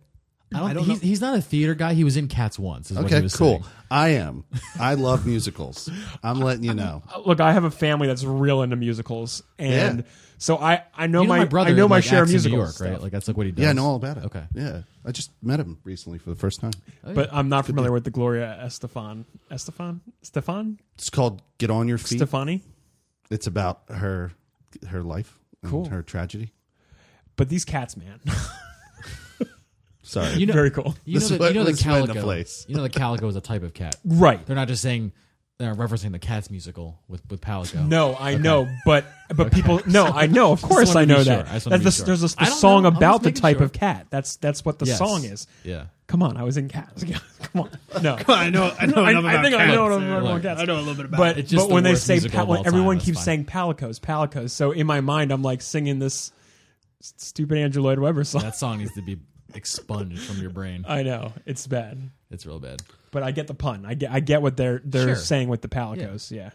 Speaker 1: I don't,
Speaker 2: I don't
Speaker 1: he's, he's not a theater guy. He was in Cats once. Is what he
Speaker 4: Okay,
Speaker 1: was
Speaker 4: cool.
Speaker 1: saying.
Speaker 4: I am. I love musicals. I'm letting you know.
Speaker 3: look, I have a family that's real into musicals, and
Speaker 4: Yeah.
Speaker 3: so I I know,
Speaker 1: You know
Speaker 3: my,
Speaker 1: my brother.
Speaker 3: I know
Speaker 1: like,
Speaker 3: my share of
Speaker 1: acts in
Speaker 3: musicals,
Speaker 1: New York, right? Like that's like what he does.
Speaker 4: Yeah, I know all about it.
Speaker 1: Okay.
Speaker 4: Yeah, I just met him recently for the first time.
Speaker 3: but I'm not familiar with the Gloria Estefan, Estefan, Stefan,
Speaker 4: It's called "Get on Your Feet."
Speaker 3: Stefani.
Speaker 4: It's about her her life and
Speaker 3: Cool.
Speaker 4: her tragedy.
Speaker 3: But these cats, man,
Speaker 4: Sorry.
Speaker 1: You know,
Speaker 3: very cool.
Speaker 1: You know,
Speaker 4: This
Speaker 1: the,
Speaker 4: is
Speaker 1: you know the
Speaker 4: what- this is why the
Speaker 1: calico.
Speaker 4: place.
Speaker 1: You know the calico is a type of cat.
Speaker 3: Right.
Speaker 1: They're not just saying they're not referencing the Cats musical with with Palico.
Speaker 3: No, I know, but but people no, I know. Of course,
Speaker 1: wanna
Speaker 3: I know
Speaker 1: be sure.
Speaker 3: that.
Speaker 1: I just wanna
Speaker 3: That's
Speaker 1: be
Speaker 3: the,
Speaker 1: sure.
Speaker 3: There's a
Speaker 1: I
Speaker 3: the
Speaker 1: don't
Speaker 3: song
Speaker 1: know. I'm just
Speaker 3: about the
Speaker 1: making
Speaker 3: type
Speaker 1: sure.
Speaker 3: of cat. That's that's what the
Speaker 1: Yes.
Speaker 3: song is.
Speaker 1: Yeah.
Speaker 3: Come on, I was in cats. Come on, no.
Speaker 5: I know. I know
Speaker 3: I,
Speaker 5: enough
Speaker 3: I
Speaker 5: about
Speaker 3: think I know what
Speaker 5: cats.
Speaker 3: I'm talking about
Speaker 1: Look,
Speaker 3: cats.
Speaker 5: I know a little bit about.
Speaker 3: But
Speaker 1: It's just
Speaker 3: but
Speaker 1: the
Speaker 3: when they
Speaker 1: worst
Speaker 3: say
Speaker 1: musical
Speaker 3: pal-
Speaker 1: of all time,
Speaker 3: everyone
Speaker 1: that's
Speaker 3: keeps
Speaker 1: fine.
Speaker 3: saying palicos, palicos. So in my mind, I'm like singing this s- stupid Andrew Lloyd Webber song.
Speaker 1: That song needs to be expunged from your brain.
Speaker 5: Uh,
Speaker 3: I know it's bad,
Speaker 1: It's real bad.
Speaker 3: but I get the pun. I get I get what they're they're
Speaker 1: Sure.
Speaker 3: saying with the palicos. Yeah,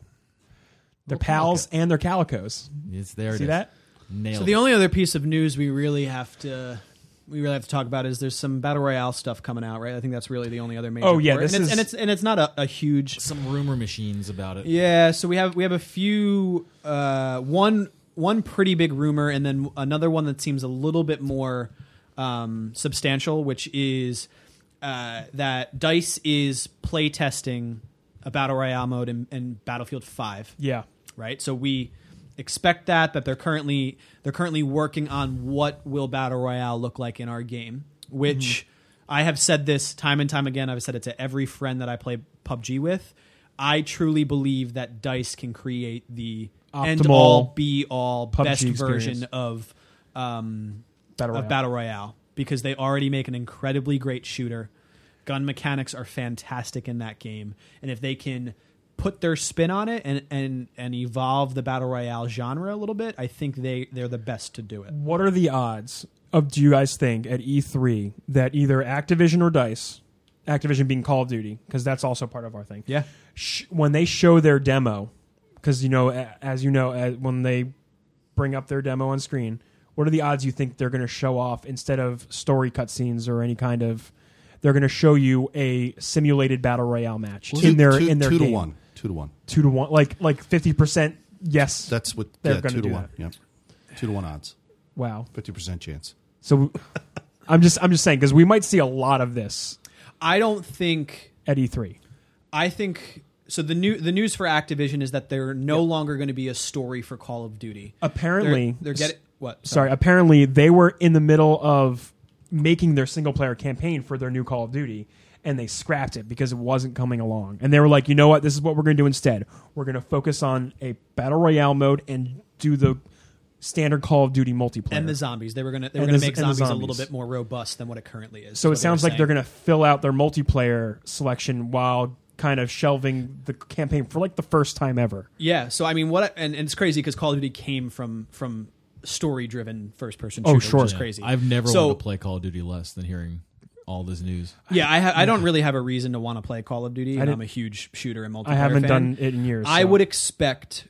Speaker 3: they're
Speaker 1: Little
Speaker 3: pals and they're calicos.
Speaker 1: It's there. it
Speaker 3: See
Speaker 1: is.
Speaker 3: that?
Speaker 1: Nailed.
Speaker 2: So the
Speaker 1: it.
Speaker 2: only other piece of news we really have to we really have to talk about is there's some battle royale stuff coming out, right? I think that's really the only other major.
Speaker 3: Oh, yeah,
Speaker 2: report.
Speaker 3: this
Speaker 2: and, it's,
Speaker 3: is-
Speaker 2: and it's and it's not a, a huge
Speaker 1: some rumor machines about it.
Speaker 2: Yeah, so we have we have a few uh, one one pretty big rumor, and then another one that seems a little bit more um, substantial, which is uh, that Dice is playtesting a battle royale mode in, in Battlefield Five,
Speaker 3: Yeah.
Speaker 2: right? So we expect that that they're currently they're currently working on what will battle royale look like in our game,
Speaker 3: Mm-hmm.
Speaker 2: which I have said this time and time again. I've said it to every friend that I play PUBG with. I truly believe that Dice can create the end
Speaker 3: Optimal
Speaker 2: all be all
Speaker 3: PUBG
Speaker 2: best version
Speaker 3: experience.
Speaker 2: of um,
Speaker 3: Battle
Speaker 2: of
Speaker 3: Royale.
Speaker 2: battle royale because they already make an incredibly great shooter. Gun mechanics are fantastic in that game, and if they can put their spin on it and and and evolve the battle royale genre a little bit, I think they they're the best to do it.
Speaker 3: What are the odds of do you guys think at E3 that either Activision or Dice, Activision being Call of Duty, because that's also part of our thing.
Speaker 2: Yeah.
Speaker 3: Sh- when they show their demo, because you know, a- as you know, a- when they bring up their demo on screen, what are the odds you think they're going to show off instead of story cutscenes or any kind of? They're going to show you a simulated battle royale match in their
Speaker 4: two,
Speaker 3: in their
Speaker 4: two
Speaker 3: game.
Speaker 4: to one. Two to one.
Speaker 3: two to one, like like fifty percent. Yes,
Speaker 4: That's what.
Speaker 3: They're
Speaker 4: yeah,
Speaker 3: gonna
Speaker 4: two to
Speaker 3: do
Speaker 4: one. Yep. Two to one odds.
Speaker 3: wow.
Speaker 4: Fifty percent chance.
Speaker 3: So I'm just I'm just saying because we might see a lot of this
Speaker 2: I don't think
Speaker 3: at E E3.
Speaker 2: I think so. The new the news for Activision is that they're no longer going to be a story for Call of Duty.
Speaker 3: Apparently,
Speaker 2: they're, they're getting what?
Speaker 3: sorry. Apparently, they were in the middle of making their single player campaign for their new Call of Duty, and they scrapped it because it wasn't coming along. And they were like, you know what? This is what we're going to do instead. We're going to focus on a battle royale mode and do the standard Call of Duty multiplayer.
Speaker 2: and the zombies. They were gonna they were
Speaker 3: And
Speaker 2: gonna
Speaker 3: the-
Speaker 2: make
Speaker 3: and the
Speaker 2: zombies, a little
Speaker 3: zombies.
Speaker 2: bit more robust than what it currently is. is what
Speaker 3: so it
Speaker 2: were
Speaker 3: sounds like
Speaker 2: saying.
Speaker 3: they're going to fill out their multiplayer selection while kind of shelving the campaign for like the first time ever.
Speaker 2: Yeah. So I mean, what? I, and, and it's crazy because Call of Duty came from from story driven first person.
Speaker 3: Oh,
Speaker 2: shooter,
Speaker 3: sure.
Speaker 2: Which is
Speaker 3: Yeah.
Speaker 2: crazy.
Speaker 1: I've never
Speaker 2: So-
Speaker 1: wanted to play Call of Duty less than hearing all this news.
Speaker 2: Yeah, I, ha- I don't really have a reason to want to play Call of Duty, and
Speaker 3: didn't-
Speaker 2: I'm a huge shooter and multiplayer.
Speaker 3: I haven't
Speaker 2: fan.
Speaker 3: done it in years.
Speaker 2: I
Speaker 3: so.
Speaker 2: would expect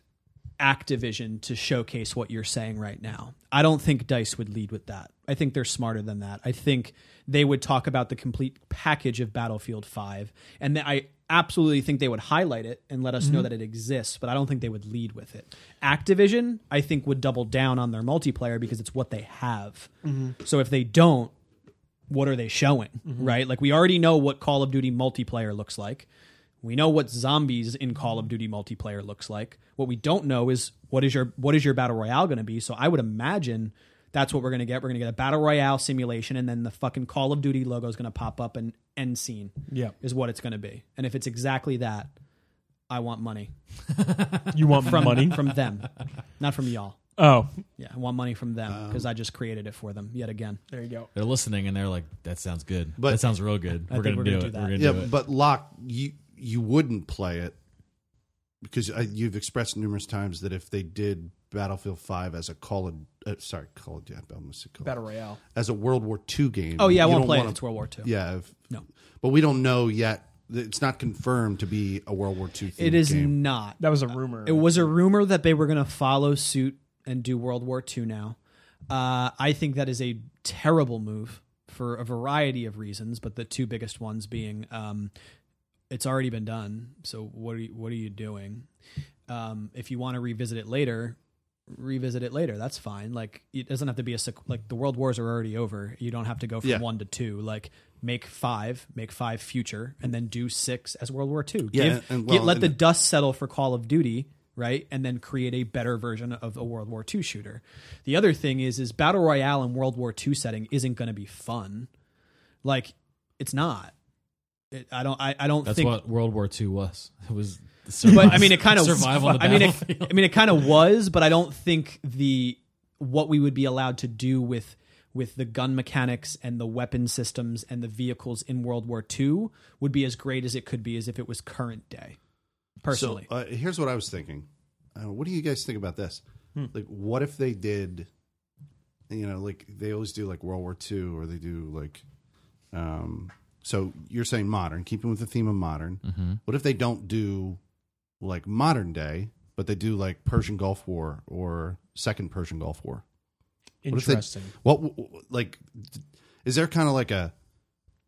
Speaker 2: Activision to showcase what you're saying right now. I don't think Dice would lead with that. I think they're smarter than that. I think they would talk about the complete package of Battlefield 5 and th- I absolutely think they would highlight it and let us
Speaker 3: Mm-hmm.
Speaker 2: know that it exists, but I don't think they would lead with it. Activision, I think would double down on their multiplayer because it's what they have.
Speaker 3: Mm-hmm.
Speaker 2: So if they don't, what are they showing, right? Like we already know what Call of Duty multiplayer looks like. We know what zombies in Call of Duty multiplayer looks like. What we don't know is what is your what is your battle royale going to be? So I would imagine that's what we're going to get. We're going to get a battle royale simulation and then the fucking Call of Duty logo is going to pop up and end scene
Speaker 3: Yeah.
Speaker 2: is what it's going to be. And if it's exactly that, I want money
Speaker 3: You want
Speaker 2: from
Speaker 3: money?
Speaker 2: from them, not from y'all.
Speaker 3: Oh,
Speaker 2: Yeah, I want money from them
Speaker 4: Um,
Speaker 2: because I just created it for them yet again.
Speaker 3: there you go.
Speaker 1: They're listening and they're like, "That sounds good.
Speaker 4: But-
Speaker 1: that sounds real good.
Speaker 2: I
Speaker 1: We're gonna
Speaker 2: think we're
Speaker 1: do
Speaker 2: gonna do
Speaker 1: it.
Speaker 2: that.
Speaker 1: We're gonna
Speaker 4: Yeah,
Speaker 1: do it."
Speaker 4: but Locke, you you wouldn't play it because I, you've expressed numerous times that if they did Battlefield Five as a Call of uh, sorry Call of yeah, I almost said Call of-
Speaker 3: Battle Royale.
Speaker 4: as a World War II game.
Speaker 2: Oh yeah, I
Speaker 4: you
Speaker 2: won't
Speaker 4: don't
Speaker 2: play
Speaker 4: wanna-
Speaker 2: it. It's World War Two.
Speaker 4: Yeah, if,
Speaker 2: No.
Speaker 4: but we don't know yet. It's not confirmed to be a World War II.
Speaker 2: It is
Speaker 4: game.
Speaker 2: not.
Speaker 3: That was a rumor.
Speaker 2: It was a rumor that they were going to follow suit and do World War II now. Uh, I think that is a terrible move for a variety of reasons, but the two biggest ones being um, it's already been done. So what are you, what are you doing? Um, if you want to revisit it later, revisit it later. That's fine. Like it doesn't have to be a sequ- like the world wars are already over. You don't have to go from
Speaker 4: Yeah.
Speaker 2: one to two. Like make five, make five future, and then do six as World War II.
Speaker 4: Yeah,
Speaker 2: Give-
Speaker 4: and- and
Speaker 2: get-
Speaker 4: well,
Speaker 2: let
Speaker 4: and-
Speaker 2: the dust settle for Call of Duty, right? And then create a better version of a World War II shooter. The other thing is is battle royale in World War II setting isn't going to be fun. Like it's not. It, I don't. I, I don't
Speaker 1: That's
Speaker 2: think.
Speaker 1: what World War II was. It was the
Speaker 2: but
Speaker 1: survival,
Speaker 2: I mean, it kind of.
Speaker 1: survival. on the
Speaker 2: I mean,
Speaker 1: battlefield.
Speaker 2: it, I mean, it kind of was, but I don't think the what we would be allowed to do with with the gun mechanics and the weapon systems and the vehicles in World War II would be as great as it could be as if it was current day. Personally,
Speaker 4: So, uh, here's what I was thinking. Uh, what do you guys think about this? Like, what if they did, you know, like they always do, like World War II, or they do like, um, so you're saying modern, keeping with the theme of modern. What if they don't do like modern day, but they do like Persian Gulf War or Second Persian Gulf War? What if they-
Speaker 3: Interesting.
Speaker 4: What, w- w- like, is there kind of like a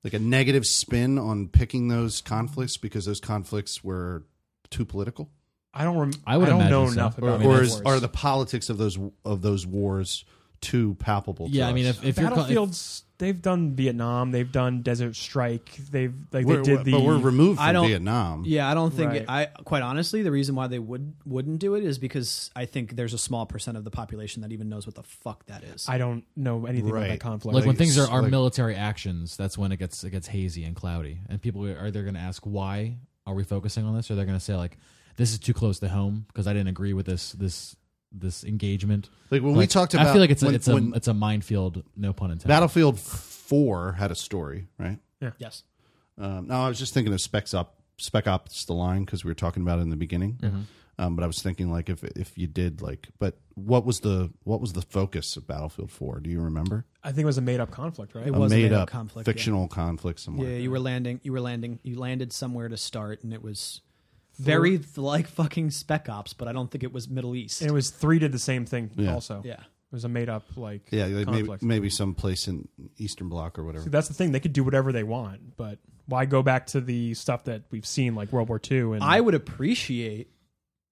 Speaker 4: like a negative spin on picking those conflicts because those conflicts were too political?
Speaker 3: I don't. Rem-
Speaker 1: I
Speaker 3: I,
Speaker 1: would
Speaker 3: don't know
Speaker 1: imagine so.
Speaker 3: enough
Speaker 1: Or-
Speaker 3: about.
Speaker 4: or
Speaker 3: World
Speaker 4: is,
Speaker 3: Wars.
Speaker 4: are the politics of those of those wars too palpable? to
Speaker 1: yeah, I mean,
Speaker 4: us?
Speaker 1: if, if you're con- if-
Speaker 3: battlefields? they've done Vietnam. They've done Desert Strike. They've like
Speaker 4: we're,
Speaker 3: they did
Speaker 4: we're-
Speaker 3: the.
Speaker 4: but we're removed
Speaker 2: I
Speaker 4: from
Speaker 2: don't-
Speaker 4: Vietnam.
Speaker 2: Yeah, I don't think
Speaker 3: Right.
Speaker 2: I quite honestly the reason why they would wouldn't do it is because I think there's a small percent of the population that even knows what the fuck that is.
Speaker 3: I don't know anything about
Speaker 4: Right.
Speaker 3: that conflict.
Speaker 1: like when
Speaker 4: Like,
Speaker 1: things are,
Speaker 4: it's
Speaker 1: are
Speaker 4: like-
Speaker 1: military actions, that's when it gets it gets hazy and cloudy, and people are either going to ask why are we focusing on this, or they're going to say like this is too close to home because I didn't agree with this this this engagement.
Speaker 4: Like when we
Speaker 1: Like,
Speaker 4: talked about,
Speaker 1: I feel like it's a,
Speaker 4: when-
Speaker 1: it's a
Speaker 4: when
Speaker 1: it's a minefield. No pun intended.
Speaker 4: Battlefield Four had a story, right?
Speaker 2: yes.
Speaker 4: Um, no, I was just thinking of Specs Up, Spec Ops: The Line because we were talking about it in the beginning. Um, but I was thinking like if if you did like, but what was the what was the focus of Battlefield Four? Do you remember?
Speaker 3: I think it was a made up conflict, right?
Speaker 2: It
Speaker 4: a
Speaker 2: was a
Speaker 4: made
Speaker 2: made-up
Speaker 4: up
Speaker 2: conflict, yeah.
Speaker 4: fictional conflict
Speaker 2: Yeah,
Speaker 4: somewhere.
Speaker 2: you were landing. You were landing. You landed somewhere to start, and it was very like fucking Spec Ops, but I don't think it was Middle East.
Speaker 3: And it was three did the same thing
Speaker 4: Yeah.
Speaker 3: also.
Speaker 2: yeah,
Speaker 3: It was a made up like
Speaker 4: Yeah, like maybe,
Speaker 3: conflict.
Speaker 4: maybe some place in Eastern Bloc or whatever.
Speaker 3: See, that's the thing. They could do whatever they want, but why go back to the stuff that we've seen like World War II and
Speaker 2: I would appreciate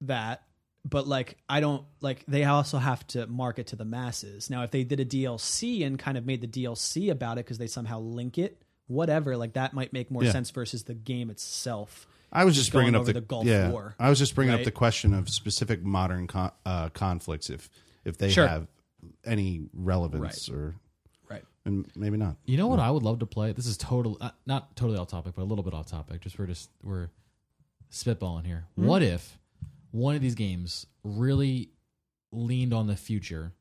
Speaker 2: that, but like I don't like. They also have to market to the masses. Now, if they did a DLC and kind of made the DLC about it because they somehow link it, whatever, like that might make more
Speaker 4: Yeah.
Speaker 2: sense versus the game itself.
Speaker 4: I was just
Speaker 2: going
Speaker 4: bringing up
Speaker 2: over
Speaker 4: the,
Speaker 2: the Gulf
Speaker 4: yeah,
Speaker 2: War,
Speaker 4: I was just bringing
Speaker 2: right?
Speaker 4: up the question of specific modern con- uh, conflicts, if if they
Speaker 2: Sure.
Speaker 4: have any relevance or
Speaker 2: Right.
Speaker 4: and maybe not.
Speaker 1: You know what I would love to play? This is total, uh, not totally off topic, but a little bit off topic. Just we're just we're spitballing here. What if one of these games really leaned on the future?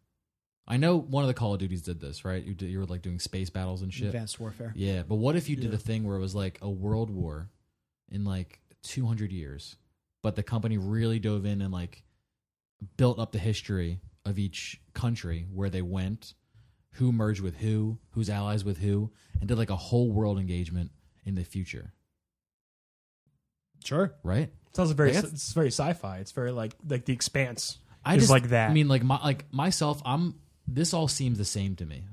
Speaker 1: I know one of the Call of Duties did this, right? You, did, you were like doing space battles and shit.
Speaker 2: Advanced warfare.
Speaker 1: Yeah, but what if you did a thing where it was like a world war in like 200 years, but the company really dove in and like built up the history of each country where they went, who merged with who, who's allies with who, and did like a whole world engagement in the future,
Speaker 2: Sure.
Speaker 1: right?
Speaker 3: sounds very
Speaker 1: I guess-
Speaker 3: it's very sci-fi. It's very like like the expanse.
Speaker 1: I
Speaker 3: is
Speaker 1: just
Speaker 3: like that.
Speaker 1: I mean, like my like myself, I'm. This all seems the same to me.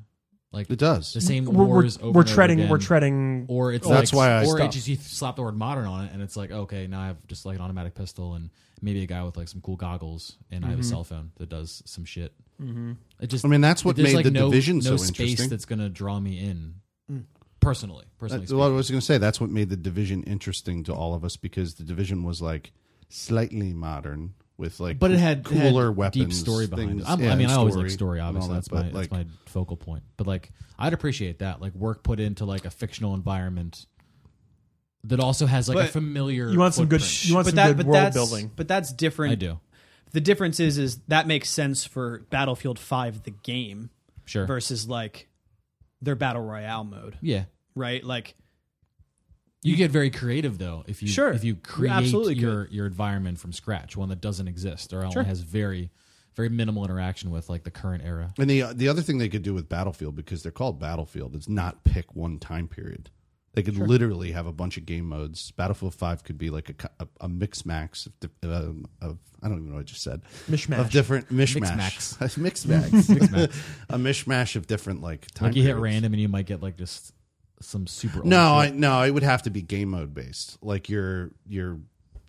Speaker 1: Like
Speaker 4: It
Speaker 1: the
Speaker 4: does.
Speaker 1: same
Speaker 3: we're, we're,
Speaker 1: wars. over
Speaker 3: we're
Speaker 1: and over
Speaker 3: treading we're
Speaker 1: again.
Speaker 3: treading
Speaker 1: or it's
Speaker 4: Oh, That's
Speaker 1: like,
Speaker 4: why I
Speaker 1: or it
Speaker 4: stopped.
Speaker 1: just you slap the word modern on it and it's like okay now I have just like an automatic pistol and maybe a guy with like some cool goggles and I have a
Speaker 3: Mm-hmm.
Speaker 1: cell phone that does some shit. Mm-hmm. It just
Speaker 4: I mean, that's what
Speaker 1: there's,
Speaker 4: made
Speaker 1: like,
Speaker 4: the
Speaker 1: no,
Speaker 4: division
Speaker 1: no
Speaker 4: so
Speaker 1: space
Speaker 4: interesting.
Speaker 1: that's gonna draw me in
Speaker 3: Mm.
Speaker 1: personally. Personally,
Speaker 4: That's what I was going to say. That's what made the division interesting to all of us because the division was like slightly modern with like,
Speaker 1: speaking. but it had it had
Speaker 4: cooler weapons,
Speaker 1: deep story behind
Speaker 4: things-
Speaker 1: it. I'm-
Speaker 4: yeah,
Speaker 1: I mean,
Speaker 4: and
Speaker 1: I always
Speaker 4: story
Speaker 1: like story.
Speaker 4: and all
Speaker 1: Obviously,
Speaker 4: that,
Speaker 1: that's my
Speaker 4: but,
Speaker 1: that's my focal point. But like, I'd appreciate that like work put into like a fictional environment. That also has like a
Speaker 2: But
Speaker 1: familiar.
Speaker 3: you want some good
Speaker 1: footprint.
Speaker 3: you want
Speaker 2: But
Speaker 3: some
Speaker 2: that,
Speaker 3: good
Speaker 2: but
Speaker 3: world
Speaker 2: that's,
Speaker 3: building.
Speaker 2: but that's different.
Speaker 1: I do.
Speaker 2: The difference is, is that makes sense for Battlefield Five, the game,
Speaker 1: Sure.
Speaker 2: versus like their battle royale mode,
Speaker 1: yeah.
Speaker 2: right? Like,
Speaker 1: You get very creative though if you
Speaker 2: Sure.
Speaker 1: if you
Speaker 2: You
Speaker 1: create
Speaker 2: absolutely
Speaker 1: your your environment from scratch, one that doesn't exist or only has very very minimal interaction with like the current era.
Speaker 4: And the the other thing they could do with Battlefield because they're called Battlefield is not pick one time period. They could literally have a bunch of game modes. Battlefield Five could be like a co- a, a mix max of, di- um, of I don't even know what I just said
Speaker 3: Mishmash.
Speaker 4: of different
Speaker 1: Mix-max.
Speaker 4: mishmash mix max a mishmash of different like time.
Speaker 1: Like you hit
Speaker 4: periods.
Speaker 1: random and you might get like just some super old
Speaker 4: No, I
Speaker 1: shit.
Speaker 4: no, it would have to be game mode based. Like your your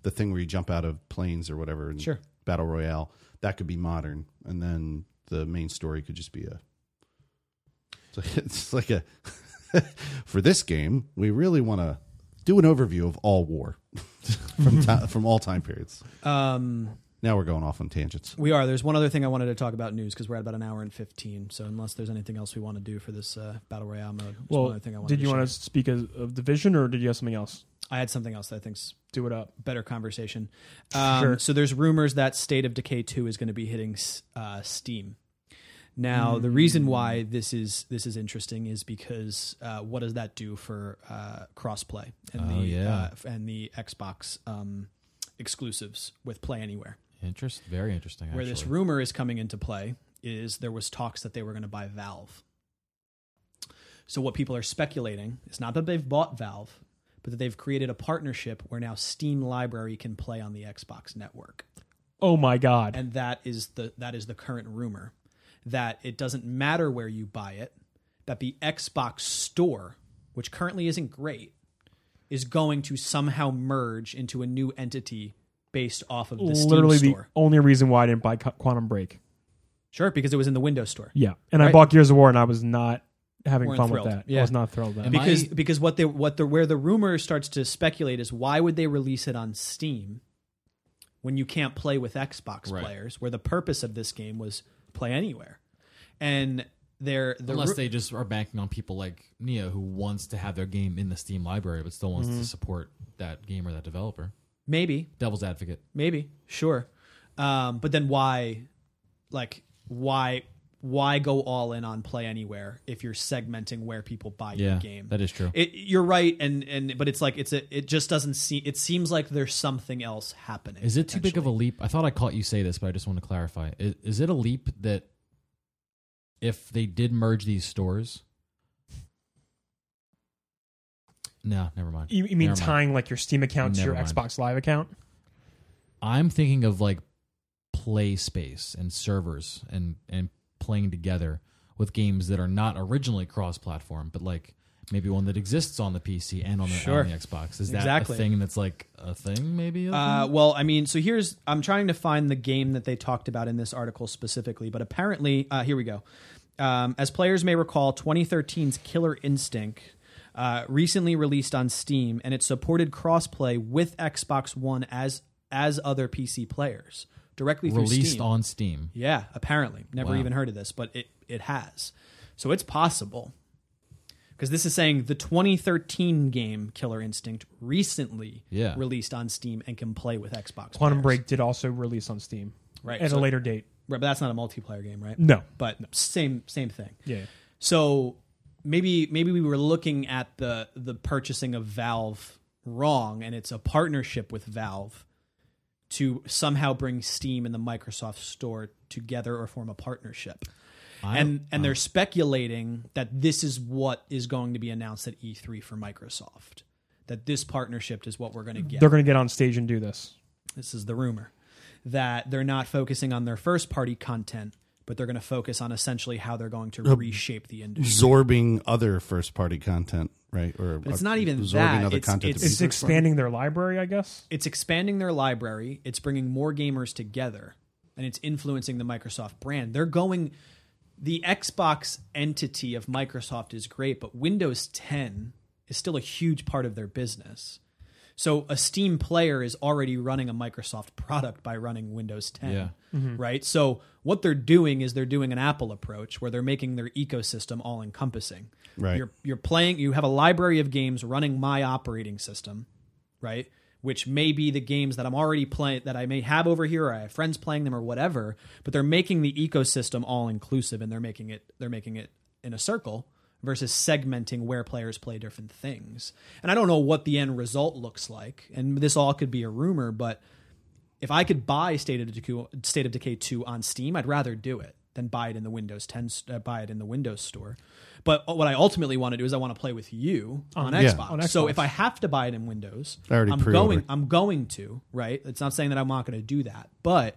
Speaker 4: the thing where you jump out of planes or whatever in
Speaker 2: Sure.
Speaker 4: battle royale. That could be modern, and then the main story could just be a. It's like, it's like a. for this game, we really want to do an overview of all war from ti from all time periods.
Speaker 2: um,
Speaker 4: Now we're going off on tangents.
Speaker 2: We are. There's one other thing I wanted to talk about news because we're at about an hour and 15. So unless there's anything else we want to do for this uh, battle royale mode, there's one
Speaker 3: Well,
Speaker 2: other thing I wanted
Speaker 3: did
Speaker 2: to
Speaker 3: you
Speaker 2: share.
Speaker 3: want to speak as, of division or did you have something else?
Speaker 2: I had something else that I think's
Speaker 3: Do it up.
Speaker 2: better conversation. Um,
Speaker 3: Sure.
Speaker 2: So there's rumors that State of Decay 2 is going to be hitting s- uh, Steam. Now,
Speaker 3: Hmm.
Speaker 2: the reason why this is this is interesting is because uh, what does that do for uh, crossplay and
Speaker 1: Oh,
Speaker 2: the
Speaker 1: yeah.
Speaker 2: uh, f- and the Xbox um, exclusives with Play Anywhere?
Speaker 1: Interest, very interesting.
Speaker 2: Where
Speaker 1: actually.
Speaker 2: this rumor is coming into play is there was talks that they were going to buy Valve. So what people are speculating is not that they've bought Valve, but that they've created a partnership where now Steam Library can play on the Xbox network.
Speaker 3: Oh my God.
Speaker 2: And that is the that is the current rumor that it doesn't matter where you buy it, that the Xbox store, which currently isn't great, is going to somehow merge into a new entity based off of the
Speaker 3: Literally
Speaker 2: Steam
Speaker 3: the
Speaker 2: store.
Speaker 3: only reason why I didn't buy Qu- Quantum Break.
Speaker 2: Sure, because it was in the Windows store.
Speaker 3: Yeah. And I
Speaker 2: Right.
Speaker 3: bought Gears of War and I was not having
Speaker 2: Weren't
Speaker 3: fun
Speaker 2: thrilled.
Speaker 3: with that.
Speaker 2: Yeah.
Speaker 3: I was not thrilled with that.
Speaker 1: Am I-
Speaker 2: because because what they what the where the rumor starts to speculate is why would they release it on Steam when you can't play with Xbox
Speaker 1: Right.
Speaker 2: players where the purpose of this game was play anywhere and they're the
Speaker 1: Unless
Speaker 2: ru-
Speaker 1: they just are banking on people like Neo, who wants to have their game in the Steam library, but still wants to support that game or that developer.
Speaker 2: maybe
Speaker 1: Devil's advocate.
Speaker 2: maybe sure um, but then why like why why go all in on play anywhere if you're segmenting where people buy your
Speaker 1: Yeah,
Speaker 2: game
Speaker 1: that is true.
Speaker 2: it, you're right and and but it's like it's a, it just doesn't seem it seems like there's something else happening
Speaker 1: Is it too big of
Speaker 2: potentially.
Speaker 1: a leap? I thought I caught you say this, but I just want to clarify. Is, is it a leap that if they did merge these stores? No, never mind.
Speaker 3: you, you mean
Speaker 1: Never mind.
Speaker 3: tying like your Steam account to
Speaker 1: Never
Speaker 3: your
Speaker 1: mind.
Speaker 3: Xbox Live account?
Speaker 1: I'm thinking of like play space and servers and and playing together with games that are not originally cross-platform, but like maybe one that exists on the PC and on the,
Speaker 2: Sure.
Speaker 1: on the Xbox. Is that
Speaker 2: Exactly.
Speaker 1: a thing that's like a thing? Maybe.
Speaker 2: Uh, well, I mean, so here's I'm trying to find the game that they talked about in this article specifically, but apparently, uh, here we go. Um, as players may recall, 2013's Killer Instinct uh, recently released on Steam, and it supported crossplay with Xbox One as as other PC players directly through
Speaker 1: released
Speaker 2: Steam.
Speaker 1: on Steam.
Speaker 2: Yeah, apparently. Never
Speaker 1: Wow.
Speaker 2: even heard of this, but it, it has. So it's possible. Because this is saying the 2013 game Killer Instinct recently
Speaker 1: Yeah.
Speaker 2: released on Steam and can play with Xbox.
Speaker 3: Quantum
Speaker 2: players.
Speaker 3: Break did also release on Steam.
Speaker 2: Right,
Speaker 3: At
Speaker 2: so-
Speaker 3: a later date.
Speaker 2: Right, but that's not a multiplayer game, right?
Speaker 3: No.
Speaker 2: But same same thing.
Speaker 3: Yeah.
Speaker 2: So maybe maybe we were looking at the the purchasing of Valve wrong, and it's a partnership with Valve to somehow bring Steam and the Microsoft Store together or form a partnership.
Speaker 1: I-
Speaker 2: and and they're speculating that this is what is going to be announced at E3 for Microsoft. That this partnership is what we're going to get
Speaker 3: They're going to get on stage and do this.
Speaker 2: this is the rumor that they're not focusing on their first party content but they're going to focus on essentially how they're going to reshape the industry
Speaker 4: Absorbing other first party content, right? Or
Speaker 2: it's not even
Speaker 4: absorbing
Speaker 2: that.
Speaker 4: other
Speaker 2: It's-
Speaker 4: content.
Speaker 2: it's-
Speaker 4: to be
Speaker 3: It's
Speaker 4: first-party.
Speaker 3: expanding their library, I guess.
Speaker 2: it's expanding their library it's bringing more gamers together and it's influencing the microsoft brand they're going the xbox entity of microsoft is great but windows 10 is still a huge part of their business so a steam player is already running a microsoft product by running windows 10
Speaker 1: Yeah.
Speaker 2: Mm-hmm. right so what they're doing is they're doing an apple approach where they're making their ecosystem all encompassing
Speaker 4: Right.
Speaker 2: you're, you're playing you have a library of games running my operating system right? Which may be the games that I'm already playing, that I may have over here, or I have friends playing them, or whatever. But they're making the ecosystem all inclusive, and they're making it they're making it in a circle versus segmenting where players play different things. And I don't know what the end result looks like, and this all could be a rumor, but if I could buy State of Decay, State of Decay 2 on Steam, I'd rather do it than buy it in the Windows 10 st- uh, buy it in the Windows store. But uh, what I ultimately want to do is I want to play with you on,
Speaker 4: yeah,
Speaker 2: Xbox.
Speaker 3: on
Speaker 2: So
Speaker 3: Xbox.
Speaker 2: if I have to buy it in Windows,
Speaker 4: I already
Speaker 2: I'm
Speaker 4: pre-ordered.
Speaker 2: going I'm going to, right? It's not saying that I'm not going to do that, but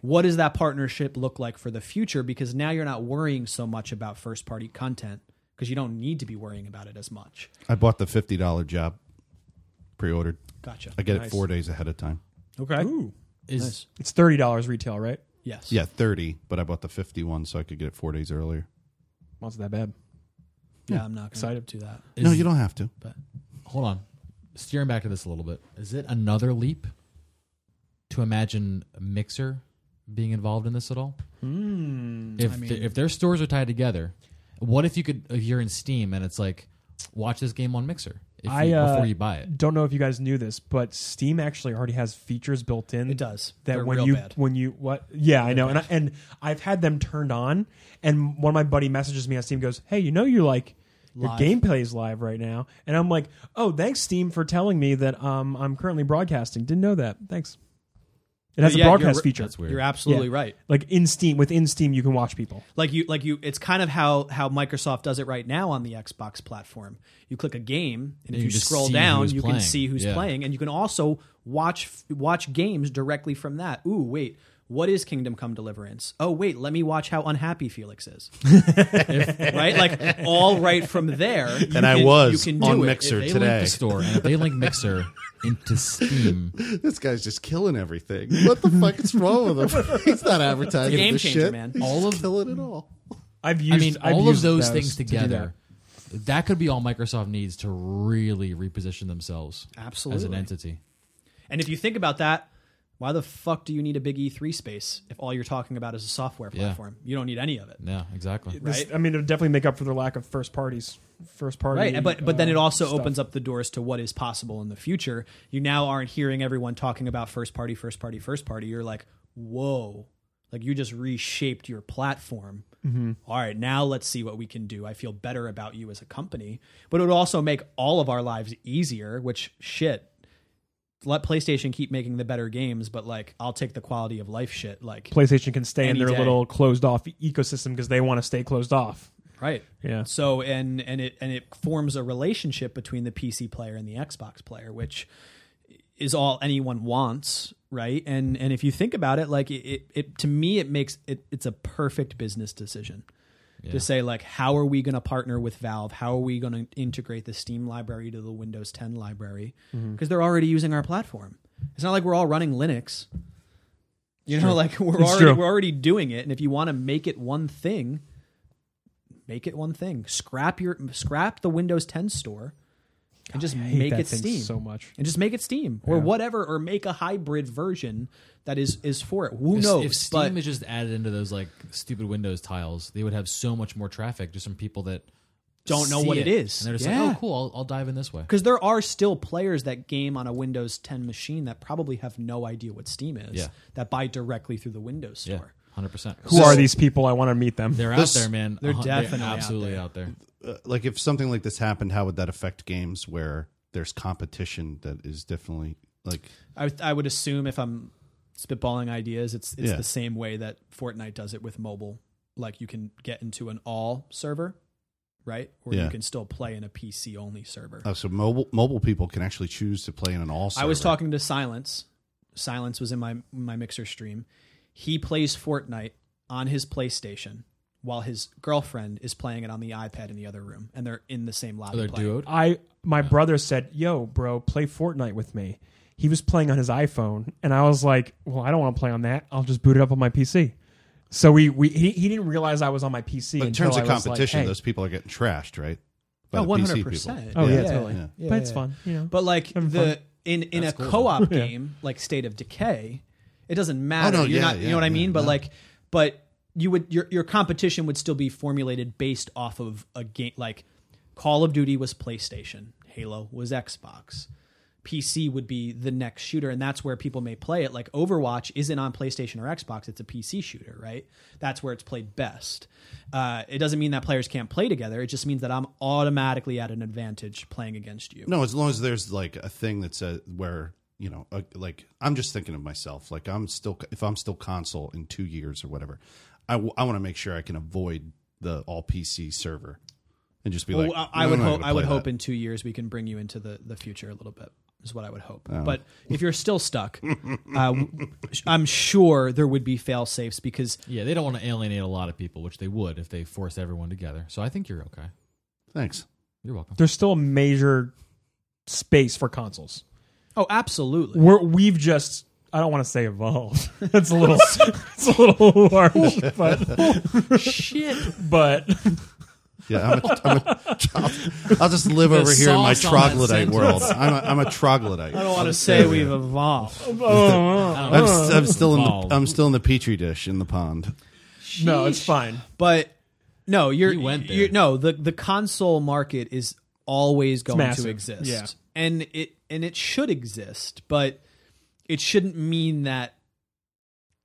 Speaker 2: what does that partnership look like for the future because now you're not worrying so much about first party content because you don't need to be worrying about it as much.
Speaker 4: I bought the fifty dollar job, pre ordered.
Speaker 2: Gotcha.
Speaker 4: I get it four days ahead of time.
Speaker 2: Okay.
Speaker 3: Ooh.
Speaker 1: Is
Speaker 3: It's $30 retail, right?
Speaker 2: Yes.
Speaker 4: Yeah, thirty, but I bought the fifty one so I could get it four days earlier.
Speaker 3: Wasn't that bad.
Speaker 2: Yeah, I'm not
Speaker 3: Excited.
Speaker 2: excited to that.
Speaker 1: is
Speaker 4: no, you don't have to.
Speaker 1: But hold on, steering back to this a little bit. Is it another leap to imagine Mixer being involved in this at all.
Speaker 3: Hmm,
Speaker 1: if
Speaker 2: mean-
Speaker 1: th- if their stores are tied together, what if you could? If you're in Steam and it's like, watch this game on Mixer if
Speaker 3: I,
Speaker 1: you,
Speaker 3: uh,
Speaker 1: before you buy it.
Speaker 3: Don't know if you guys knew this, but Steam actually already has features built in.
Speaker 2: It does.
Speaker 3: That
Speaker 2: They're
Speaker 3: when
Speaker 2: real
Speaker 3: you
Speaker 2: bad.
Speaker 3: when you what? Yeah, I know. And I, and I've had them turned on. And one of my buddy messages me on Steam goes, "Hey, you know you like." Your
Speaker 2: Live.
Speaker 3: gameplay is live right now, and I'm like, "Oh, thanks, Steam, for telling me that um, I'm currently broadcasting. Didn't know that. Thanks." It has
Speaker 2: Yeah,
Speaker 3: a
Speaker 2: you're
Speaker 3: broadcast
Speaker 2: re-
Speaker 3: feature.
Speaker 1: That's weird.
Speaker 2: You're absolutely
Speaker 3: Yeah.
Speaker 2: right.
Speaker 3: Like in Steam, within Steam, you can watch people.
Speaker 2: Like you, like you. It's kind of how how Microsoft does it right now on the Xbox platform. You click a game, and if
Speaker 1: you
Speaker 2: you,
Speaker 1: just
Speaker 2: scroll
Speaker 1: see
Speaker 2: down,
Speaker 1: who's
Speaker 2: you
Speaker 1: playing.
Speaker 2: can see who's
Speaker 1: Yeah.
Speaker 2: playing, and you can also watch watch games directly from that. Ooh, wait. What is Kingdom Come Deliverance? Oh wait, let me watch how unhappy Felix is. right, like all right from there. you
Speaker 4: And I
Speaker 2: can-
Speaker 4: was
Speaker 2: you can do
Speaker 4: on
Speaker 2: it.
Speaker 1: If
Speaker 4: Mixer
Speaker 1: they link
Speaker 4: today.
Speaker 1: the store and if they link Mixer into Steam,
Speaker 4: This guy's just killing everything. What the fuck is wrong with him? He's not advertising
Speaker 2: Game
Speaker 4: this
Speaker 2: changer,
Speaker 4: shit.
Speaker 2: man.
Speaker 4: He's
Speaker 1: All
Speaker 4: all
Speaker 1: of-
Speaker 4: of killing it all.
Speaker 3: I've used.
Speaker 1: I mean,
Speaker 3: I've
Speaker 1: all of
Speaker 3: used
Speaker 1: those, things
Speaker 3: to do that.
Speaker 1: together. that. could be all Microsoft needs to really reposition themselves as an
Speaker 2: Absolutely.
Speaker 1: entity.
Speaker 2: And if you think about that, why the fuck do you need a big E3 space if all you're talking about is a software
Speaker 1: Yeah.
Speaker 2: platform? You don't need any of it.
Speaker 1: Yeah, exactly.
Speaker 3: This-
Speaker 2: right?
Speaker 3: I mean, it would definitely make up for their lack of first parties. First party,
Speaker 2: Right, but but then
Speaker 3: uh,
Speaker 2: it also
Speaker 3: stuff.
Speaker 2: opens up the doors to what is possible in the future. You now aren't hearing everyone talking about first party, first party, first party. You're like, whoa, like you just reshaped your platform.
Speaker 3: Mm-hmm.
Speaker 2: All right, now let's see what we can do. I feel better about you as a company, but it would also make all of our lives easier. Which shit, let PlayStation keep making the better games, but like I'll take the quality of life shit. Like
Speaker 3: PlayStation can stay in
Speaker 2: Any
Speaker 3: their
Speaker 2: day.
Speaker 3: little closed off ecosystem because they want to stay closed off.
Speaker 2: right,
Speaker 3: Yeah.
Speaker 2: So and and it and it forms a relationship between the PC player and the Xbox player, which is all anyone wants, right? And and if you think about it, like it, it, it to me, it makes it it's a perfect business decision to say like, how are we going to partner with Valve? How are we going to integrate the Steam library to the Windows 10 library? Because
Speaker 3: Mm-hmm.
Speaker 2: they're already using our platform. It's not like we're all running Linux. You know, like we're
Speaker 3: It's
Speaker 2: already
Speaker 3: true.
Speaker 2: we're already doing it, and if you want to make it one thing, make it one thing. Scrap your scrap the Windows 10 store and just
Speaker 3: I hate
Speaker 2: make
Speaker 3: that
Speaker 2: it
Speaker 3: thing
Speaker 2: Steam.
Speaker 3: so much.
Speaker 2: and just make it Steam or whatever, or make a hybrid version that is is for it. Who
Speaker 1: If-
Speaker 2: knows?
Speaker 1: If Steam
Speaker 2: but
Speaker 1: is just added into those like stupid Windows tiles, they would have so much more traffic just from people that
Speaker 2: Don't know
Speaker 1: see
Speaker 2: what it is.
Speaker 1: and they're just
Speaker 2: Yeah.
Speaker 1: like, "Oh, cool, I'll, I'll dive in this way."
Speaker 2: because there are still players that game on a Windows 10 machine that probably have no idea what Steam is
Speaker 1: Yeah.
Speaker 2: that buy directly through the Windows store.
Speaker 1: Yeah, hundred percent.
Speaker 3: Who are these people? I want to meet them.
Speaker 1: They're
Speaker 4: This-
Speaker 1: out there, man.
Speaker 2: they're
Speaker 1: Uh,
Speaker 2: definitely out
Speaker 1: absolutely
Speaker 2: there.
Speaker 1: out there.
Speaker 4: Uh, like if something like this happened, how would that affect games where there's competition that is definitely like
Speaker 2: I, would- I would assume if I'm spitballing ideas, it's it's
Speaker 4: Yeah.
Speaker 2: the same way that Fortnite does it with mobile. Like you can get into an all server, right? Or you
Speaker 4: Yeah.
Speaker 2: can still play in a PC only server.
Speaker 4: oh, so mobile mobile people can actually choose to play in an all.
Speaker 2: I was
Speaker 4: server.
Speaker 2: talking to Silence. Silence was in my my mixer stream. He plays Fortnite on his PlayStation while his girlfriend is playing it on the iPad in the other room, and they're uh, in the same lobby.
Speaker 1: They're
Speaker 2: playing.
Speaker 1: duoed.
Speaker 3: I my brother said, "Yo, bro, play Fortnite with me." He was playing on his iPhone, and I was like, "Well, I don't want to play on that. I'll just boot it up on my PC." So we, we he, he didn't realize I was on my PC.
Speaker 4: But in
Speaker 3: until
Speaker 4: terms
Speaker 3: I
Speaker 4: of
Speaker 3: was like,
Speaker 4: competition,
Speaker 3: "Hey."
Speaker 4: those people are getting trashed, right? By
Speaker 2: Oh,
Speaker 4: the PC people.
Speaker 2: 100%.
Speaker 3: oh yeah,
Speaker 2: Yeah.
Speaker 3: totally.
Speaker 4: Yeah.
Speaker 3: But it's fun, you know.
Speaker 2: But like
Speaker 3: Having
Speaker 2: the in in a
Speaker 1: cool.
Speaker 2: co-op game like State of Decay, it doesn't matter.
Speaker 4: Oh, no,
Speaker 2: You're
Speaker 4: yeah,
Speaker 2: not, you
Speaker 4: yeah,
Speaker 2: know what I
Speaker 4: yeah,
Speaker 2: mean? But
Speaker 4: no.
Speaker 2: like, but you would your your competition would still be formulated based off of a game like Call of Duty was PlayStation, Halo was Xbox. PC would be the next shooter, and that's where people may play it. Like Overwatch isn't on PlayStation or Xbox; it's a PC shooter, right? That's where it's played best. Uh, it doesn't mean that players can't play together. It just means that I'm automatically at an advantage playing against you.
Speaker 4: No, as long as there's like a thing that says where you know, uh, like I'm just thinking of myself. Like I'm still if I'm still console in two years or whatever, I, want to make sure I can avoid the all PC server and just be
Speaker 2: Well,
Speaker 4: like,
Speaker 2: Oh, I I
Speaker 4: "No,
Speaker 2: would
Speaker 4: I'm not
Speaker 2: hope.
Speaker 4: gonna
Speaker 2: I would
Speaker 4: play
Speaker 2: hope
Speaker 4: that."
Speaker 2: in two years we can bring you into the the future a little bit. Is what I would hope.
Speaker 4: Oh.
Speaker 2: But if you're still stuck, uh, I'm sure there would be fail safes because
Speaker 1: Yeah, they don't want to alienate a lot of people, which they would if they forced everyone together. So I think you're okay.
Speaker 4: Thanks.
Speaker 1: You're welcome.
Speaker 3: there's still a major space for consoles.
Speaker 2: oh, absolutely.
Speaker 3: We're, we've just I don't want to say evolved. That's a little it's a little harsh, but
Speaker 1: Shit.
Speaker 3: but
Speaker 4: Yeah, I'm a, I'm a child. I'll just live over here in my
Speaker 1: sauce on that
Speaker 4: troglodyte
Speaker 1: sentence.
Speaker 4: world. I'm a, I'm a troglodyte.
Speaker 2: I don't want to say we've evolved.
Speaker 1: I
Speaker 4: I'm,
Speaker 1: don't know.
Speaker 4: s- I'm still in
Speaker 1: Evolved.
Speaker 4: the, I'm still in the petri dish in the pond.
Speaker 3: No, it's fine.
Speaker 2: But no, you're,
Speaker 1: You went there.
Speaker 2: you're- no, the the console market is always going
Speaker 3: massive.
Speaker 2: to exist.
Speaker 3: Yeah.
Speaker 2: And it and it should exist, but it shouldn't mean that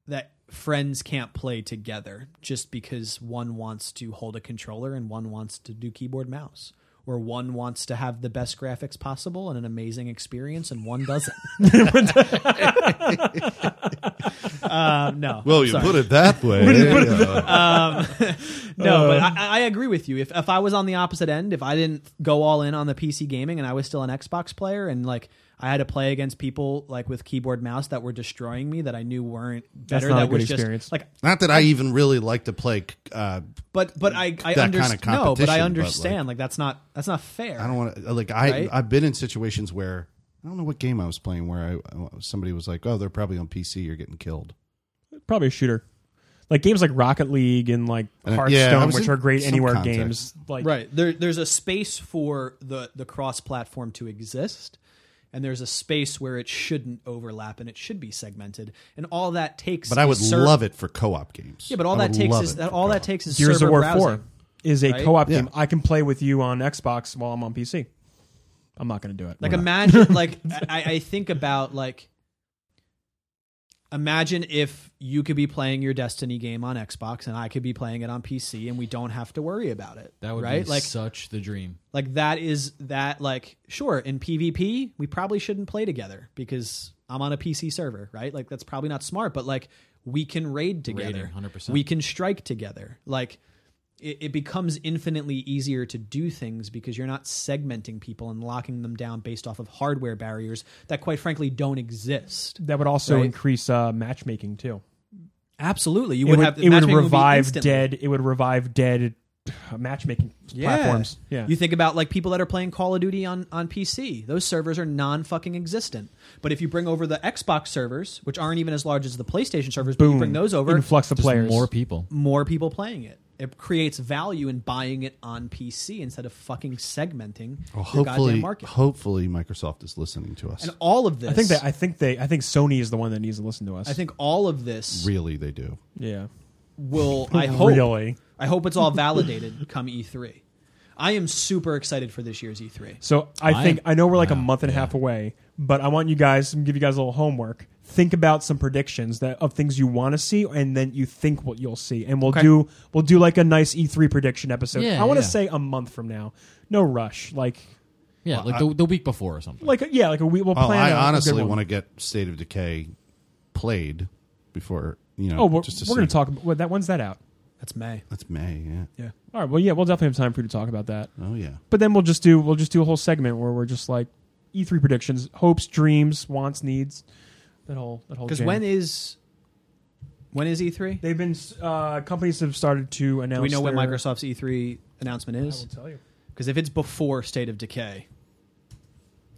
Speaker 2: that friends can't play together just because one wants to hold a controller and one wants to do keyboard mouse or one wants to have the best graphics possible and an amazing experience and one doesn't. um, no.
Speaker 4: Well, you
Speaker 2: sorry.
Speaker 4: put it that way.
Speaker 2: Um, no, but I, I agree with you. If if I was on the opposite end, if I didn't go all in on the PC gaming and I was still an Xbox player and like I had to play against people like with keyboard mouse that were destroying me that I knew weren't better.
Speaker 3: not
Speaker 2: that
Speaker 3: a good
Speaker 2: was
Speaker 3: experience.
Speaker 2: just like,
Speaker 4: Not that I even really like to play. Uh,
Speaker 2: but but I I
Speaker 4: That kind of
Speaker 2: understand. no, but
Speaker 4: competition,
Speaker 2: I
Speaker 4: but,
Speaker 2: understand. like, that's not that's not fair.
Speaker 4: I don't want to like I
Speaker 2: Right?
Speaker 4: I've been in situations where I don't know what game I was playing where I somebody was like, oh, they're probably on PC. You're getting killed.
Speaker 3: Probably a shooter. Like games like Rocket League and like
Speaker 4: Uh, yeah,
Speaker 3: Hearthstone,
Speaker 4: I was
Speaker 3: which
Speaker 4: in
Speaker 3: are great
Speaker 4: some
Speaker 3: anywhere
Speaker 4: context.
Speaker 3: games. Like
Speaker 2: right there there's a space for the the cross platform to exist and there's a space where it shouldn't overlap and it should be segmented and all that takes
Speaker 4: But I would
Speaker 2: is serv-
Speaker 4: love it for co-op games.
Speaker 2: yeah but all
Speaker 4: I
Speaker 2: that
Speaker 4: would
Speaker 2: takes
Speaker 4: love
Speaker 2: is
Speaker 4: it
Speaker 2: that
Speaker 4: for
Speaker 2: all that
Speaker 4: co-op.
Speaker 2: takes is
Speaker 3: Gears
Speaker 2: server
Speaker 3: of War
Speaker 2: browsing.
Speaker 3: Four is a
Speaker 2: right?
Speaker 3: co-op
Speaker 4: Yeah.
Speaker 3: game. I can play with you on Xbox while I'm on PC. I'm not going to do it.
Speaker 2: Like imagine, like I, I think about like imagine if you could be playing your Destiny game on Xbox and I could be playing it on PC and we don't have to worry about it.
Speaker 1: That would
Speaker 2: right?
Speaker 1: be
Speaker 2: like
Speaker 1: such the dream.
Speaker 2: like that is that like sure in PvP we probably shouldn't play together because I'm on a PC server, right? Like that's probably not smart, but like we can raid together.
Speaker 1: 100%.
Speaker 2: We can strike together. Like it, it becomes infinitely easier to do things because you're not segmenting people and locking them down based off of hardware barriers that quite frankly don't exist.
Speaker 3: that would also
Speaker 2: Right.
Speaker 3: increase uh, matchmaking too.
Speaker 2: Absolutely. You
Speaker 3: it
Speaker 2: would,
Speaker 3: would,
Speaker 2: have
Speaker 3: it would
Speaker 2: matchmaking be
Speaker 3: revive
Speaker 2: instantly.
Speaker 3: dead. It would revive dead uh, matchmaking platforms. Yeah,
Speaker 2: You think about like people that are playing Call of Duty on, on PC. Those servers are non fucking existent. But if you bring over the Xbox servers, which aren't even as large as the PlayStation servers, but you bring those over,
Speaker 3: influx of
Speaker 1: Just
Speaker 3: players.
Speaker 1: more people.
Speaker 2: more people playing it. It creates value in buying it on PC instead of fucking segmenting
Speaker 4: Well,
Speaker 2: your
Speaker 4: hopefully,
Speaker 2: goddamn market.
Speaker 4: hopefully Microsoft is listening to us.
Speaker 2: and all of this,
Speaker 3: I think that I think they I think Sony is the one that needs to listen to us.
Speaker 2: I think all of this
Speaker 4: really, they do.
Speaker 3: yeah.
Speaker 2: will, I hope,
Speaker 3: Really.
Speaker 2: I hope it's all validated come E3. I am super excited for this year's E E3.
Speaker 3: So I,
Speaker 1: I
Speaker 3: think
Speaker 1: am-
Speaker 3: I know we're like a
Speaker 1: wow,
Speaker 3: month and a half away, but I want you guys to give you guys a little homework. Think about some predictions that of things you want to see, and then you think what you'll see, and we'll
Speaker 2: Okay.
Speaker 3: do we'll do like a nice E3 prediction episode.
Speaker 1: Yeah,
Speaker 3: I want to
Speaker 1: yeah.
Speaker 3: say a month from now, no rush, like
Speaker 1: Yeah, like
Speaker 2: uh,
Speaker 1: the, the week before or something.
Speaker 3: like yeah, like a, we will
Speaker 4: Well, Oh,
Speaker 3: plan.
Speaker 4: I
Speaker 3: a- a good
Speaker 4: honestly
Speaker 3: one.
Speaker 4: want to get State of Decay played before you know.
Speaker 3: Oh, we're,
Speaker 4: just to
Speaker 3: we're going
Speaker 4: see.
Speaker 3: to talk. About, well, that when's that out?
Speaker 2: That's May.
Speaker 4: That's May. Yeah.
Speaker 3: Yeah. All right. Well, yeah, we'll definitely have time for you to talk about that.
Speaker 4: Oh yeah.
Speaker 3: But then we'll just do we'll just do a whole segment where we're just like E3 predictions, hopes, dreams, wants, needs. That whole that whole.
Speaker 2: Because
Speaker 3: jam.
Speaker 2: when is when is E E3?
Speaker 3: They've been uh, companies have started to announce.
Speaker 2: Do we know when
Speaker 3: their-
Speaker 2: Microsoft's E3 announcement
Speaker 3: I will
Speaker 2: is?
Speaker 3: tell you.
Speaker 2: Because if it's before State of Decay,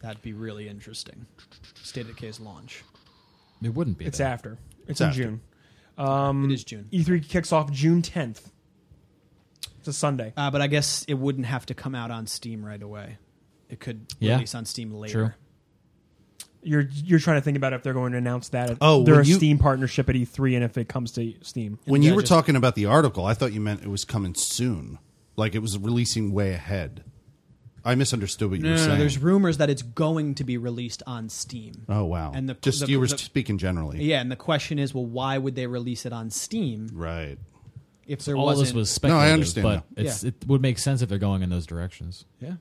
Speaker 2: that'd be really interesting. State of Decay's launch.
Speaker 1: It wouldn't be.
Speaker 3: It's
Speaker 1: though.
Speaker 3: after. It's,
Speaker 4: It's
Speaker 3: in
Speaker 4: after.
Speaker 3: June. Um,
Speaker 2: It is June.
Speaker 3: E3 kicks off June 10th. It's a Sunday.
Speaker 2: Uh, but I guess it wouldn't have to come out on Steam right away. It could
Speaker 1: Yeah.
Speaker 2: release on Steam later.
Speaker 1: True.
Speaker 3: You're you're trying to think about if they're going to announce that. At,
Speaker 4: Oh,
Speaker 3: they're
Speaker 4: when
Speaker 3: a
Speaker 4: you-
Speaker 3: Steam partnership at E3, and if it comes to Steam,
Speaker 4: When you
Speaker 2: Yeah,
Speaker 4: were
Speaker 2: just-
Speaker 4: talking about the article, I thought you meant it was coming soon, like it was releasing way ahead. I misunderstood what you
Speaker 2: No,
Speaker 4: were
Speaker 2: no, no,
Speaker 4: saying.
Speaker 2: there's rumors that it's going to be released on Steam.
Speaker 4: oh wow!
Speaker 2: and the-
Speaker 4: just
Speaker 2: the-
Speaker 4: you were
Speaker 2: the-
Speaker 4: speaking generally,
Speaker 2: Yeah, and the question is, well, why would they release it on Steam
Speaker 4: right?
Speaker 2: if there
Speaker 1: All
Speaker 2: wasn't?
Speaker 1: this was
Speaker 4: No,
Speaker 1: speculative.
Speaker 4: I understand
Speaker 1: But it's, it would make sense if they're going in those directions.
Speaker 2: yeah.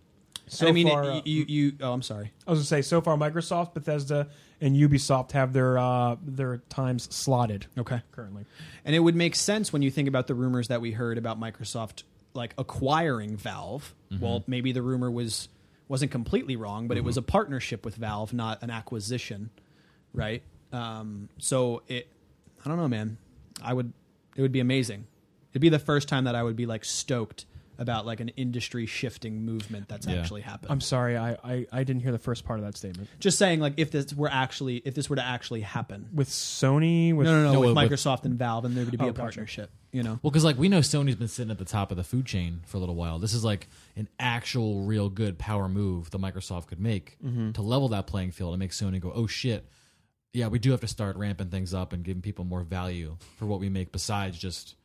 Speaker 3: so
Speaker 2: I mean,
Speaker 3: far,
Speaker 2: it-
Speaker 3: uh,
Speaker 2: you, you. Oh, I'm sorry.
Speaker 3: I was gonna say so far Microsoft, Bethesda, and Ubisoft have their uh, their times slotted
Speaker 2: Okay.
Speaker 3: currently.
Speaker 2: And it would make sense when you think about the rumors that we heard about Microsoft like acquiring Valve.
Speaker 3: Mm-hmm.
Speaker 2: Well, maybe the rumor was wasn't completely wrong, but it was a partnership with Valve, not an acquisition, right? Um, so it, I don't know, man. I would it would be amazing. It'd be the first time that I would be like stoked about like an industry shifting movement that's
Speaker 1: Yeah.
Speaker 2: actually happened.
Speaker 3: I'm sorry, I, I, I didn't hear the first part of that statement.
Speaker 2: just saying like if this were actually if this were to actually happen.
Speaker 3: With Sony, with
Speaker 2: No, no, no,
Speaker 1: No,
Speaker 2: with
Speaker 1: with-
Speaker 2: Microsoft and Valve and there would be
Speaker 3: Oh,
Speaker 2: a
Speaker 3: gotcha.
Speaker 2: partnership, you know.
Speaker 1: Well, because like we know Sony's been sitting at the top of the food chain for a little while. This is like an actual, real good power move that Microsoft could make to level that playing field and make Sony go, oh shit, yeah, we do have to start ramping things up and giving people more value for what we make besides just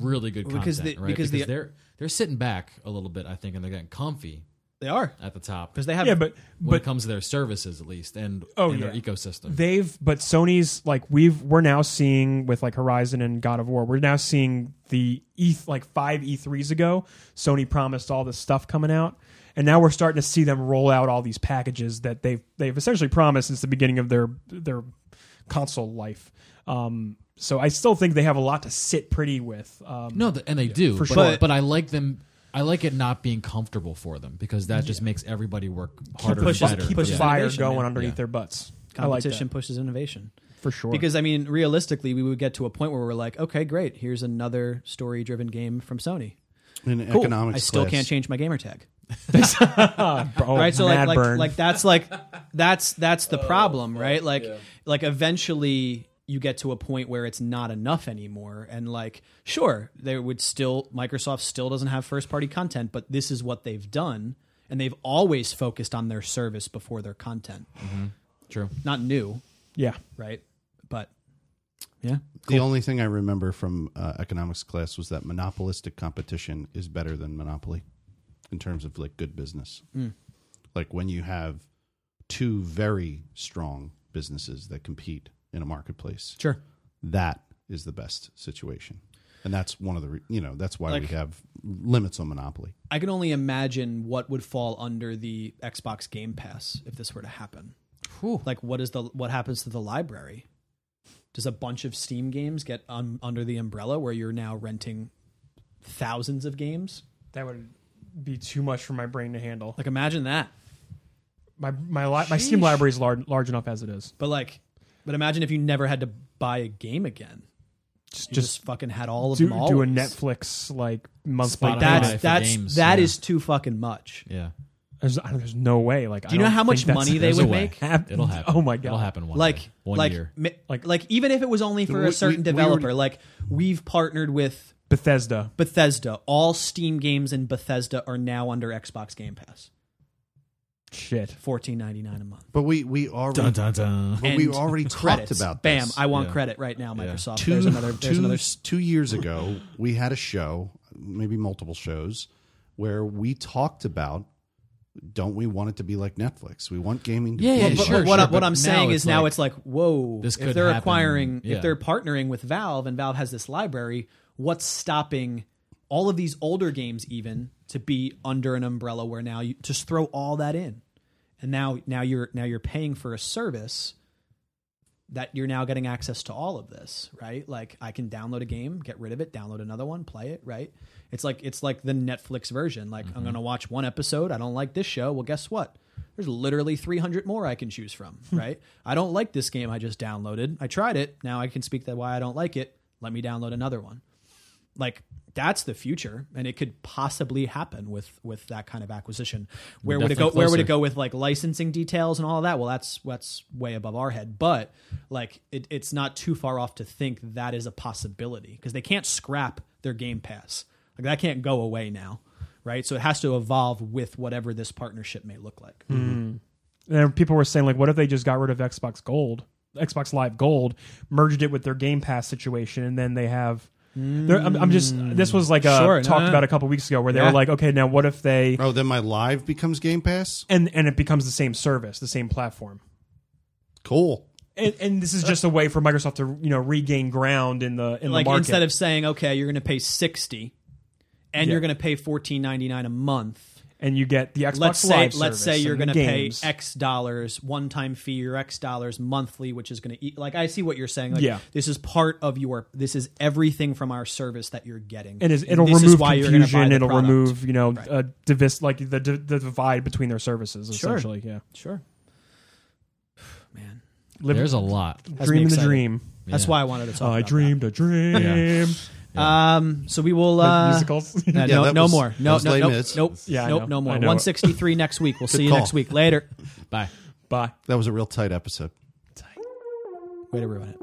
Speaker 1: really good content,
Speaker 2: Because the-
Speaker 1: right?
Speaker 2: because
Speaker 1: Because,
Speaker 2: the-
Speaker 1: they're they're sitting back a little bit, I think, and they're getting comfy
Speaker 2: They are
Speaker 1: at the top
Speaker 2: because they have
Speaker 3: yeah, but
Speaker 1: when
Speaker 3: but
Speaker 1: it comes to their services, at least, and
Speaker 3: Oh,
Speaker 1: and
Speaker 3: yeah.
Speaker 1: their ecosystem.
Speaker 3: they've but Sony's like we've we're now seeing with like Horizon and God of War, we're now seeing the E like five E3s ago, Sony promised all this stuff coming out. And now we're starting to see them roll out all these packages that they've they've essentially promised since the beginning of their their console life. Um, so I still think they have a lot to sit pretty with. Um,
Speaker 1: No, th and they do.
Speaker 3: for
Speaker 1: but,
Speaker 3: sure.
Speaker 1: But I like them. I like it not being comfortable for them because that just makes everybody work harder.
Speaker 2: pushing-
Speaker 1: and better.
Speaker 3: keep
Speaker 2: Keep
Speaker 3: the
Speaker 2: pushing
Speaker 3: fire
Speaker 2: innovation,
Speaker 3: going
Speaker 2: man.
Speaker 3: underneath
Speaker 1: Yeah.
Speaker 3: their butts. I like
Speaker 2: competition
Speaker 3: that
Speaker 2: pushes innovation.
Speaker 3: for sure.
Speaker 2: Because I mean, realistically, we would get to a point where we're like, okay, great, here's another story-driven game from Sony.
Speaker 4: in
Speaker 2: Cool.
Speaker 4: economics
Speaker 2: I still
Speaker 4: class.
Speaker 2: can't change my gamer tag.
Speaker 3: oh,
Speaker 2: right so
Speaker 3: mad
Speaker 2: like, like
Speaker 3: burn.
Speaker 2: like that's like that's that's the problem right like like eventually you get to a point where it's not enough anymore and like sure there would still microsoft still doesn't have first party content but this is what they've done and they've always focused on their service before their content
Speaker 3: Mm-hmm.
Speaker 1: True.
Speaker 2: not new
Speaker 3: yeah.
Speaker 2: right but yeah
Speaker 4: The only thing I remember from uh, economics class was that monopolistic competition is better than monopoly in terms of like good business.
Speaker 2: Mm.
Speaker 4: Like when you have two very strong businesses that compete in a marketplace,
Speaker 2: sure
Speaker 4: that is the best situation. And that's one of the, re- you know, that's why we
Speaker 2: Like-
Speaker 4: have limits on monopoly.
Speaker 2: i can only imagine what would fall under the xbox game pass if this were to happen like what is the what happens to the library does a bunch of steam games get un, under the umbrella where you're now renting thousands of games
Speaker 3: That would be too much for my brain to handle.
Speaker 2: like imagine that
Speaker 3: My my li- my Steam
Speaker 2: Sheesh.
Speaker 3: library is large, large enough as it is.
Speaker 2: but like but imagine if you never had to buy a game again
Speaker 3: Just
Speaker 2: you
Speaker 3: just,
Speaker 2: just fucking had all of
Speaker 3: do,
Speaker 2: them all
Speaker 3: do a Netflix like monthly.
Speaker 1: Spotify.
Speaker 3: payment.
Speaker 1: buy
Speaker 2: that's
Speaker 1: for
Speaker 2: that's
Speaker 1: games,
Speaker 2: that
Speaker 1: yeah.
Speaker 2: is too fucking much
Speaker 1: Yeah.
Speaker 3: There's, I don't- there's no way. Like,
Speaker 2: do you know how much money they
Speaker 1: There's a
Speaker 2: would
Speaker 1: way.
Speaker 2: make
Speaker 3: Hap-
Speaker 1: It'll happen.
Speaker 3: Oh my God.
Speaker 1: It'll happen one
Speaker 2: like
Speaker 1: day. one
Speaker 2: like,
Speaker 1: year.
Speaker 2: mi-
Speaker 3: Like-
Speaker 2: like even if it was only for
Speaker 4: We-
Speaker 2: a certain
Speaker 4: we- we already-
Speaker 2: developer like we've partnered with
Speaker 3: Bethesda?
Speaker 2: Bethesda all Steam games in Bethesda are now under Xbox Game Pass
Speaker 3: Shit.
Speaker 2: fourteen ninety nine a month.
Speaker 4: But we, we already,
Speaker 1: Dun dun dun.
Speaker 4: but we
Speaker 2: And
Speaker 4: already talked
Speaker 2: Credits.
Speaker 4: about
Speaker 2: Bam!
Speaker 4: this.
Speaker 2: I want
Speaker 1: Yeah.
Speaker 2: credit right now, Microsoft.
Speaker 4: two,
Speaker 2: There's another. There's
Speaker 4: two,
Speaker 2: another.
Speaker 4: two years ago, we had a show, maybe multiple shows, where we talked about don't we want it to be like Netflix? We want gaming to
Speaker 1: Yeah,
Speaker 4: be
Speaker 1: yeah,
Speaker 2: But-
Speaker 4: like
Speaker 2: but
Speaker 1: sure,
Speaker 2: what, I,
Speaker 1: sure,
Speaker 2: what
Speaker 1: but
Speaker 2: I'm
Speaker 1: now
Speaker 2: saying
Speaker 1: it's
Speaker 2: is now
Speaker 1: like,
Speaker 2: it's like, whoa!
Speaker 1: this
Speaker 2: if
Speaker 1: could
Speaker 2: they're
Speaker 1: happen,
Speaker 2: acquiring,
Speaker 1: yeah.
Speaker 2: if they're partnering with Valve and Valve has this library, what's stopping all of these older games even to be under an umbrella where now you just throw all that in, and now now you're now you're paying for a service that you're now getting access to all of this, right? Like I can download a game, get rid of it, download another one, play it, right? It's like it's like the Netflix version. Like I'm going to watch one episode, I don't like this show. Well, guess what? There's literally 300 more I can choose from, right? I don't like this game I just downloaded. I tried it. Now I can speak that why I don't like it. Let me download another one. Like that's the future and it could possibly happen with with that kind of acquisition. Where would it go
Speaker 1: definitely
Speaker 2: where would it
Speaker 1: closer.
Speaker 2: go? go with like licensing details and all that well that's that's way above our head but like it, it's not too far off to think that is a possibility because they can't scrap their game pass like that can't go away now right so it has to evolve with whatever this partnership may look like
Speaker 3: Mm-hmm. And then people were saying like, what if they just got rid of Xbox Gold, Xbox Live Gold, merged it with their Game Pass situation, and then they have. they're- I'm, I'm just. This was like uh
Speaker 2: Sure, no,
Speaker 3: talked
Speaker 2: no.
Speaker 3: about a couple weeks ago, where they
Speaker 2: Yeah.
Speaker 3: were like, okay, now what if they
Speaker 4: Oh, then my live becomes Game Pass?
Speaker 3: and and it becomes the same service, the same platform.
Speaker 4: Cool.
Speaker 3: and, and this is just a way for Microsoft to you know regain ground in the in
Speaker 2: like
Speaker 3: the market.
Speaker 2: instead of saying okay you're going to pay 60 and
Speaker 3: Yeah.
Speaker 2: you're going to pay 14.99 a month
Speaker 3: and you get the Xbox
Speaker 2: let's say
Speaker 3: Live
Speaker 2: let's
Speaker 3: service
Speaker 2: say you're
Speaker 3: and
Speaker 2: going to
Speaker 3: the
Speaker 2: pay
Speaker 3: games.
Speaker 2: X dollars one time fee or X dollars monthly, which is going to eat. Like I see what you're saying. Like,
Speaker 3: Yeah.
Speaker 2: this is part of your. This is everything from our service that you're getting.
Speaker 3: and is, it'll
Speaker 2: this is
Speaker 3: remove
Speaker 2: why you're gonna buy
Speaker 3: confusion.
Speaker 2: the
Speaker 3: It'll
Speaker 2: product.
Speaker 3: remove you know uh, divis like the, the the divide between their services
Speaker 2: Sure.
Speaker 3: essentially. Yeah,
Speaker 2: Sure, man.
Speaker 3: Live-
Speaker 1: There's a lot.
Speaker 2: Has me
Speaker 3: dream in the
Speaker 2: excited.
Speaker 3: dream.
Speaker 2: That's
Speaker 1: Yeah.
Speaker 2: why I wanted to talk.
Speaker 3: Oh, I
Speaker 2: about
Speaker 3: dreamed a dream.
Speaker 2: Um, so we will
Speaker 3: Like
Speaker 2: uh,
Speaker 3: musicals.
Speaker 2: no,
Speaker 4: Yeah,
Speaker 2: no,
Speaker 4: that
Speaker 2: no
Speaker 4: was-
Speaker 2: more.
Speaker 4: that
Speaker 2: No,
Speaker 4: was
Speaker 2: no,
Speaker 4: Les
Speaker 2: no,
Speaker 4: Mis.
Speaker 2: nope,
Speaker 3: Yeah, I
Speaker 2: nope,
Speaker 3: know.
Speaker 2: no more.
Speaker 3: I know.
Speaker 2: One sixty three next week. We'll see you
Speaker 4: call.
Speaker 2: next week. Later.
Speaker 1: Bye.
Speaker 3: Bye.
Speaker 4: That was a real tight episode.
Speaker 2: Way to ruin it.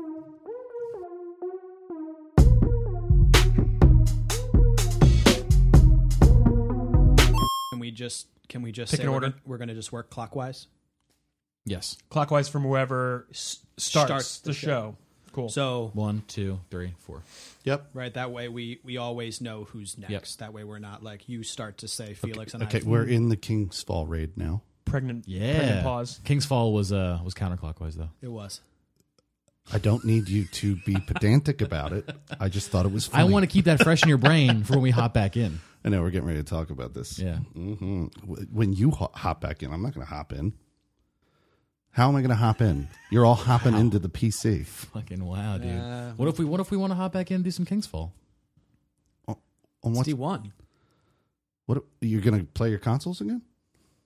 Speaker 2: Can we just can we just
Speaker 3: Pick
Speaker 2: say
Speaker 3: an
Speaker 2: we're
Speaker 3: order.
Speaker 2: gonna- We're going to just work clockwise.
Speaker 1: Yes.
Speaker 3: Clockwise from whoever s- starts,
Speaker 2: starts
Speaker 3: the,
Speaker 2: the
Speaker 3: show.
Speaker 2: show.
Speaker 3: Cool.
Speaker 2: So
Speaker 1: One, two, three, four.
Speaker 4: Yep.
Speaker 2: right that way we we always know who's next. That way we're not like you start to say Felix and
Speaker 4: Okay,
Speaker 2: I.
Speaker 4: we're in the King's Fall raid now.
Speaker 3: pregnant.
Speaker 1: Yeah.
Speaker 3: Pregnant pause.
Speaker 1: King's Fall was uh was counterclockwise though.
Speaker 2: It was.
Speaker 4: I don't need you to be pedantic about it. I just thought it was
Speaker 1: I
Speaker 4: funny.
Speaker 1: want to keep that fresh in your brain for when we hop back in.
Speaker 4: I know we're getting ready to talk about this.
Speaker 1: Yeah.
Speaker 4: hmm When you ho- hop back in, I'm not going to hop in. How am I going to hop in? You're all hopping into the PC.
Speaker 1: Fucking wow, dude.
Speaker 2: Uh,
Speaker 1: what if we what if we want to hop back in and do some King's Fall?
Speaker 4: On what's,
Speaker 2: D one.
Speaker 4: what you're going to play your consoles again?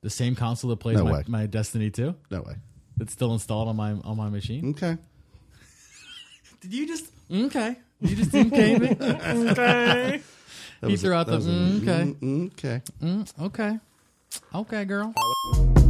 Speaker 1: The same console that plays
Speaker 4: No
Speaker 1: my,
Speaker 4: way.
Speaker 1: my Destiny 2
Speaker 4: No way.
Speaker 1: that's still installed on my on my machine.
Speaker 4: Okay.
Speaker 1: Did you just Okay. You just okay me?
Speaker 3: Okay.
Speaker 4: That
Speaker 1: He
Speaker 4: was a- mm,
Speaker 1: threw out
Speaker 4: that
Speaker 1: the,
Speaker 4: was a-
Speaker 1: mm, okay.
Speaker 4: mm, okay.
Speaker 1: Mm, okay. Okay, girl.